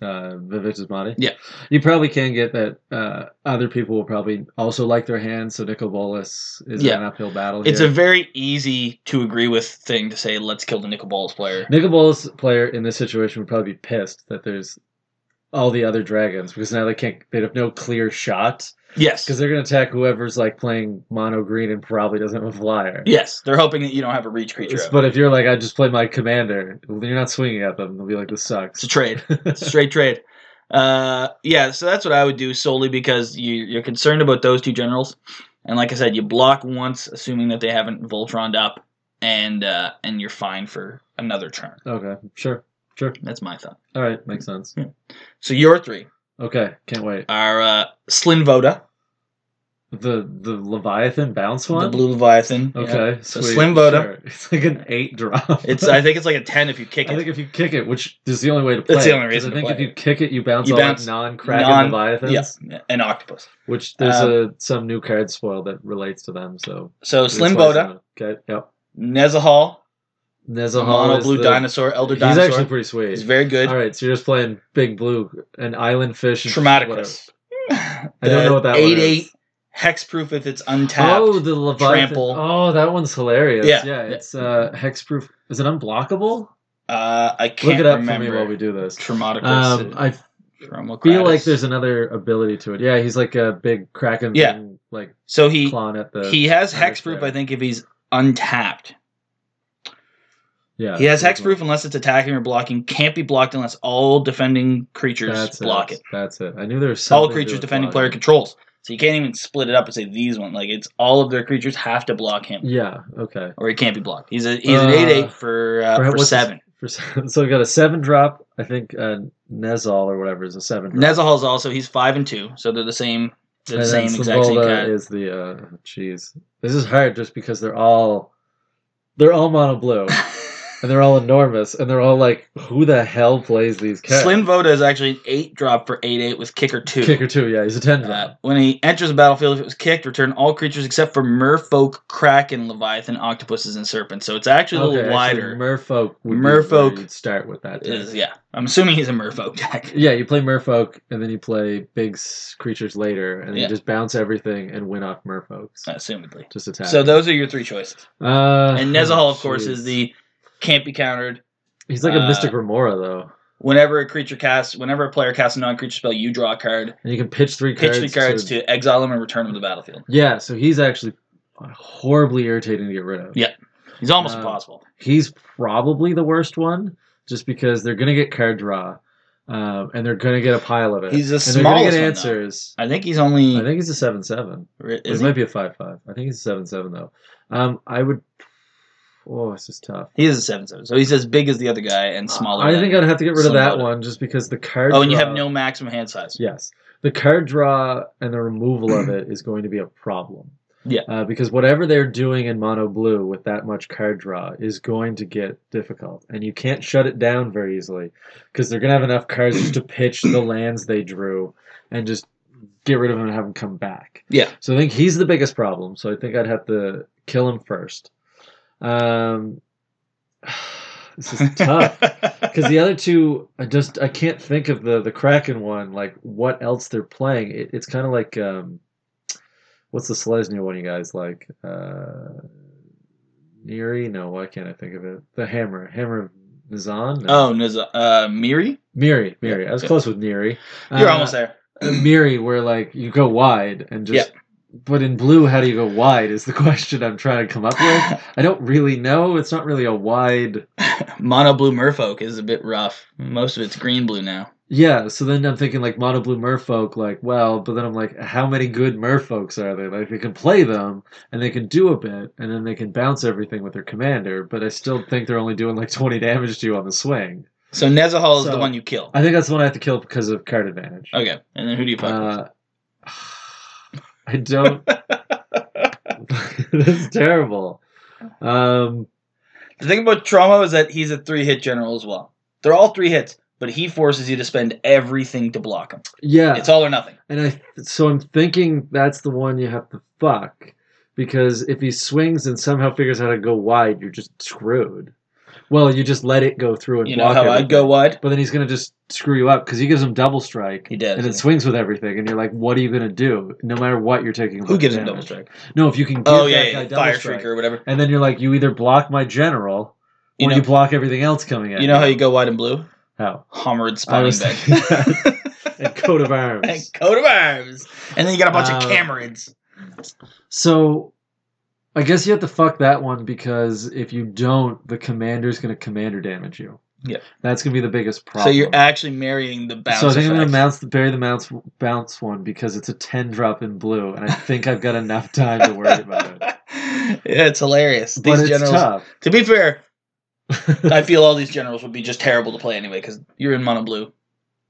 [SPEAKER 2] uh, Vivic's body.
[SPEAKER 1] Yeah.
[SPEAKER 2] you probably can get that. Uh, other people will probably also like their hands. So Nicobolus is
[SPEAKER 1] Yeah.
[SPEAKER 2] an uphill battle.
[SPEAKER 1] It's a
[SPEAKER 2] here.
[SPEAKER 1] very easy to agree with thing to say. Let's kill the nickel balls player.
[SPEAKER 2] Nicobolus player in this situation would probably be pissed that there's all the other dragons because now they can't. They have no clear shot
[SPEAKER 1] Yes.
[SPEAKER 2] because they're gonna attack whoever's like playing mono green and probably doesn't have a flyer.
[SPEAKER 1] Yes, they're hoping that you don't have a reach creature.
[SPEAKER 2] It's-
[SPEAKER 1] out.
[SPEAKER 2] But if you're like, I just play my commander, you're not swinging at them. They'll be like, this
[SPEAKER 1] It's
[SPEAKER 2] sucks.
[SPEAKER 1] a trade. *laughs* It's a straight trade. Uh, yeah, so that's what I would do solely because you, you're concerned about those two generals, and like I said, you block once, assuming that they haven't Voltroned up, and uh, and you're fine for another turn.
[SPEAKER 2] okay, sure, sure.
[SPEAKER 1] That's my thought.
[SPEAKER 2] All right, makes sense.
[SPEAKER 1] So your three
[SPEAKER 2] Okay, can't wait.
[SPEAKER 1] are uh, Slinvoda,
[SPEAKER 2] The the Leviathan bounce one.
[SPEAKER 1] the Blue Leviathan. yeah.
[SPEAKER 2] Okay,
[SPEAKER 1] So
[SPEAKER 2] sweet,
[SPEAKER 1] Slim Voda.
[SPEAKER 2] sure. *laughs* It's like an eight drop. *laughs*
[SPEAKER 1] It's I think it's like a ten if you kick
[SPEAKER 2] I think
[SPEAKER 1] it.
[SPEAKER 2] if you kick it, which is the only way to play.
[SPEAKER 1] That's the
[SPEAKER 2] it,
[SPEAKER 1] only
[SPEAKER 2] 'cause
[SPEAKER 1] reason
[SPEAKER 2] I
[SPEAKER 1] to
[SPEAKER 2] think
[SPEAKER 1] play
[SPEAKER 2] if you
[SPEAKER 1] it.
[SPEAKER 2] kick it, you bounce
[SPEAKER 1] You
[SPEAKER 2] all
[SPEAKER 1] bounce
[SPEAKER 2] non-Kraken
[SPEAKER 1] non-
[SPEAKER 2] Leviathans.
[SPEAKER 1] Yeah, an octopus.
[SPEAKER 2] Which there's
[SPEAKER 1] Um,
[SPEAKER 2] a some new card spoil that relates to them. So
[SPEAKER 1] So
[SPEAKER 2] that's
[SPEAKER 1] Slim
[SPEAKER 2] why it's
[SPEAKER 1] Boda,
[SPEAKER 2] not- Okay. Yep.
[SPEAKER 1] Nezahal,
[SPEAKER 2] Nezahal
[SPEAKER 1] mono
[SPEAKER 2] is
[SPEAKER 1] blue
[SPEAKER 2] the-
[SPEAKER 1] dinosaur, elder
[SPEAKER 2] He's
[SPEAKER 1] dinosaur.
[SPEAKER 2] actually pretty sweet.
[SPEAKER 1] He's very good.
[SPEAKER 2] All right, so you're just playing Big Blue, an island fish. and whatever.
[SPEAKER 1] Traumaticus.
[SPEAKER 2] I don't know what that
[SPEAKER 1] eight
[SPEAKER 2] one is.
[SPEAKER 1] eight hexproof if it's untapped.
[SPEAKER 2] Oh, the Leviathan.
[SPEAKER 1] trample.
[SPEAKER 2] Oh, that one's hilarious.
[SPEAKER 1] Yeah.
[SPEAKER 2] Yeah, it's uh, hexproof. Is it unblockable?
[SPEAKER 1] uh, I can't
[SPEAKER 2] Look it up
[SPEAKER 1] remember.
[SPEAKER 2] for me while we do this. Um,
[SPEAKER 1] Traumaticus.
[SPEAKER 2] I feel like there's another ability to it. Yeah, he's like a big kraken.
[SPEAKER 1] Yeah.
[SPEAKER 2] thing, like
[SPEAKER 1] so he
[SPEAKER 2] clawing at the.
[SPEAKER 1] he has
[SPEAKER 2] I understand.
[SPEAKER 1] hexproof. I think if he's untapped.
[SPEAKER 2] Yeah.
[SPEAKER 1] He has
[SPEAKER 2] that's
[SPEAKER 1] hexproof unless it's attacking or blocking. Can't be blocked unless all defending creatures
[SPEAKER 2] That's
[SPEAKER 1] block it.
[SPEAKER 2] That's it. I knew there was something.
[SPEAKER 1] All
[SPEAKER 2] to
[SPEAKER 1] creatures
[SPEAKER 2] it
[SPEAKER 1] defending player
[SPEAKER 2] blocking.
[SPEAKER 1] controls. So you can't even split it up and say these one. Like it's all of their creatures have to block him,
[SPEAKER 2] Yeah. Okay. *laughs*
[SPEAKER 1] or he can't be blocked. He's a he's an
[SPEAKER 2] Uh,
[SPEAKER 1] eight eight for uh,
[SPEAKER 2] for-
[SPEAKER 1] for,
[SPEAKER 2] what's his-
[SPEAKER 1] seven.
[SPEAKER 2] For, se- so we got a seven drop. I think uh, Nezal or whatever is a seven. Drop.
[SPEAKER 1] Nezahal's also he's five and two, so they're the same. They're the
[SPEAKER 2] And
[SPEAKER 1] same
[SPEAKER 2] then
[SPEAKER 1] exact same *laughs*
[SPEAKER 2] Symbolda
[SPEAKER 1] cat.
[SPEAKER 2] Is the uh, jeez. This is hard just because they're all they're all mono blue
[SPEAKER 1] *laughs*
[SPEAKER 2] and they're all enormous and they're all like who the hell plays these cats?
[SPEAKER 1] Slim Voda is actually an eight drop for eight eight with kicker two.
[SPEAKER 2] kicker two. Yeah, he's a ten drop.
[SPEAKER 1] Uh, when he enters the battlefield, if it was kicked, return all creatures except for merfolk, kraken, leviathan, octopuses, and serpents. So it's actually a little
[SPEAKER 2] Okay,
[SPEAKER 1] wider.
[SPEAKER 2] actually, Merfolk. Would
[SPEAKER 1] Merfolk
[SPEAKER 2] Be where you'd start with that. deck.
[SPEAKER 1] Is- yeah, I'm assuming he's a merfolk deck.
[SPEAKER 2] Yeah, you play Merfolk and then you play big s- creatures later, and then
[SPEAKER 1] Yeah.
[SPEAKER 2] you just bounce everything and win off Merfolks.
[SPEAKER 1] *laughs* assumedly.
[SPEAKER 2] Just attack.
[SPEAKER 1] So those are your three choices.
[SPEAKER 2] uh,
[SPEAKER 1] And Nezahal, of course,
[SPEAKER 2] jeez.
[SPEAKER 1] is the can't be countered.
[SPEAKER 2] He's like a
[SPEAKER 1] uh,
[SPEAKER 2] Mystic Remora though,
[SPEAKER 1] Whenever a creature casts, whenever a player casts a non-creature spell, you draw a card,
[SPEAKER 2] and you can pitch three
[SPEAKER 1] pitch
[SPEAKER 2] cards.
[SPEAKER 1] the cards to exile them and return them to the battlefield.
[SPEAKER 2] Yeah, so he's actually horribly irritating to get rid of.
[SPEAKER 1] Yeah. He's almost
[SPEAKER 2] Uh,
[SPEAKER 1] impossible.
[SPEAKER 2] He's probably the worst one, just because they're gonna get card draw, um, and they're gonna get a pile of it.
[SPEAKER 1] He's the
[SPEAKER 2] and they're gonna
[SPEAKER 1] smallest one,
[SPEAKER 2] get
[SPEAKER 1] though.
[SPEAKER 2] answers.
[SPEAKER 1] I think he's only.
[SPEAKER 2] I think he's a seven seven. It
[SPEAKER 1] is he?
[SPEAKER 2] might be a five five. I think he's seven seven though. Um, I would. Oh, this is tough.
[SPEAKER 1] He is a seven seven, so he's as big as the other guy and smaller.
[SPEAKER 2] I
[SPEAKER 1] than-
[SPEAKER 2] think I'd have to get rid of that
[SPEAKER 1] Smaller.
[SPEAKER 2] one just because the card.
[SPEAKER 1] Oh, and you have
[SPEAKER 2] draw-
[SPEAKER 1] no maximum hand size.
[SPEAKER 2] Yes, the card draw and the removal of it is going to be a problem.
[SPEAKER 1] Yeah.
[SPEAKER 2] Uh, because whatever they're doing in mono blue with that much card draw is going to get difficult, and you can't shut it down very easily because they're gonna have enough cards just to pitch the lands they drew and just get rid of them and have them come back.
[SPEAKER 1] Yeah.
[SPEAKER 2] So I think he's the biggest problem. So I think I'd have to kill him first. Um, *sighs* this
[SPEAKER 1] *laughs*
[SPEAKER 2] is tough. Because the other two, I just I can't think of the the Kraken one. Like what else they're playing? It, it's kind of like um, what's the Selesnya one you guys like? Uh, Neri? No, why can't I think of it? The Hammer, Hammer of Nizan? No.
[SPEAKER 1] oh, Niz- uh, Miri,
[SPEAKER 2] Miri, Miri. I was
[SPEAKER 1] yeah.
[SPEAKER 2] close with Neri.
[SPEAKER 1] you're
[SPEAKER 2] Uh,
[SPEAKER 1] almost there.
[SPEAKER 2] uh, Miri, where like you go wide and just. But in blue, how do you go wide? Is the *laughs* question I'm trying to come up with.
[SPEAKER 1] *laughs*
[SPEAKER 2] I don't really know. It's not really a wide.
[SPEAKER 1] Mono blue Merfolk is a bit rough. Most of it's green blue now.
[SPEAKER 2] Yeah, so then I'm thinking like mono blue merfolk, like well, but then I'm like, how many good merfolks are there? Like they can play them and they can do a bit, and then they can bounce everything with their commander. But I still think they're only doing like 20 damage to you on the swing.
[SPEAKER 1] So Nezahal is the
[SPEAKER 2] So-
[SPEAKER 1] one you kill.
[SPEAKER 2] I think that's the one I have to kill because of card advantage.
[SPEAKER 1] Okay, and then who do you fuck with?
[SPEAKER 2] Uh, *sighs*
[SPEAKER 1] *laughs*
[SPEAKER 2] I don't. *laughs* that's terrible. Um,
[SPEAKER 1] The thing about Trauma is that he's a three hit general as well. They're all three hits, but he forces you to spend everything to block him.
[SPEAKER 2] yeah,
[SPEAKER 1] It's all or nothing.
[SPEAKER 2] And I so I'm thinking that's the one you have to fuck because if he swings and somehow figures out how to go wide, you're just screwed. Well, you just let it go through and
[SPEAKER 1] You know
[SPEAKER 2] block
[SPEAKER 1] how
[SPEAKER 2] everything.
[SPEAKER 1] I'd go wide?
[SPEAKER 2] But then he's gonna just screw you up because he gives him double strike.
[SPEAKER 1] He does,
[SPEAKER 2] and
[SPEAKER 1] yeah.
[SPEAKER 2] it swings with everything, and you're like, "What are you gonna do? No matter what, you're taking." a bunch
[SPEAKER 1] Who
[SPEAKER 2] of
[SPEAKER 1] gives him double
[SPEAKER 2] damage.
[SPEAKER 1] strike?
[SPEAKER 2] No, if you can give
[SPEAKER 1] Oh
[SPEAKER 2] that
[SPEAKER 1] yeah,
[SPEAKER 2] guy
[SPEAKER 1] yeah,
[SPEAKER 2] double
[SPEAKER 1] fire
[SPEAKER 2] strike,
[SPEAKER 1] streaker or whatever.
[SPEAKER 2] and then you're like, you either block my general,
[SPEAKER 1] You
[SPEAKER 2] or
[SPEAKER 1] know,
[SPEAKER 2] you block everything else coming at
[SPEAKER 1] you know how you go wide in blue?
[SPEAKER 2] how
[SPEAKER 1] Hommered
[SPEAKER 2] I
[SPEAKER 1] spawning
[SPEAKER 2] was
[SPEAKER 1] back.
[SPEAKER 2] thinking that. *laughs* and coat of arms.
[SPEAKER 1] *laughs* and coat of arms, and then you got a bunch of
[SPEAKER 2] Uh,
[SPEAKER 1] Camerons.
[SPEAKER 2] So I guess you have to fuck that one because if you don't, the commander's gonna commander damage you.
[SPEAKER 1] Yeah.
[SPEAKER 2] That's gonna be the biggest problem.
[SPEAKER 1] So you're actually marrying the bounce.
[SPEAKER 2] So I think I'm gonna
[SPEAKER 1] effects.
[SPEAKER 2] bounce bury the bounce bounce one because it's a ten drop in blue, and I think I've got enough time to worry about it.
[SPEAKER 1] yeah, it's hilarious.
[SPEAKER 2] But
[SPEAKER 1] *laughs* These
[SPEAKER 2] it's
[SPEAKER 1] generals.
[SPEAKER 2] tough.
[SPEAKER 1] To be
[SPEAKER 2] *laughs*
[SPEAKER 1] fair, I feel all these generals would be just terrible to play anyway because you're in mono blue.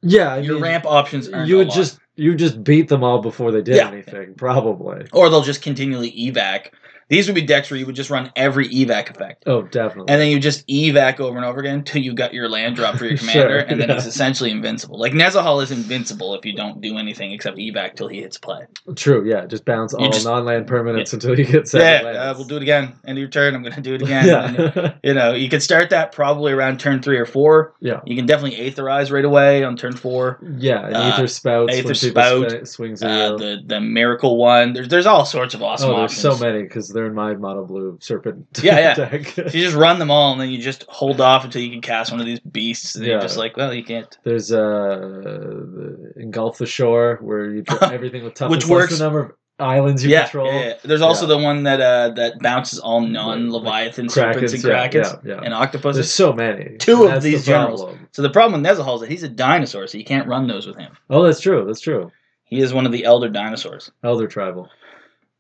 [SPEAKER 2] yeah, I
[SPEAKER 1] Your
[SPEAKER 2] mean,
[SPEAKER 1] ramp options are
[SPEAKER 2] you would just you just beat them all before they did
[SPEAKER 1] Yeah.
[SPEAKER 2] anything, probably.
[SPEAKER 1] or they'll just continually evac. These would be decks where you would just run every evac effect.
[SPEAKER 2] Oh, definitely.
[SPEAKER 1] And then you just evac over and over again until you got your land drop
[SPEAKER 2] *laughs*
[SPEAKER 1] for your
[SPEAKER 2] Sure,
[SPEAKER 1] commander, and then
[SPEAKER 2] yeah.
[SPEAKER 1] he's essentially invincible. Like Nezahal is invincible if you don't do anything except evac till he hits play.
[SPEAKER 2] True. Yeah, just bounce all
[SPEAKER 1] just-
[SPEAKER 2] non-land permanents until you
[SPEAKER 1] Yeah,
[SPEAKER 2] get seven.
[SPEAKER 1] uh,
[SPEAKER 2] lands.
[SPEAKER 1] we'll do it again. End of your turn. I'm going to do
[SPEAKER 2] *laughs*
[SPEAKER 1] it again. And then,
[SPEAKER 2] Yeah.
[SPEAKER 1] you know, you could start that probably around turn three or four.
[SPEAKER 2] yeah.
[SPEAKER 1] You can definitely aetherize right away on turn four.
[SPEAKER 2] Yeah, and
[SPEAKER 1] Uh,
[SPEAKER 2] ether spouts.
[SPEAKER 1] Aether
[SPEAKER 2] when people
[SPEAKER 1] Spout,
[SPEAKER 2] swi- swings at
[SPEAKER 1] Uh,
[SPEAKER 2] you.
[SPEAKER 1] the the miracle one. There's there's all sorts of awesome
[SPEAKER 2] oh, there's
[SPEAKER 1] options.
[SPEAKER 2] so many because they're in my mono blue serpent. *laughs*
[SPEAKER 1] Yeah, yeah.
[SPEAKER 2] deck.
[SPEAKER 1] If
[SPEAKER 2] *laughs*
[SPEAKER 1] you just run them all and then you just hold off until you can cast one of these beasts, and you're
[SPEAKER 2] Yeah.
[SPEAKER 1] just like, well, you can't. *laughs*
[SPEAKER 2] There's uh, the engulf the shore where you draw everything with toughness.
[SPEAKER 1] Which works
[SPEAKER 2] That's the number of islands you
[SPEAKER 1] yeah,
[SPEAKER 2] control.
[SPEAKER 1] yeah, yeah. There's also the one that uh, that bounces all non-leviathan serpents and
[SPEAKER 2] yeah,
[SPEAKER 1] krakens
[SPEAKER 2] yeah, yeah.
[SPEAKER 1] and octopuses.
[SPEAKER 2] There's so many.
[SPEAKER 1] Two of
[SPEAKER 2] That's the
[SPEAKER 1] these generals.
[SPEAKER 2] problem.
[SPEAKER 1] so the problem with Nezahol is that he's a dinosaur, so you can't run those with him.
[SPEAKER 2] Oh, that's true. That's true.
[SPEAKER 1] He is one of the elder dinosaurs.
[SPEAKER 2] Elder tribal.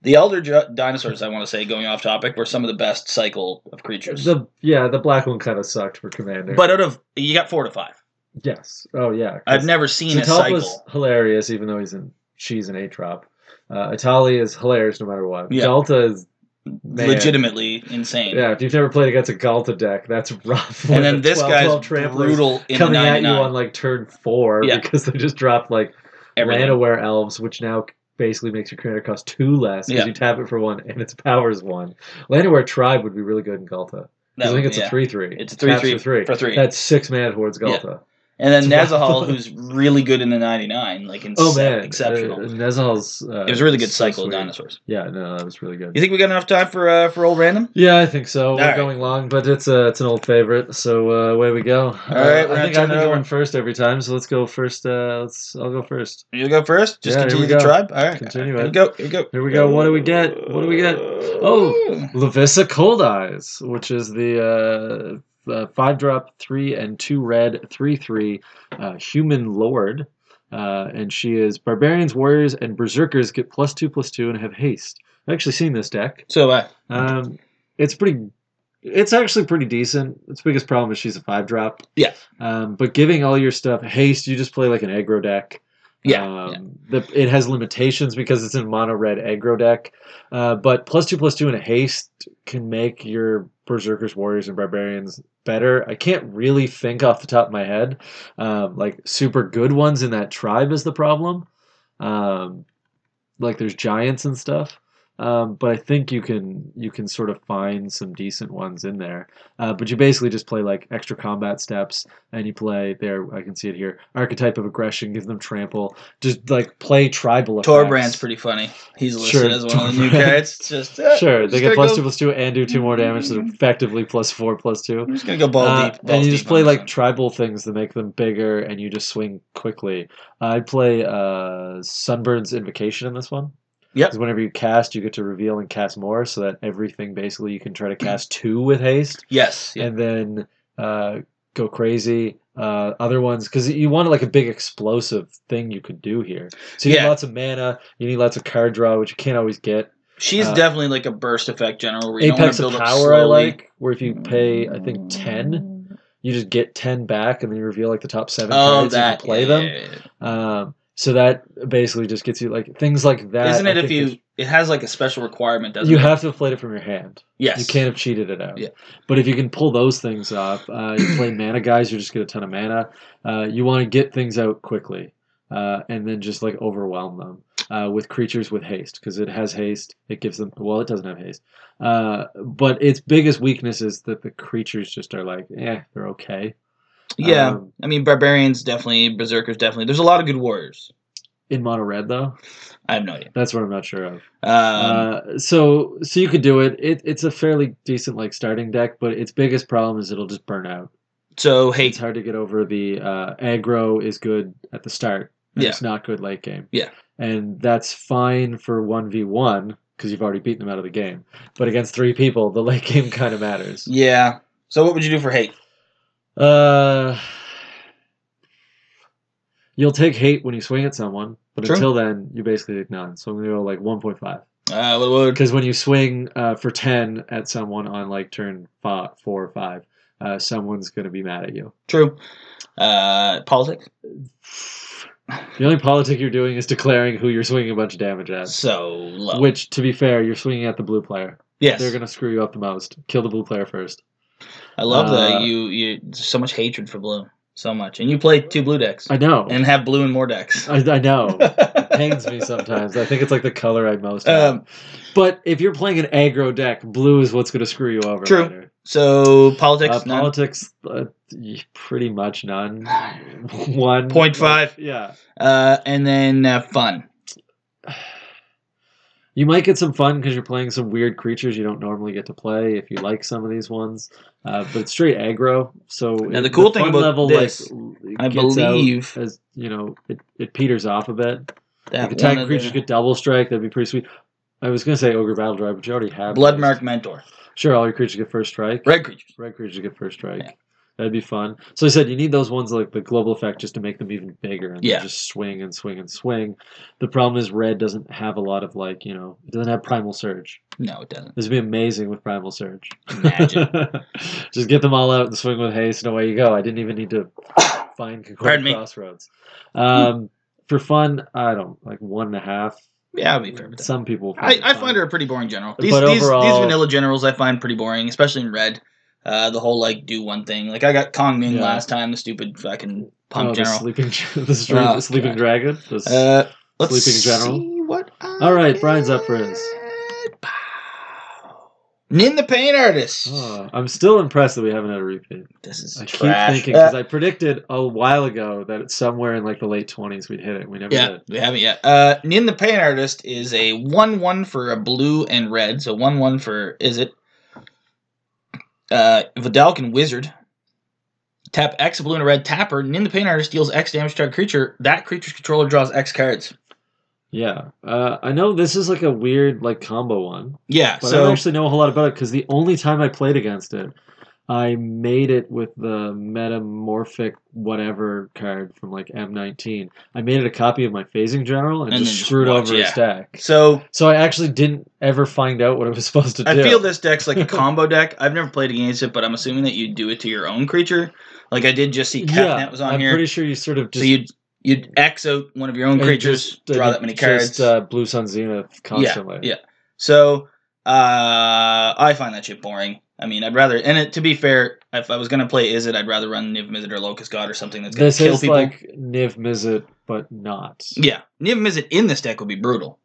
[SPEAKER 1] The elder ju- dinosaurs, I want to say, going off topic, were some of the best cycle of creatures.
[SPEAKER 2] The yeah, the black one kind of sucked for commander.
[SPEAKER 1] but out of you got four to five.
[SPEAKER 2] yes. Oh yeah. 'cause
[SPEAKER 1] I've never seen a
[SPEAKER 2] Catalpa's
[SPEAKER 1] cycle.
[SPEAKER 2] hilarious, even though he's in she's an atrop. Uh, Itali is hilarious no matter what.
[SPEAKER 1] Yeah.
[SPEAKER 2] Galta is man.
[SPEAKER 1] legitimately insane.
[SPEAKER 2] Yeah, if you've never played against a Galta deck, that's *laughs* rough.
[SPEAKER 1] And
[SPEAKER 2] With
[SPEAKER 1] then
[SPEAKER 2] the
[SPEAKER 1] this
[SPEAKER 2] 12,
[SPEAKER 1] guy's
[SPEAKER 2] 12 tramplers
[SPEAKER 1] brutal in the
[SPEAKER 2] coming at you
[SPEAKER 1] 99.
[SPEAKER 2] on like turn four
[SPEAKER 1] Yeah.
[SPEAKER 2] because they just dropped like
[SPEAKER 1] Everything.
[SPEAKER 2] Lanaware elves, which now basically makes your commander cost two less because
[SPEAKER 1] Yeah.
[SPEAKER 2] you tap it for one and its power is one. Lanaware tribe would be really good in Galta. 'Cause
[SPEAKER 1] That
[SPEAKER 2] I think
[SPEAKER 1] would-
[SPEAKER 2] it's
[SPEAKER 1] yeah.
[SPEAKER 2] a three three.
[SPEAKER 1] It's a 3-3 for three.
[SPEAKER 2] That's six mana towards
[SPEAKER 1] Yeah.
[SPEAKER 2] Galta.
[SPEAKER 1] And then
[SPEAKER 2] It's
[SPEAKER 1] Nazahal,
[SPEAKER 2] wild.
[SPEAKER 1] who's really good in the 99, like in
[SPEAKER 2] Oh man,
[SPEAKER 1] exceptional.
[SPEAKER 2] Uh, Nezhal's, uh,
[SPEAKER 1] it was a really good
[SPEAKER 2] so
[SPEAKER 1] cycle of
[SPEAKER 2] sweet.
[SPEAKER 1] dinosaurs.
[SPEAKER 2] Yeah, no, that was really good.
[SPEAKER 1] You think we got enough time for uh, for old random?
[SPEAKER 2] Yeah, I think so. We're
[SPEAKER 1] right.
[SPEAKER 2] going long, but it's a it's an old favorite. So uh, away we go. All
[SPEAKER 1] right, we're
[SPEAKER 2] I
[SPEAKER 1] gonna
[SPEAKER 2] think
[SPEAKER 1] turn
[SPEAKER 2] I've been
[SPEAKER 1] it over.
[SPEAKER 2] going first every time, so let's go first. Uh, let's I'll go first.
[SPEAKER 1] You go first. Just
[SPEAKER 2] Yeah, here
[SPEAKER 1] continue
[SPEAKER 2] we
[SPEAKER 1] the
[SPEAKER 2] go.
[SPEAKER 1] tribe. All right.
[SPEAKER 2] Continue
[SPEAKER 1] Here
[SPEAKER 2] it.
[SPEAKER 1] we go. Here we go.
[SPEAKER 2] Here we go. What do we get? What do we get? Oh. Lavissa Cold Eyes, which is the uh, uh, five drop, three and two red, three three, uh, human lord, uh, and she is barbarians, warriors, and berserkers get plus two plus two and have haste. I've actually seen this deck.
[SPEAKER 1] So uh,
[SPEAKER 2] Um, it's pretty. It's actually pretty decent. Its biggest problem is she's a five drop.
[SPEAKER 1] Yeah.
[SPEAKER 2] Um, but giving all your stuff haste, you just play like an aggro deck.
[SPEAKER 1] yeah. yeah.
[SPEAKER 2] Um, The, it has limitations because it's in mono red aggro deck. Uh, but plus two plus two and a haste can make your berserkers, warriors, and barbarians better. I can't really think off the top of my head. Um, like super good ones in that tribe is the problem. Um, like there's giants and stuff. Um, but I think you can you can sort of find some decent ones in there. Uh, but you basically just play like extra combat steps, and you play there. I can see it here. Archetype of aggression, give them trample. Just like play tribal. effects.
[SPEAKER 1] Torbrand's pretty funny. He's listed
[SPEAKER 2] Sure,
[SPEAKER 1] as one
[SPEAKER 2] *laughs*
[SPEAKER 1] of the new
[SPEAKER 2] Torbrand.
[SPEAKER 1] cards. It's Just uh,
[SPEAKER 2] Sure,
[SPEAKER 1] I'm
[SPEAKER 2] they
[SPEAKER 1] just gonna
[SPEAKER 2] get plus
[SPEAKER 1] go-
[SPEAKER 2] two plus two and do two more damage, so effectively plus four plus two.
[SPEAKER 1] I'm just gonna go ball
[SPEAKER 2] Uh,
[SPEAKER 1] deep. Ball
[SPEAKER 2] and you
[SPEAKER 1] deep
[SPEAKER 2] just play
[SPEAKER 1] on
[SPEAKER 2] like
[SPEAKER 1] this
[SPEAKER 2] tribal things that make them bigger, and you just swing quickly. I play uh, Sunburn's Invocation in this one.
[SPEAKER 1] Yep.
[SPEAKER 2] Because whenever you cast, you get to reveal and cast more, so that everything basically you can try to cast two with haste,
[SPEAKER 1] one. yes. Yeah.
[SPEAKER 2] and then uh, go crazy. Uh, other ones because you want like a big explosive thing you could do here. So you need
[SPEAKER 1] Yeah.
[SPEAKER 2] lots of mana. You need lots of card draw, which you can't always get.
[SPEAKER 1] She's
[SPEAKER 2] uh,
[SPEAKER 1] definitely like a burst effect general. Where you
[SPEAKER 2] Apex
[SPEAKER 1] don't
[SPEAKER 2] of
[SPEAKER 1] want to build
[SPEAKER 2] Power I
[SPEAKER 1] up slowly.
[SPEAKER 2] like, where if you pay, I think ten, you just get ten back, and then you reveal like the top seven
[SPEAKER 1] Oh,
[SPEAKER 2] cards
[SPEAKER 1] that
[SPEAKER 2] you can play
[SPEAKER 1] yeah,
[SPEAKER 2] them.
[SPEAKER 1] yeah, yeah.
[SPEAKER 2] Um, so that basically just gets you like things like that.
[SPEAKER 1] Isn't
[SPEAKER 2] I
[SPEAKER 1] it if
[SPEAKER 2] think
[SPEAKER 1] you? It has like a special requirement,
[SPEAKER 2] is-
[SPEAKER 1] doesn't
[SPEAKER 2] you
[SPEAKER 1] it?
[SPEAKER 2] have to have played it from your hand.
[SPEAKER 1] Yes.
[SPEAKER 2] You can't have cheated it out.
[SPEAKER 1] Yeah.
[SPEAKER 2] But if you can pull those things off, uh,
[SPEAKER 1] *clears throat*
[SPEAKER 2] you play mana guys. You just get a ton of mana. Uh, you want to get things out quickly, uh, and then just like overwhelm them uh, with creatures with haste because it has haste. It gives them well, it doesn't have haste. Uh, but its biggest weakness is that the creatures just are like, eh, they're okay.
[SPEAKER 1] Yeah.
[SPEAKER 2] Um,
[SPEAKER 1] I mean, barbarians definitely, berserkers definitely. There's a lot of good warriors.
[SPEAKER 2] in mono red though,
[SPEAKER 1] I have no idea.
[SPEAKER 2] that's what I'm not sure of.
[SPEAKER 1] Um,
[SPEAKER 2] Uh, so so you could do it. it. It's a fairly decent like starting deck, but its biggest problem is it'll just burn out.
[SPEAKER 1] so hey,
[SPEAKER 2] It's hard to get over the uh, aggro is good at the start. And
[SPEAKER 1] Yeah.
[SPEAKER 2] It's not good late game.
[SPEAKER 1] Yeah.
[SPEAKER 2] And that's fine for one v one because you've already beaten them out of the game. But against three people, the late *laughs* game kind of matters.
[SPEAKER 1] yeah. So what would you do for hate?
[SPEAKER 2] Uh, you'll take hate when you swing at someone, but
[SPEAKER 1] True.
[SPEAKER 2] until then, you basically take none. So I'm gonna go like one point five.
[SPEAKER 1] Uh, what would?
[SPEAKER 2] Because when you swing uh, for 10 at someone on like turn five, 4 or 5, uh, someone's going to be mad at you.
[SPEAKER 1] True. Uh, politics.
[SPEAKER 2] The only politic you're doing is declaring who you're swinging a bunch of damage at.
[SPEAKER 1] So low.
[SPEAKER 2] Which, to be fair, you're swinging at the blue player.
[SPEAKER 1] yes,
[SPEAKER 2] They're going to screw you up the most. Kill the blue player first.
[SPEAKER 1] I love
[SPEAKER 2] uh,
[SPEAKER 1] that you you there's so much hatred for blue, so much, and you play two blue decks
[SPEAKER 2] I know.
[SPEAKER 1] and have blue and more decks. *laughs*
[SPEAKER 2] I, I know. Pains me sometimes. I think it's like the color I most.
[SPEAKER 1] Um,
[SPEAKER 2] have. But if you're playing an aggro deck, blue is what's going to screw you over.
[SPEAKER 1] True.
[SPEAKER 2] later.
[SPEAKER 1] so politics.
[SPEAKER 2] Uh,
[SPEAKER 1] none.
[SPEAKER 2] politics, uh, y- pretty much
[SPEAKER 1] *sighs*
[SPEAKER 2] none. One
[SPEAKER 1] Point five.
[SPEAKER 2] Yeah,
[SPEAKER 1] Uh, and then uh, fun.
[SPEAKER 2] you might get some fun because you're playing some weird creatures you don't normally get to play. If you like some of these ones, uh, but it's straight aggro. So
[SPEAKER 1] Now,
[SPEAKER 2] it-
[SPEAKER 1] the cool thing
[SPEAKER 2] fun
[SPEAKER 1] about
[SPEAKER 2] level,
[SPEAKER 1] this,
[SPEAKER 2] like, l- it
[SPEAKER 1] I
[SPEAKER 2] gets out
[SPEAKER 1] believe-
[SPEAKER 2] as you know, it, it peters off a bit.
[SPEAKER 1] That
[SPEAKER 2] like
[SPEAKER 1] one
[SPEAKER 2] attack
[SPEAKER 1] of
[SPEAKER 2] creatures
[SPEAKER 1] the-
[SPEAKER 2] get double strike. That'd be pretty sweet. I was gonna say ogre battle drive, but you already have those.
[SPEAKER 1] Bloodmark Mentor.
[SPEAKER 2] Sure, all your creatures get first strike.
[SPEAKER 1] Red creatures.
[SPEAKER 2] Red creatures get first strike.
[SPEAKER 1] Yeah.
[SPEAKER 2] That'd be fun. So I said you need those ones like the global effect just to make them even bigger and they
[SPEAKER 1] Yeah.
[SPEAKER 2] just swing and swing and swing. The problem is red doesn't have a lot of like you know it doesn't have primal surge.
[SPEAKER 1] No, it doesn't.
[SPEAKER 2] This would be amazing with primal surge.
[SPEAKER 1] Imagine.
[SPEAKER 2] *laughs* just get them all out and swing with haste and away you go. I didn't even
[SPEAKER 1] *coughs*
[SPEAKER 2] need to find
[SPEAKER 1] Pardon
[SPEAKER 2] Concordia
[SPEAKER 1] me.
[SPEAKER 2] Crossroads. Um, for fun, I don't like one and a half.
[SPEAKER 1] yeah, I'll be fair with that.
[SPEAKER 2] Some people.
[SPEAKER 1] I,
[SPEAKER 2] it
[SPEAKER 1] I
[SPEAKER 2] fun.
[SPEAKER 1] find her a pretty boring general.
[SPEAKER 2] But
[SPEAKER 1] These these, these
[SPEAKER 2] overall-
[SPEAKER 1] vanilla generals I find pretty boring, especially in red. Uh, the whole like do one thing. Like I got Kong Ming
[SPEAKER 2] Yeah.
[SPEAKER 1] last time, the stupid fucking punk
[SPEAKER 2] Oh, the
[SPEAKER 1] general.
[SPEAKER 2] sleeping, *laughs* the stre-
[SPEAKER 1] Oh,
[SPEAKER 2] the sleeping
[SPEAKER 1] God.
[SPEAKER 2] dragon. This-
[SPEAKER 1] uh, let's
[SPEAKER 2] sleeping general.
[SPEAKER 1] see what. I
[SPEAKER 2] All right, Brian's up for his.
[SPEAKER 1] get. Pow. Nin the paint artist.
[SPEAKER 2] Oh, I'm still impressed that we haven't had a repeat.
[SPEAKER 1] This is
[SPEAKER 2] I
[SPEAKER 1] trash. Uh,
[SPEAKER 2] keep thinking because I predicted a while ago that it's somewhere in like the late 20s we'd hit it. We never
[SPEAKER 1] Yeah,
[SPEAKER 2] did.
[SPEAKER 1] we haven't yet. Uh, Nin the Pain Artist is a one-one for a blue and red. So one-one for is it? Uh, Vidalcan Wizard. Tap X blue and a red tapper. Nin the Pain Artist deals X damage to a creature. That creature's controller draws X cards.
[SPEAKER 2] Yeah, uh, I know this is like a weird like combo one.
[SPEAKER 1] Yeah.
[SPEAKER 2] But I
[SPEAKER 1] so
[SPEAKER 2] don't actually know a whole lot about it because the only time I played against it, I made it with the metamorphic whatever card from like M19. I made it a copy of my phasing general and,
[SPEAKER 1] And
[SPEAKER 2] just
[SPEAKER 1] then just
[SPEAKER 2] screwed
[SPEAKER 1] watch,
[SPEAKER 2] over
[SPEAKER 1] yeah.
[SPEAKER 2] a stack.
[SPEAKER 1] so
[SPEAKER 2] So I actually didn't ever find out what it was *laughs* supposed to
[SPEAKER 1] I
[SPEAKER 2] do.
[SPEAKER 1] feel this deck's
[SPEAKER 2] *laughs*
[SPEAKER 1] like a combo deck. I've never played against it, but I'm assuming that you do it to your own creature. Like I did just see Catnet
[SPEAKER 2] yeah,
[SPEAKER 1] was on
[SPEAKER 2] I'm
[SPEAKER 1] here.
[SPEAKER 2] pretty sure you sort of just
[SPEAKER 1] so you'd you'd X out one of your own
[SPEAKER 2] and
[SPEAKER 1] creatures,
[SPEAKER 2] just-
[SPEAKER 1] draw
[SPEAKER 2] and
[SPEAKER 1] that many
[SPEAKER 2] just,
[SPEAKER 1] cards.
[SPEAKER 2] uh, Blue Sun Zenith constantly.
[SPEAKER 1] yeah. So uh, I find that shit boring. I mean, I'd rather. And it, to be fair, if I was gonna play Izzet, I'd rather run Niv Mizzet or Locust God or something that's gonna
[SPEAKER 2] This
[SPEAKER 1] kill
[SPEAKER 2] is
[SPEAKER 1] people.
[SPEAKER 2] like Niv Mizzet, but not.
[SPEAKER 1] yeah, Niv Mizzet in this deck would be brutal,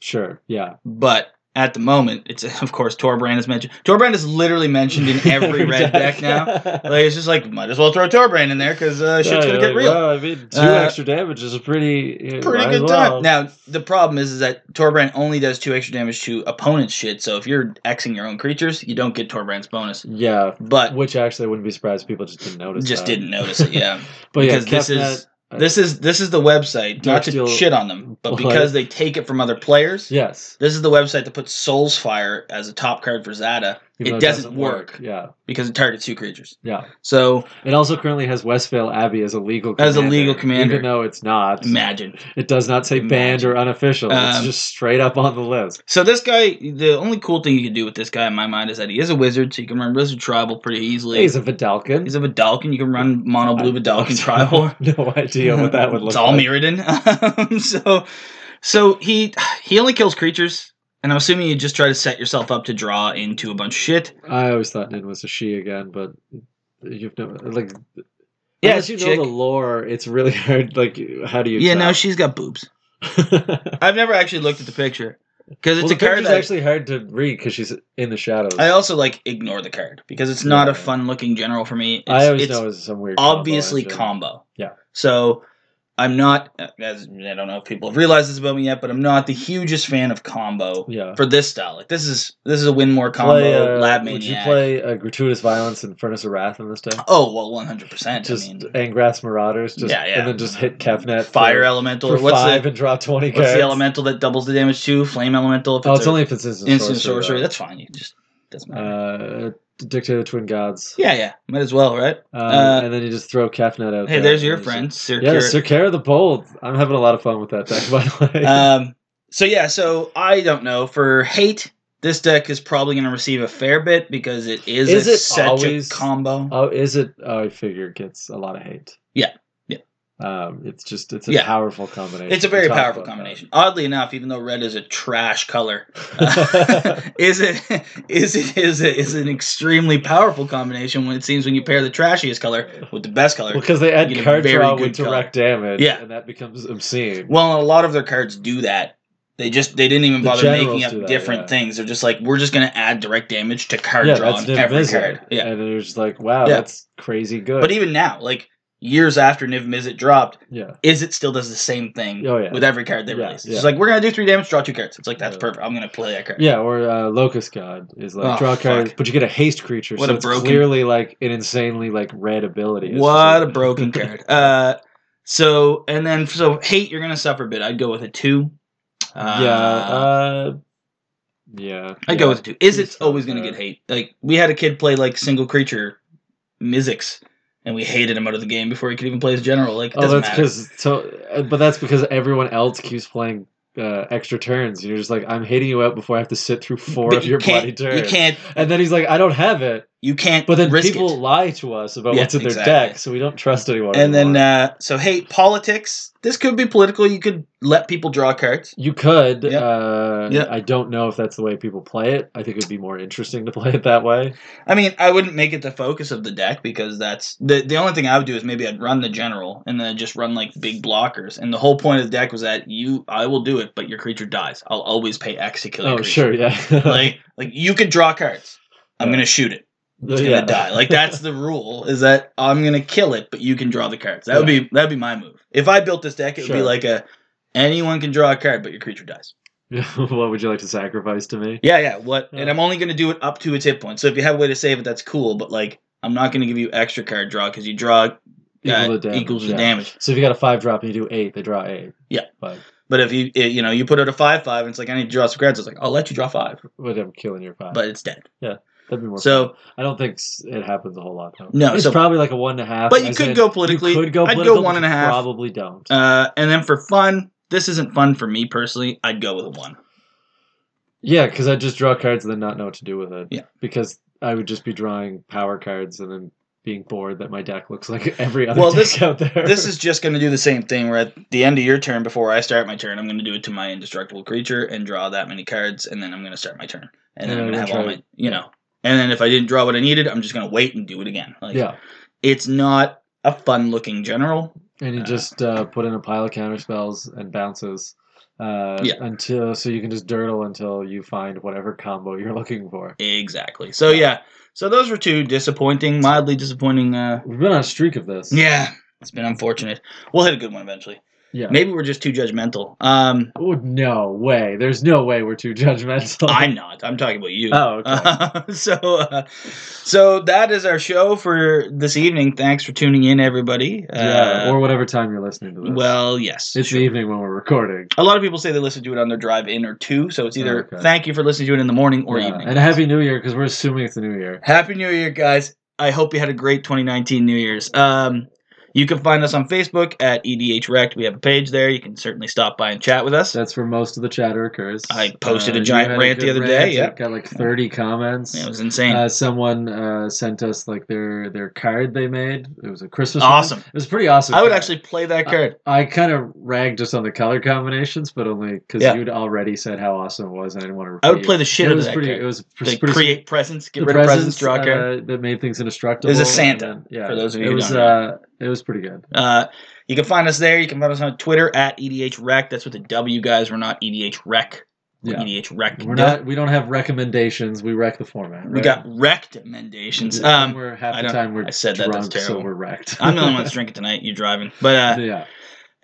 [SPEAKER 2] Sure. Yeah.
[SPEAKER 1] but at the moment, it's *laughs* of course Torbrand is mentioned. Torbrand is literally mentioned
[SPEAKER 2] *laughs*
[SPEAKER 1] in every red deck now. Like it's just like might as well throw Torbrand in there because uh, shit's
[SPEAKER 2] Yeah,
[SPEAKER 1] gonna
[SPEAKER 2] you're
[SPEAKER 1] get
[SPEAKER 2] like,
[SPEAKER 1] real.
[SPEAKER 2] Wow, I mean, two
[SPEAKER 1] Uh,
[SPEAKER 2] extra damage is a pretty
[SPEAKER 1] Pretty
[SPEAKER 2] might
[SPEAKER 1] good
[SPEAKER 2] as
[SPEAKER 1] time.
[SPEAKER 2] well.
[SPEAKER 1] Now the problem is, is that Torbrand only does two extra damage to opponents' shit. So if you're Xing your own creatures, you don't get Torbrand's bonus.
[SPEAKER 2] Yeah,
[SPEAKER 1] But
[SPEAKER 2] which actually I wouldn't be surprised if people just didn't notice.
[SPEAKER 1] just
[SPEAKER 2] that.
[SPEAKER 1] didn't notice it. Yeah,
[SPEAKER 2] *laughs*
[SPEAKER 1] *laughs*
[SPEAKER 2] But
[SPEAKER 1] because
[SPEAKER 2] yeah,
[SPEAKER 1] this is this is this is the website. Not to
[SPEAKER 2] Darksteel-
[SPEAKER 1] shit on them, but
[SPEAKER 2] What?
[SPEAKER 1] because they take it from other players.
[SPEAKER 2] yes.
[SPEAKER 1] This is the website that puts Soul's Fire as a top card for Zada
[SPEAKER 2] even
[SPEAKER 1] it
[SPEAKER 2] though
[SPEAKER 1] doesn't work.
[SPEAKER 2] Yeah,
[SPEAKER 1] because it targets two creatures.
[SPEAKER 2] yeah.
[SPEAKER 1] So
[SPEAKER 2] It also currently has Westvale Abbey as a legal
[SPEAKER 1] As
[SPEAKER 2] commander,
[SPEAKER 1] a legal commander.
[SPEAKER 2] even though it's not.
[SPEAKER 1] imagine.
[SPEAKER 2] It does not say banned or unofficial.
[SPEAKER 1] Um,
[SPEAKER 2] it's just straight up on the list.
[SPEAKER 1] So this guy, the only cool thing you can do with this guy in my mind is that he is a wizard, so you can run Wizard Tribal pretty easily.
[SPEAKER 2] He's a Vidalkin.
[SPEAKER 1] He's a Vidalcan. You can run Mono Blue Vidalcan Tribal.
[SPEAKER 2] *laughs* no idea what
[SPEAKER 1] *laughs*
[SPEAKER 2] that would look
[SPEAKER 1] it's all
[SPEAKER 2] like.
[SPEAKER 1] Mirrodin. Um, so, so he he only kills creatures, and I'm assuming you just try to set yourself up to draw into a bunch of shit.
[SPEAKER 2] I always thought Nin was a she again, but you've never like
[SPEAKER 1] Yeah,
[SPEAKER 2] unless
[SPEAKER 1] it's
[SPEAKER 2] you
[SPEAKER 1] chick.
[SPEAKER 2] know the lore, it's really *laughs* hard. Like, how do you?
[SPEAKER 1] yeah,
[SPEAKER 2] tell?
[SPEAKER 1] no, she's got boobs.
[SPEAKER 2] *laughs* well,
[SPEAKER 1] I've never actually looked at the picture because it's
[SPEAKER 2] the
[SPEAKER 1] a card
[SPEAKER 2] picture's
[SPEAKER 1] that
[SPEAKER 2] actually hard to read because she's in the shadows.
[SPEAKER 1] I also like ignore the card because it's not a
[SPEAKER 2] Yeah.
[SPEAKER 1] fun looking general for me. It's,
[SPEAKER 2] I always
[SPEAKER 1] it's
[SPEAKER 2] know it's some weird. combo,
[SPEAKER 1] obviously
[SPEAKER 2] actually.
[SPEAKER 1] combo.
[SPEAKER 2] Yeah.
[SPEAKER 1] So I'm not uh, as I don't know if people have realized this about me yet, but I'm not the hugest fan of combo
[SPEAKER 2] Yeah.
[SPEAKER 1] for this style. Like this is this is a win more combo
[SPEAKER 2] Play, uh,
[SPEAKER 1] lab maniac.
[SPEAKER 2] would you play uh, gratuitous violence and furnace of wrath in this deck?
[SPEAKER 1] Oh well, one hundred percent. I
[SPEAKER 2] Just
[SPEAKER 1] mean,
[SPEAKER 2] Angrath's Marauders, just
[SPEAKER 1] Yeah, yeah.
[SPEAKER 2] and then just hit Kevnet
[SPEAKER 1] fire
[SPEAKER 2] for,
[SPEAKER 1] elemental.
[SPEAKER 2] for
[SPEAKER 1] or what's
[SPEAKER 2] five
[SPEAKER 1] the
[SPEAKER 2] and draw twenty
[SPEAKER 1] what's
[SPEAKER 2] cards.
[SPEAKER 1] the elemental that doubles the damage to flame elemental? If
[SPEAKER 2] Oh, it's
[SPEAKER 1] a
[SPEAKER 2] only if it's instant,
[SPEAKER 1] instant sorcery.
[SPEAKER 2] sorcery.
[SPEAKER 1] That's fine. You just doesn't
[SPEAKER 2] though.
[SPEAKER 1] matter.
[SPEAKER 2] uh, Dictate of the Twin Gods.
[SPEAKER 1] yeah, yeah. Might as well, right?
[SPEAKER 2] Uh,
[SPEAKER 1] Uh,
[SPEAKER 2] and then you just throw Kefnet out.
[SPEAKER 1] Hey,
[SPEAKER 2] there
[SPEAKER 1] there's
[SPEAKER 2] and
[SPEAKER 1] your
[SPEAKER 2] it's-
[SPEAKER 1] friend, Sir.
[SPEAKER 2] Yeah,
[SPEAKER 1] Kira.
[SPEAKER 2] Sir Kara the Bold. I'm having a lot of fun with that *laughs* deck, by the way.
[SPEAKER 1] um, so yeah, so I don't know for hate. This deck is probably going to receive a fair bit because it is,
[SPEAKER 2] Is
[SPEAKER 1] a,
[SPEAKER 2] it
[SPEAKER 1] such
[SPEAKER 2] always-
[SPEAKER 1] a combo.
[SPEAKER 2] Oh, is it? Oh, I figure it gets a lot of hate.
[SPEAKER 1] Yeah, yeah.
[SPEAKER 2] Um, it's just it's a
[SPEAKER 1] Yeah.
[SPEAKER 2] powerful combination.
[SPEAKER 1] it's a
[SPEAKER 2] We
[SPEAKER 1] very
[SPEAKER 2] talked
[SPEAKER 1] powerful
[SPEAKER 2] about that.
[SPEAKER 1] combination. Oddly enough, even though red is a trash color,
[SPEAKER 2] *laughs*
[SPEAKER 1] *laughs* is it is it is it is an extremely powerful combination when it seems when you pair the trashiest color with the best color.
[SPEAKER 2] because they add
[SPEAKER 1] You get a
[SPEAKER 2] card
[SPEAKER 1] very
[SPEAKER 2] draw
[SPEAKER 1] good
[SPEAKER 2] with direct damage,
[SPEAKER 1] Yeah.
[SPEAKER 2] and that becomes obscene.
[SPEAKER 1] Well, a lot of their cards do that. They just they didn't even
[SPEAKER 2] The
[SPEAKER 1] bother
[SPEAKER 2] generals
[SPEAKER 1] making up
[SPEAKER 2] do that,
[SPEAKER 1] different
[SPEAKER 2] yeah.
[SPEAKER 1] things. They're just like we're just going to add direct damage to card
[SPEAKER 2] yeah,
[SPEAKER 1] draw
[SPEAKER 2] that's
[SPEAKER 1] on every
[SPEAKER 2] Niv-Mizzet.
[SPEAKER 1] card. Yeah.
[SPEAKER 2] and they're just like, wow,
[SPEAKER 1] Yeah.
[SPEAKER 2] that's crazy good.
[SPEAKER 1] But even now, like years after Niv Mizzet dropped,
[SPEAKER 2] yeah,
[SPEAKER 1] is it still does the same thing
[SPEAKER 2] Oh, yeah.
[SPEAKER 1] with every card they
[SPEAKER 2] Yeah,
[SPEAKER 1] release. It's
[SPEAKER 2] yeah.
[SPEAKER 1] just like we're gonna do three damage, draw two cards. It's like that's
[SPEAKER 2] Yeah.
[SPEAKER 1] perfect. I'm gonna play that card.
[SPEAKER 2] yeah, or uh, Locust God is like
[SPEAKER 1] Oh,
[SPEAKER 2] draw cards,
[SPEAKER 1] fuck.
[SPEAKER 2] but you get a haste creature,
[SPEAKER 1] What
[SPEAKER 2] so
[SPEAKER 1] a
[SPEAKER 2] it's
[SPEAKER 1] broken-
[SPEAKER 2] clearly like an insanely like red ability. It's just
[SPEAKER 1] What a
[SPEAKER 2] *laughs* like-
[SPEAKER 1] broken card. Uh So and then so hate you're gonna suffer a bit. I'd go with a two. Uh,
[SPEAKER 2] yeah. Uh, yeah.
[SPEAKER 1] I'd
[SPEAKER 2] yeah.
[SPEAKER 1] go with a two. Is it
[SPEAKER 2] Two's not
[SPEAKER 1] always gonna
[SPEAKER 2] bad.
[SPEAKER 1] get hate? Like we had a kid play like single creature, Mizzix, and we hated him out of the game before he could even play his general. Like it
[SPEAKER 2] Oh,
[SPEAKER 1] doesn't
[SPEAKER 2] that's
[SPEAKER 1] matter.
[SPEAKER 2] because to, uh, but that's because everyone else keeps playing uh, extra turns. You're just like, I'm hitting you out before I have to sit through four
[SPEAKER 1] But
[SPEAKER 2] of
[SPEAKER 1] you
[SPEAKER 2] your
[SPEAKER 1] can't-
[SPEAKER 2] bloody turns.
[SPEAKER 1] You can't. *laughs*
[SPEAKER 2] And then he's like, I don't have it.
[SPEAKER 1] You can't.
[SPEAKER 2] But then
[SPEAKER 1] risk
[SPEAKER 2] people
[SPEAKER 1] it.
[SPEAKER 2] lie to us about
[SPEAKER 1] Yeah,
[SPEAKER 2] what's in their
[SPEAKER 1] exactly.
[SPEAKER 2] deck, so we don't trust anyone.
[SPEAKER 1] And then
[SPEAKER 2] anymore.
[SPEAKER 1] uh, so hate politics. This could be political. You could let people draw cards.
[SPEAKER 2] you could.
[SPEAKER 1] Yep.
[SPEAKER 2] Uh,
[SPEAKER 1] Yep.
[SPEAKER 2] I don't know if that's the way people play it. I think it'd be more interesting to play it that way.
[SPEAKER 1] I mean, I wouldn't make it the focus of the deck because that's the the only thing I would do is maybe I'd run the general and then I'd just run like big blockers. And the whole point of the deck was that you I will do it, but your creature dies. I'll always pay X to kill your
[SPEAKER 2] Oh,
[SPEAKER 1] creature.
[SPEAKER 2] sure, yeah.
[SPEAKER 1] *laughs*
[SPEAKER 2] *laughs*
[SPEAKER 1] Like like you can draw cards. I'm
[SPEAKER 2] Yeah.
[SPEAKER 1] gonna shoot it. It's
[SPEAKER 2] Yeah.
[SPEAKER 1] gonna die. Like that's the rule is that I'm gonna kill it, but you can draw the cards. That would be that'd be my move. If I built this deck, it would be
[SPEAKER 2] Sure.
[SPEAKER 1] like a anyone can draw a card, but your creature dies.
[SPEAKER 2] *laughs* what would you like to sacrifice to me?
[SPEAKER 1] Yeah, yeah. What? And
[SPEAKER 2] Yeah.
[SPEAKER 1] I'm only going to do it up to its hit point. So if you have a way to save it, that's cool. But like, I'm not going to give you extra card draw because you draw uh,
[SPEAKER 2] Equal to damage,
[SPEAKER 1] equals the
[SPEAKER 2] yeah.
[SPEAKER 1] damage.
[SPEAKER 2] So if you got a five drop and you do eight, they draw eight.
[SPEAKER 1] Yeah.
[SPEAKER 2] But,
[SPEAKER 1] But if you it, you know you put out a five five, and it's like I need to draw some cards. It's like I'll let you draw five,
[SPEAKER 2] but I'm killing your five.
[SPEAKER 1] but it's dead.
[SPEAKER 2] That'd be more
[SPEAKER 1] So,
[SPEAKER 2] I don't think s- it happens a whole lot. Though.
[SPEAKER 1] No,
[SPEAKER 2] it's
[SPEAKER 1] so-
[SPEAKER 2] probably like a one and a half.
[SPEAKER 1] but you
[SPEAKER 2] I
[SPEAKER 1] could
[SPEAKER 2] said
[SPEAKER 1] go politically.
[SPEAKER 2] Uh, You could go.
[SPEAKER 1] I'd
[SPEAKER 2] Political,
[SPEAKER 1] go one and
[SPEAKER 2] but
[SPEAKER 1] a
[SPEAKER 2] you
[SPEAKER 1] half.
[SPEAKER 2] Probably don't.
[SPEAKER 1] Uh, and then for fun, this isn't fun for me personally. I'd go with a one.
[SPEAKER 2] yeah, because I just draw cards and then not know what to do with it.
[SPEAKER 1] Yeah.
[SPEAKER 2] Because I would just be drawing power cards and then being bored that my deck looks like every other
[SPEAKER 1] Well,
[SPEAKER 2] deck
[SPEAKER 1] this-
[SPEAKER 2] out there.
[SPEAKER 1] this is just going to do the same thing where at the end of your turn before i start my turn i'm going to do it to my indestructible creature and draw that many cards and then i'm going to start my turn and then
[SPEAKER 2] And
[SPEAKER 1] i'm going to
[SPEAKER 2] then
[SPEAKER 1] have all
[SPEAKER 2] try-
[SPEAKER 1] my you know and then if i didn't draw what i needed i'm just going to wait and do it again like
[SPEAKER 2] yeah,
[SPEAKER 1] it's not a fun looking general
[SPEAKER 2] and you just uh, put in a pile of counter spells and bounces. Uh,
[SPEAKER 1] Yeah.
[SPEAKER 2] Until so you can just dirtle until you find whatever combo you're *laughs* looking for.
[SPEAKER 1] exactly so yeah so those were two disappointing mildly disappointing uh
[SPEAKER 2] We've been on a streak of this.
[SPEAKER 1] yeah it's been unfortunate we'll hit a good one eventually
[SPEAKER 2] Yeah.
[SPEAKER 1] maybe we're just too judgmental um
[SPEAKER 2] Oh no way! There's no way we're too *laughs* judgmental.
[SPEAKER 1] i'm not i'm talking about you
[SPEAKER 2] Oh, okay.
[SPEAKER 1] Uh, *laughs* so, uh, so that is our show for this evening. Thanks for tuning in, everybody. Uh,
[SPEAKER 2] yeah, or whatever time you're listening to this.
[SPEAKER 1] well, yes.
[SPEAKER 2] it's
[SPEAKER 1] sure.
[SPEAKER 2] the evening when we're recording.
[SPEAKER 1] A lot of people say they listen to it on their drive in or two, so it's either
[SPEAKER 2] Okay.
[SPEAKER 1] thank you for listening to it in the morning or
[SPEAKER 2] Yeah,
[SPEAKER 1] evening.
[SPEAKER 2] And happy New Year because we're assuming it's the New Year.
[SPEAKER 1] Happy New Year, guys. I hope you had a great 2019 New Year's. Um, you can find us on Facebook at EDH Rect. We have a page there. You can certainly stop by and chat with us.
[SPEAKER 2] That's where most of the chatter occurs. Uh,
[SPEAKER 1] I posted a
[SPEAKER 2] you
[SPEAKER 1] giant
[SPEAKER 2] had
[SPEAKER 1] rant the
[SPEAKER 2] good
[SPEAKER 1] other day,
[SPEAKER 2] It
[SPEAKER 1] yeah.
[SPEAKER 2] got like 30 comments.
[SPEAKER 1] It was insane.
[SPEAKER 2] Uh, someone uh, sent us like their their card they made. It was a Christmas. one.
[SPEAKER 1] awesome.
[SPEAKER 2] It was pretty awesome.
[SPEAKER 1] I would
[SPEAKER 2] card.
[SPEAKER 1] actually play
[SPEAKER 2] Uh,
[SPEAKER 1] that card.
[SPEAKER 2] I kind of ragged just on the color combinations, but only because
[SPEAKER 1] Yeah.
[SPEAKER 2] you'd already said how awesome it was, and I didn't want to. Repeat.
[SPEAKER 1] I would play the shit
[SPEAKER 2] It
[SPEAKER 1] out of
[SPEAKER 2] was
[SPEAKER 1] that
[SPEAKER 2] pretty. It
[SPEAKER 1] card.
[SPEAKER 2] was pr-
[SPEAKER 1] Like,
[SPEAKER 2] pretty
[SPEAKER 1] create presents, get
[SPEAKER 2] the
[SPEAKER 1] rid of presents, draw a card.
[SPEAKER 2] uh, that made things indestructible.
[SPEAKER 1] It was a Santa,
[SPEAKER 2] and then- yeah,
[SPEAKER 1] for those of you
[SPEAKER 2] it
[SPEAKER 1] who
[SPEAKER 2] was,
[SPEAKER 1] don't
[SPEAKER 2] uh, It was pretty good.
[SPEAKER 1] Uh, you can find us there. You can find us on Twitter at EDH Rec. That's with the W, guys. We're not EDH Rec. We're
[SPEAKER 2] Yeah.
[SPEAKER 1] EDH Rec.
[SPEAKER 2] We're not. We don't have recommendations. We wreck the format.
[SPEAKER 1] We
[SPEAKER 2] right?
[SPEAKER 1] got recommendations.
[SPEAKER 2] Yeah,
[SPEAKER 1] Um,
[SPEAKER 2] we're half
[SPEAKER 1] I
[SPEAKER 2] the
[SPEAKER 1] don't-
[SPEAKER 2] time we're
[SPEAKER 1] I said that,
[SPEAKER 2] drunk,
[SPEAKER 1] that's
[SPEAKER 2] so
[SPEAKER 1] terrible.
[SPEAKER 2] we're wrecked.
[SPEAKER 1] I'm the only
[SPEAKER 2] *laughs*
[SPEAKER 1] one that's drinking tonight. You're driving, but uh,
[SPEAKER 2] yeah.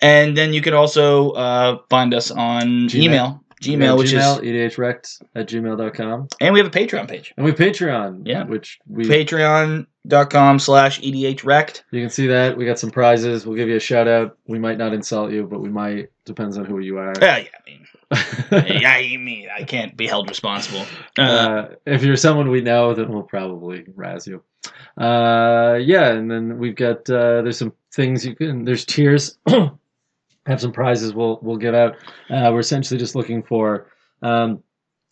[SPEAKER 1] and then you can also uh, find us on
[SPEAKER 2] Gmail.
[SPEAKER 1] email, Gmail, which is,
[SPEAKER 2] is edhwrecked at gmail.com.
[SPEAKER 1] and we have a Patreon page,
[SPEAKER 2] and we have Patreon.
[SPEAKER 1] Yeah.
[SPEAKER 2] which we
[SPEAKER 1] patreon.com slash E EDH Rect.
[SPEAKER 2] you can see that we got some prizes. We'll give you a shout out. We might not insult you, but we might. Depends on who you are.
[SPEAKER 1] Uh, yeah, I mean,
[SPEAKER 2] *laughs*
[SPEAKER 1] yeah, I mean, I can't be held responsible. Uh,
[SPEAKER 2] Uh, if you're someone we know, then we'll probably razz you. Uh, yeah, and then we've got uh, there's some things you can there's tiers. *clears throat* Have some prizes we'll we'll give out. Uh, we're essentially just looking for um,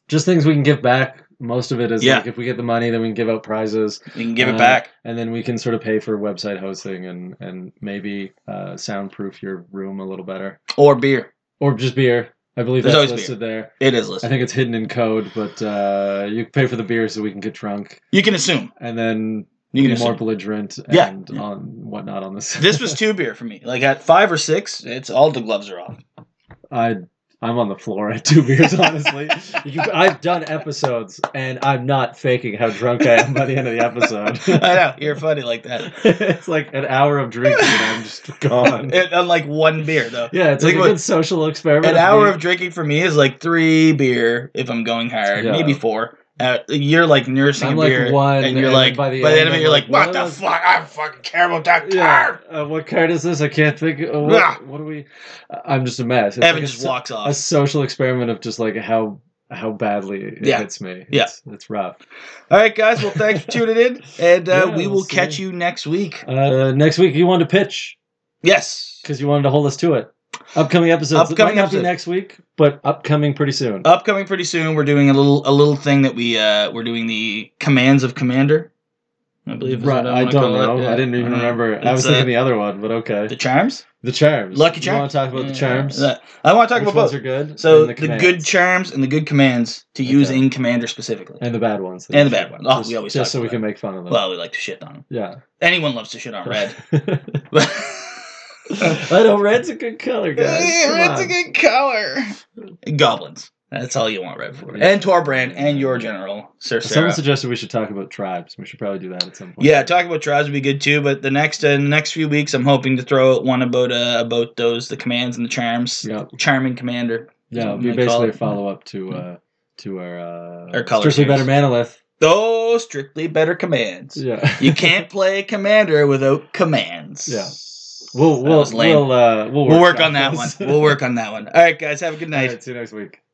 [SPEAKER 2] just things we can give back. Most of it is
[SPEAKER 1] Yeah.
[SPEAKER 2] like if we get the money, then we can give out prizes,
[SPEAKER 1] you can give it
[SPEAKER 2] uh,
[SPEAKER 1] back.
[SPEAKER 2] and then we can sort of pay for website hosting and and maybe uh, soundproof your room a little better
[SPEAKER 1] Or beer.
[SPEAKER 2] or just beer. I believe
[SPEAKER 1] There's
[SPEAKER 2] that's
[SPEAKER 1] always
[SPEAKER 2] listed there.
[SPEAKER 1] It is
[SPEAKER 2] I
[SPEAKER 1] listed.
[SPEAKER 2] think it's hidden in code, but uh, you pay for the beer so we can get drunk
[SPEAKER 1] You can assume.
[SPEAKER 2] and then
[SPEAKER 1] You
[SPEAKER 2] be
[SPEAKER 1] can
[SPEAKER 2] more
[SPEAKER 1] assume.
[SPEAKER 2] belligerent and
[SPEAKER 1] Yeah, yeah.
[SPEAKER 2] on whatnot on this.
[SPEAKER 1] this was two beer for me. Like at five or six, it's all the gloves are off. *laughs*
[SPEAKER 2] I I'm on the floor at two beers. Honestly, you, I've done episodes and I'm not faking how drunk I am by the end of the
[SPEAKER 1] I *laughs*
[SPEAKER 2] episode. *laughs*
[SPEAKER 1] know you're funny like that.
[SPEAKER 2] it's like an hour of drinking and I'm just gone.
[SPEAKER 1] It, unlike one beer though.
[SPEAKER 2] Yeah, it's
[SPEAKER 1] Think
[SPEAKER 2] like a
[SPEAKER 1] about-
[SPEAKER 2] good social experiment.
[SPEAKER 1] An hour
[SPEAKER 2] me-
[SPEAKER 1] of drinking for me is like three beer if I'm going hard,
[SPEAKER 2] Yeah.
[SPEAKER 1] maybe four, Uh, you're like nursing
[SPEAKER 2] I'm
[SPEAKER 1] a
[SPEAKER 2] like
[SPEAKER 1] beer,
[SPEAKER 2] one,
[SPEAKER 1] and you're
[SPEAKER 2] and
[SPEAKER 1] like
[SPEAKER 2] by
[SPEAKER 1] by
[SPEAKER 2] the
[SPEAKER 1] the, end,
[SPEAKER 2] end,
[SPEAKER 1] of it,
[SPEAKER 2] I'm
[SPEAKER 1] you're
[SPEAKER 2] like,
[SPEAKER 1] like,
[SPEAKER 2] what
[SPEAKER 1] what the
[SPEAKER 2] was-
[SPEAKER 1] fuck? I fucking care about that
[SPEAKER 2] Yeah.
[SPEAKER 1] card.
[SPEAKER 2] Uh, what card is this? I can't think. Uh,
[SPEAKER 1] Ah.
[SPEAKER 2] what, what are we? I- I'm just a mess. It's
[SPEAKER 1] Evan
[SPEAKER 2] like a
[SPEAKER 1] just
[SPEAKER 2] so-
[SPEAKER 1] walks
[SPEAKER 2] a
[SPEAKER 1] off.
[SPEAKER 2] social experiment of just like how how badly it
[SPEAKER 1] Yeah.
[SPEAKER 2] hits me.
[SPEAKER 1] Yeah.
[SPEAKER 2] It's, it's rough.
[SPEAKER 1] All right, guys. Well, thanks
[SPEAKER 2] *laughs*
[SPEAKER 1] for tuning in, and uh,
[SPEAKER 2] Yeah,
[SPEAKER 1] we will
[SPEAKER 2] we'll
[SPEAKER 1] catch
[SPEAKER 2] see.
[SPEAKER 1] you next week.
[SPEAKER 2] Uh, next week you wanted to pitch
[SPEAKER 1] Yes.
[SPEAKER 2] because you wanted to hold us to it. Upcoming episodes.
[SPEAKER 1] Upcoming
[SPEAKER 2] it might not
[SPEAKER 1] episode.
[SPEAKER 2] be next week, but upcoming pretty soon.
[SPEAKER 1] Upcoming pretty soon, we're doing a little a little thing that we uh we're doing the commands of commander. I believe. is what
[SPEAKER 2] Right, I
[SPEAKER 1] wanna
[SPEAKER 2] don't
[SPEAKER 1] call it.
[SPEAKER 2] know.
[SPEAKER 1] Yeah.
[SPEAKER 2] I didn't even
[SPEAKER 1] Uh,
[SPEAKER 2] remember. I
[SPEAKER 1] it's,
[SPEAKER 2] was
[SPEAKER 1] uh,
[SPEAKER 2] thinking the other one, but okay.
[SPEAKER 1] the charms.
[SPEAKER 2] The charms.
[SPEAKER 1] Lucky
[SPEAKER 2] You
[SPEAKER 1] charm?
[SPEAKER 2] want to talk about the
[SPEAKER 1] Yeah.
[SPEAKER 2] charms?
[SPEAKER 1] Uh, I want to talk
[SPEAKER 2] Which
[SPEAKER 1] about
[SPEAKER 2] ones
[SPEAKER 1] both.
[SPEAKER 2] are good?
[SPEAKER 1] So
[SPEAKER 2] And
[SPEAKER 1] the, good
[SPEAKER 2] commands.
[SPEAKER 1] charms and the good commands to use
[SPEAKER 2] Okay.
[SPEAKER 1] in Commander specifically.
[SPEAKER 2] and the bad ones.
[SPEAKER 1] And the bad ones. Oh,
[SPEAKER 2] Just,
[SPEAKER 1] we always
[SPEAKER 2] just
[SPEAKER 1] talk
[SPEAKER 2] so we
[SPEAKER 1] about
[SPEAKER 2] can make fun of them.
[SPEAKER 1] Well, we like to shit on them.
[SPEAKER 2] yeah.
[SPEAKER 1] Anyone loves to shit on red.
[SPEAKER 2] *laughs* I know red's a good color, guys.
[SPEAKER 1] Yeah,
[SPEAKER 2] Come
[SPEAKER 1] red's a
[SPEAKER 2] on.
[SPEAKER 1] good color. Goblins. That's all you want red for. And Torbrand and your general, Sir
[SPEAKER 2] Someone
[SPEAKER 1] Sarah.
[SPEAKER 2] suggested we should talk about tribes. We should probably do that at some point.
[SPEAKER 1] Yeah, talking about tribes would be good too. But the next uh, next few weeks, I'm hoping to throw out one about uh, about those the commands and the charms,
[SPEAKER 2] Yeah.
[SPEAKER 1] charming commander.
[SPEAKER 2] Yeah, it'll
[SPEAKER 1] Something
[SPEAKER 2] be
[SPEAKER 1] they call
[SPEAKER 2] basically a
[SPEAKER 1] it. Mm-hmm.
[SPEAKER 2] follow up to uh to our uh
[SPEAKER 1] Our color
[SPEAKER 2] Strictly
[SPEAKER 1] series.
[SPEAKER 2] Better Manolith.
[SPEAKER 1] Oh, strictly better commands. *laughs*
[SPEAKER 2] Yeah.
[SPEAKER 1] You can't play commander without commands.
[SPEAKER 2] Yeah. We'll
[SPEAKER 1] That
[SPEAKER 2] we'll
[SPEAKER 1] was lame.
[SPEAKER 2] we'll, uh, we'll
[SPEAKER 1] We'll work on that
[SPEAKER 2] on
[SPEAKER 1] one.
[SPEAKER 2] this. *laughs*
[SPEAKER 1] We'll work on that one. All right, guys, have a good
[SPEAKER 2] All
[SPEAKER 1] night.
[SPEAKER 2] right, see you next week.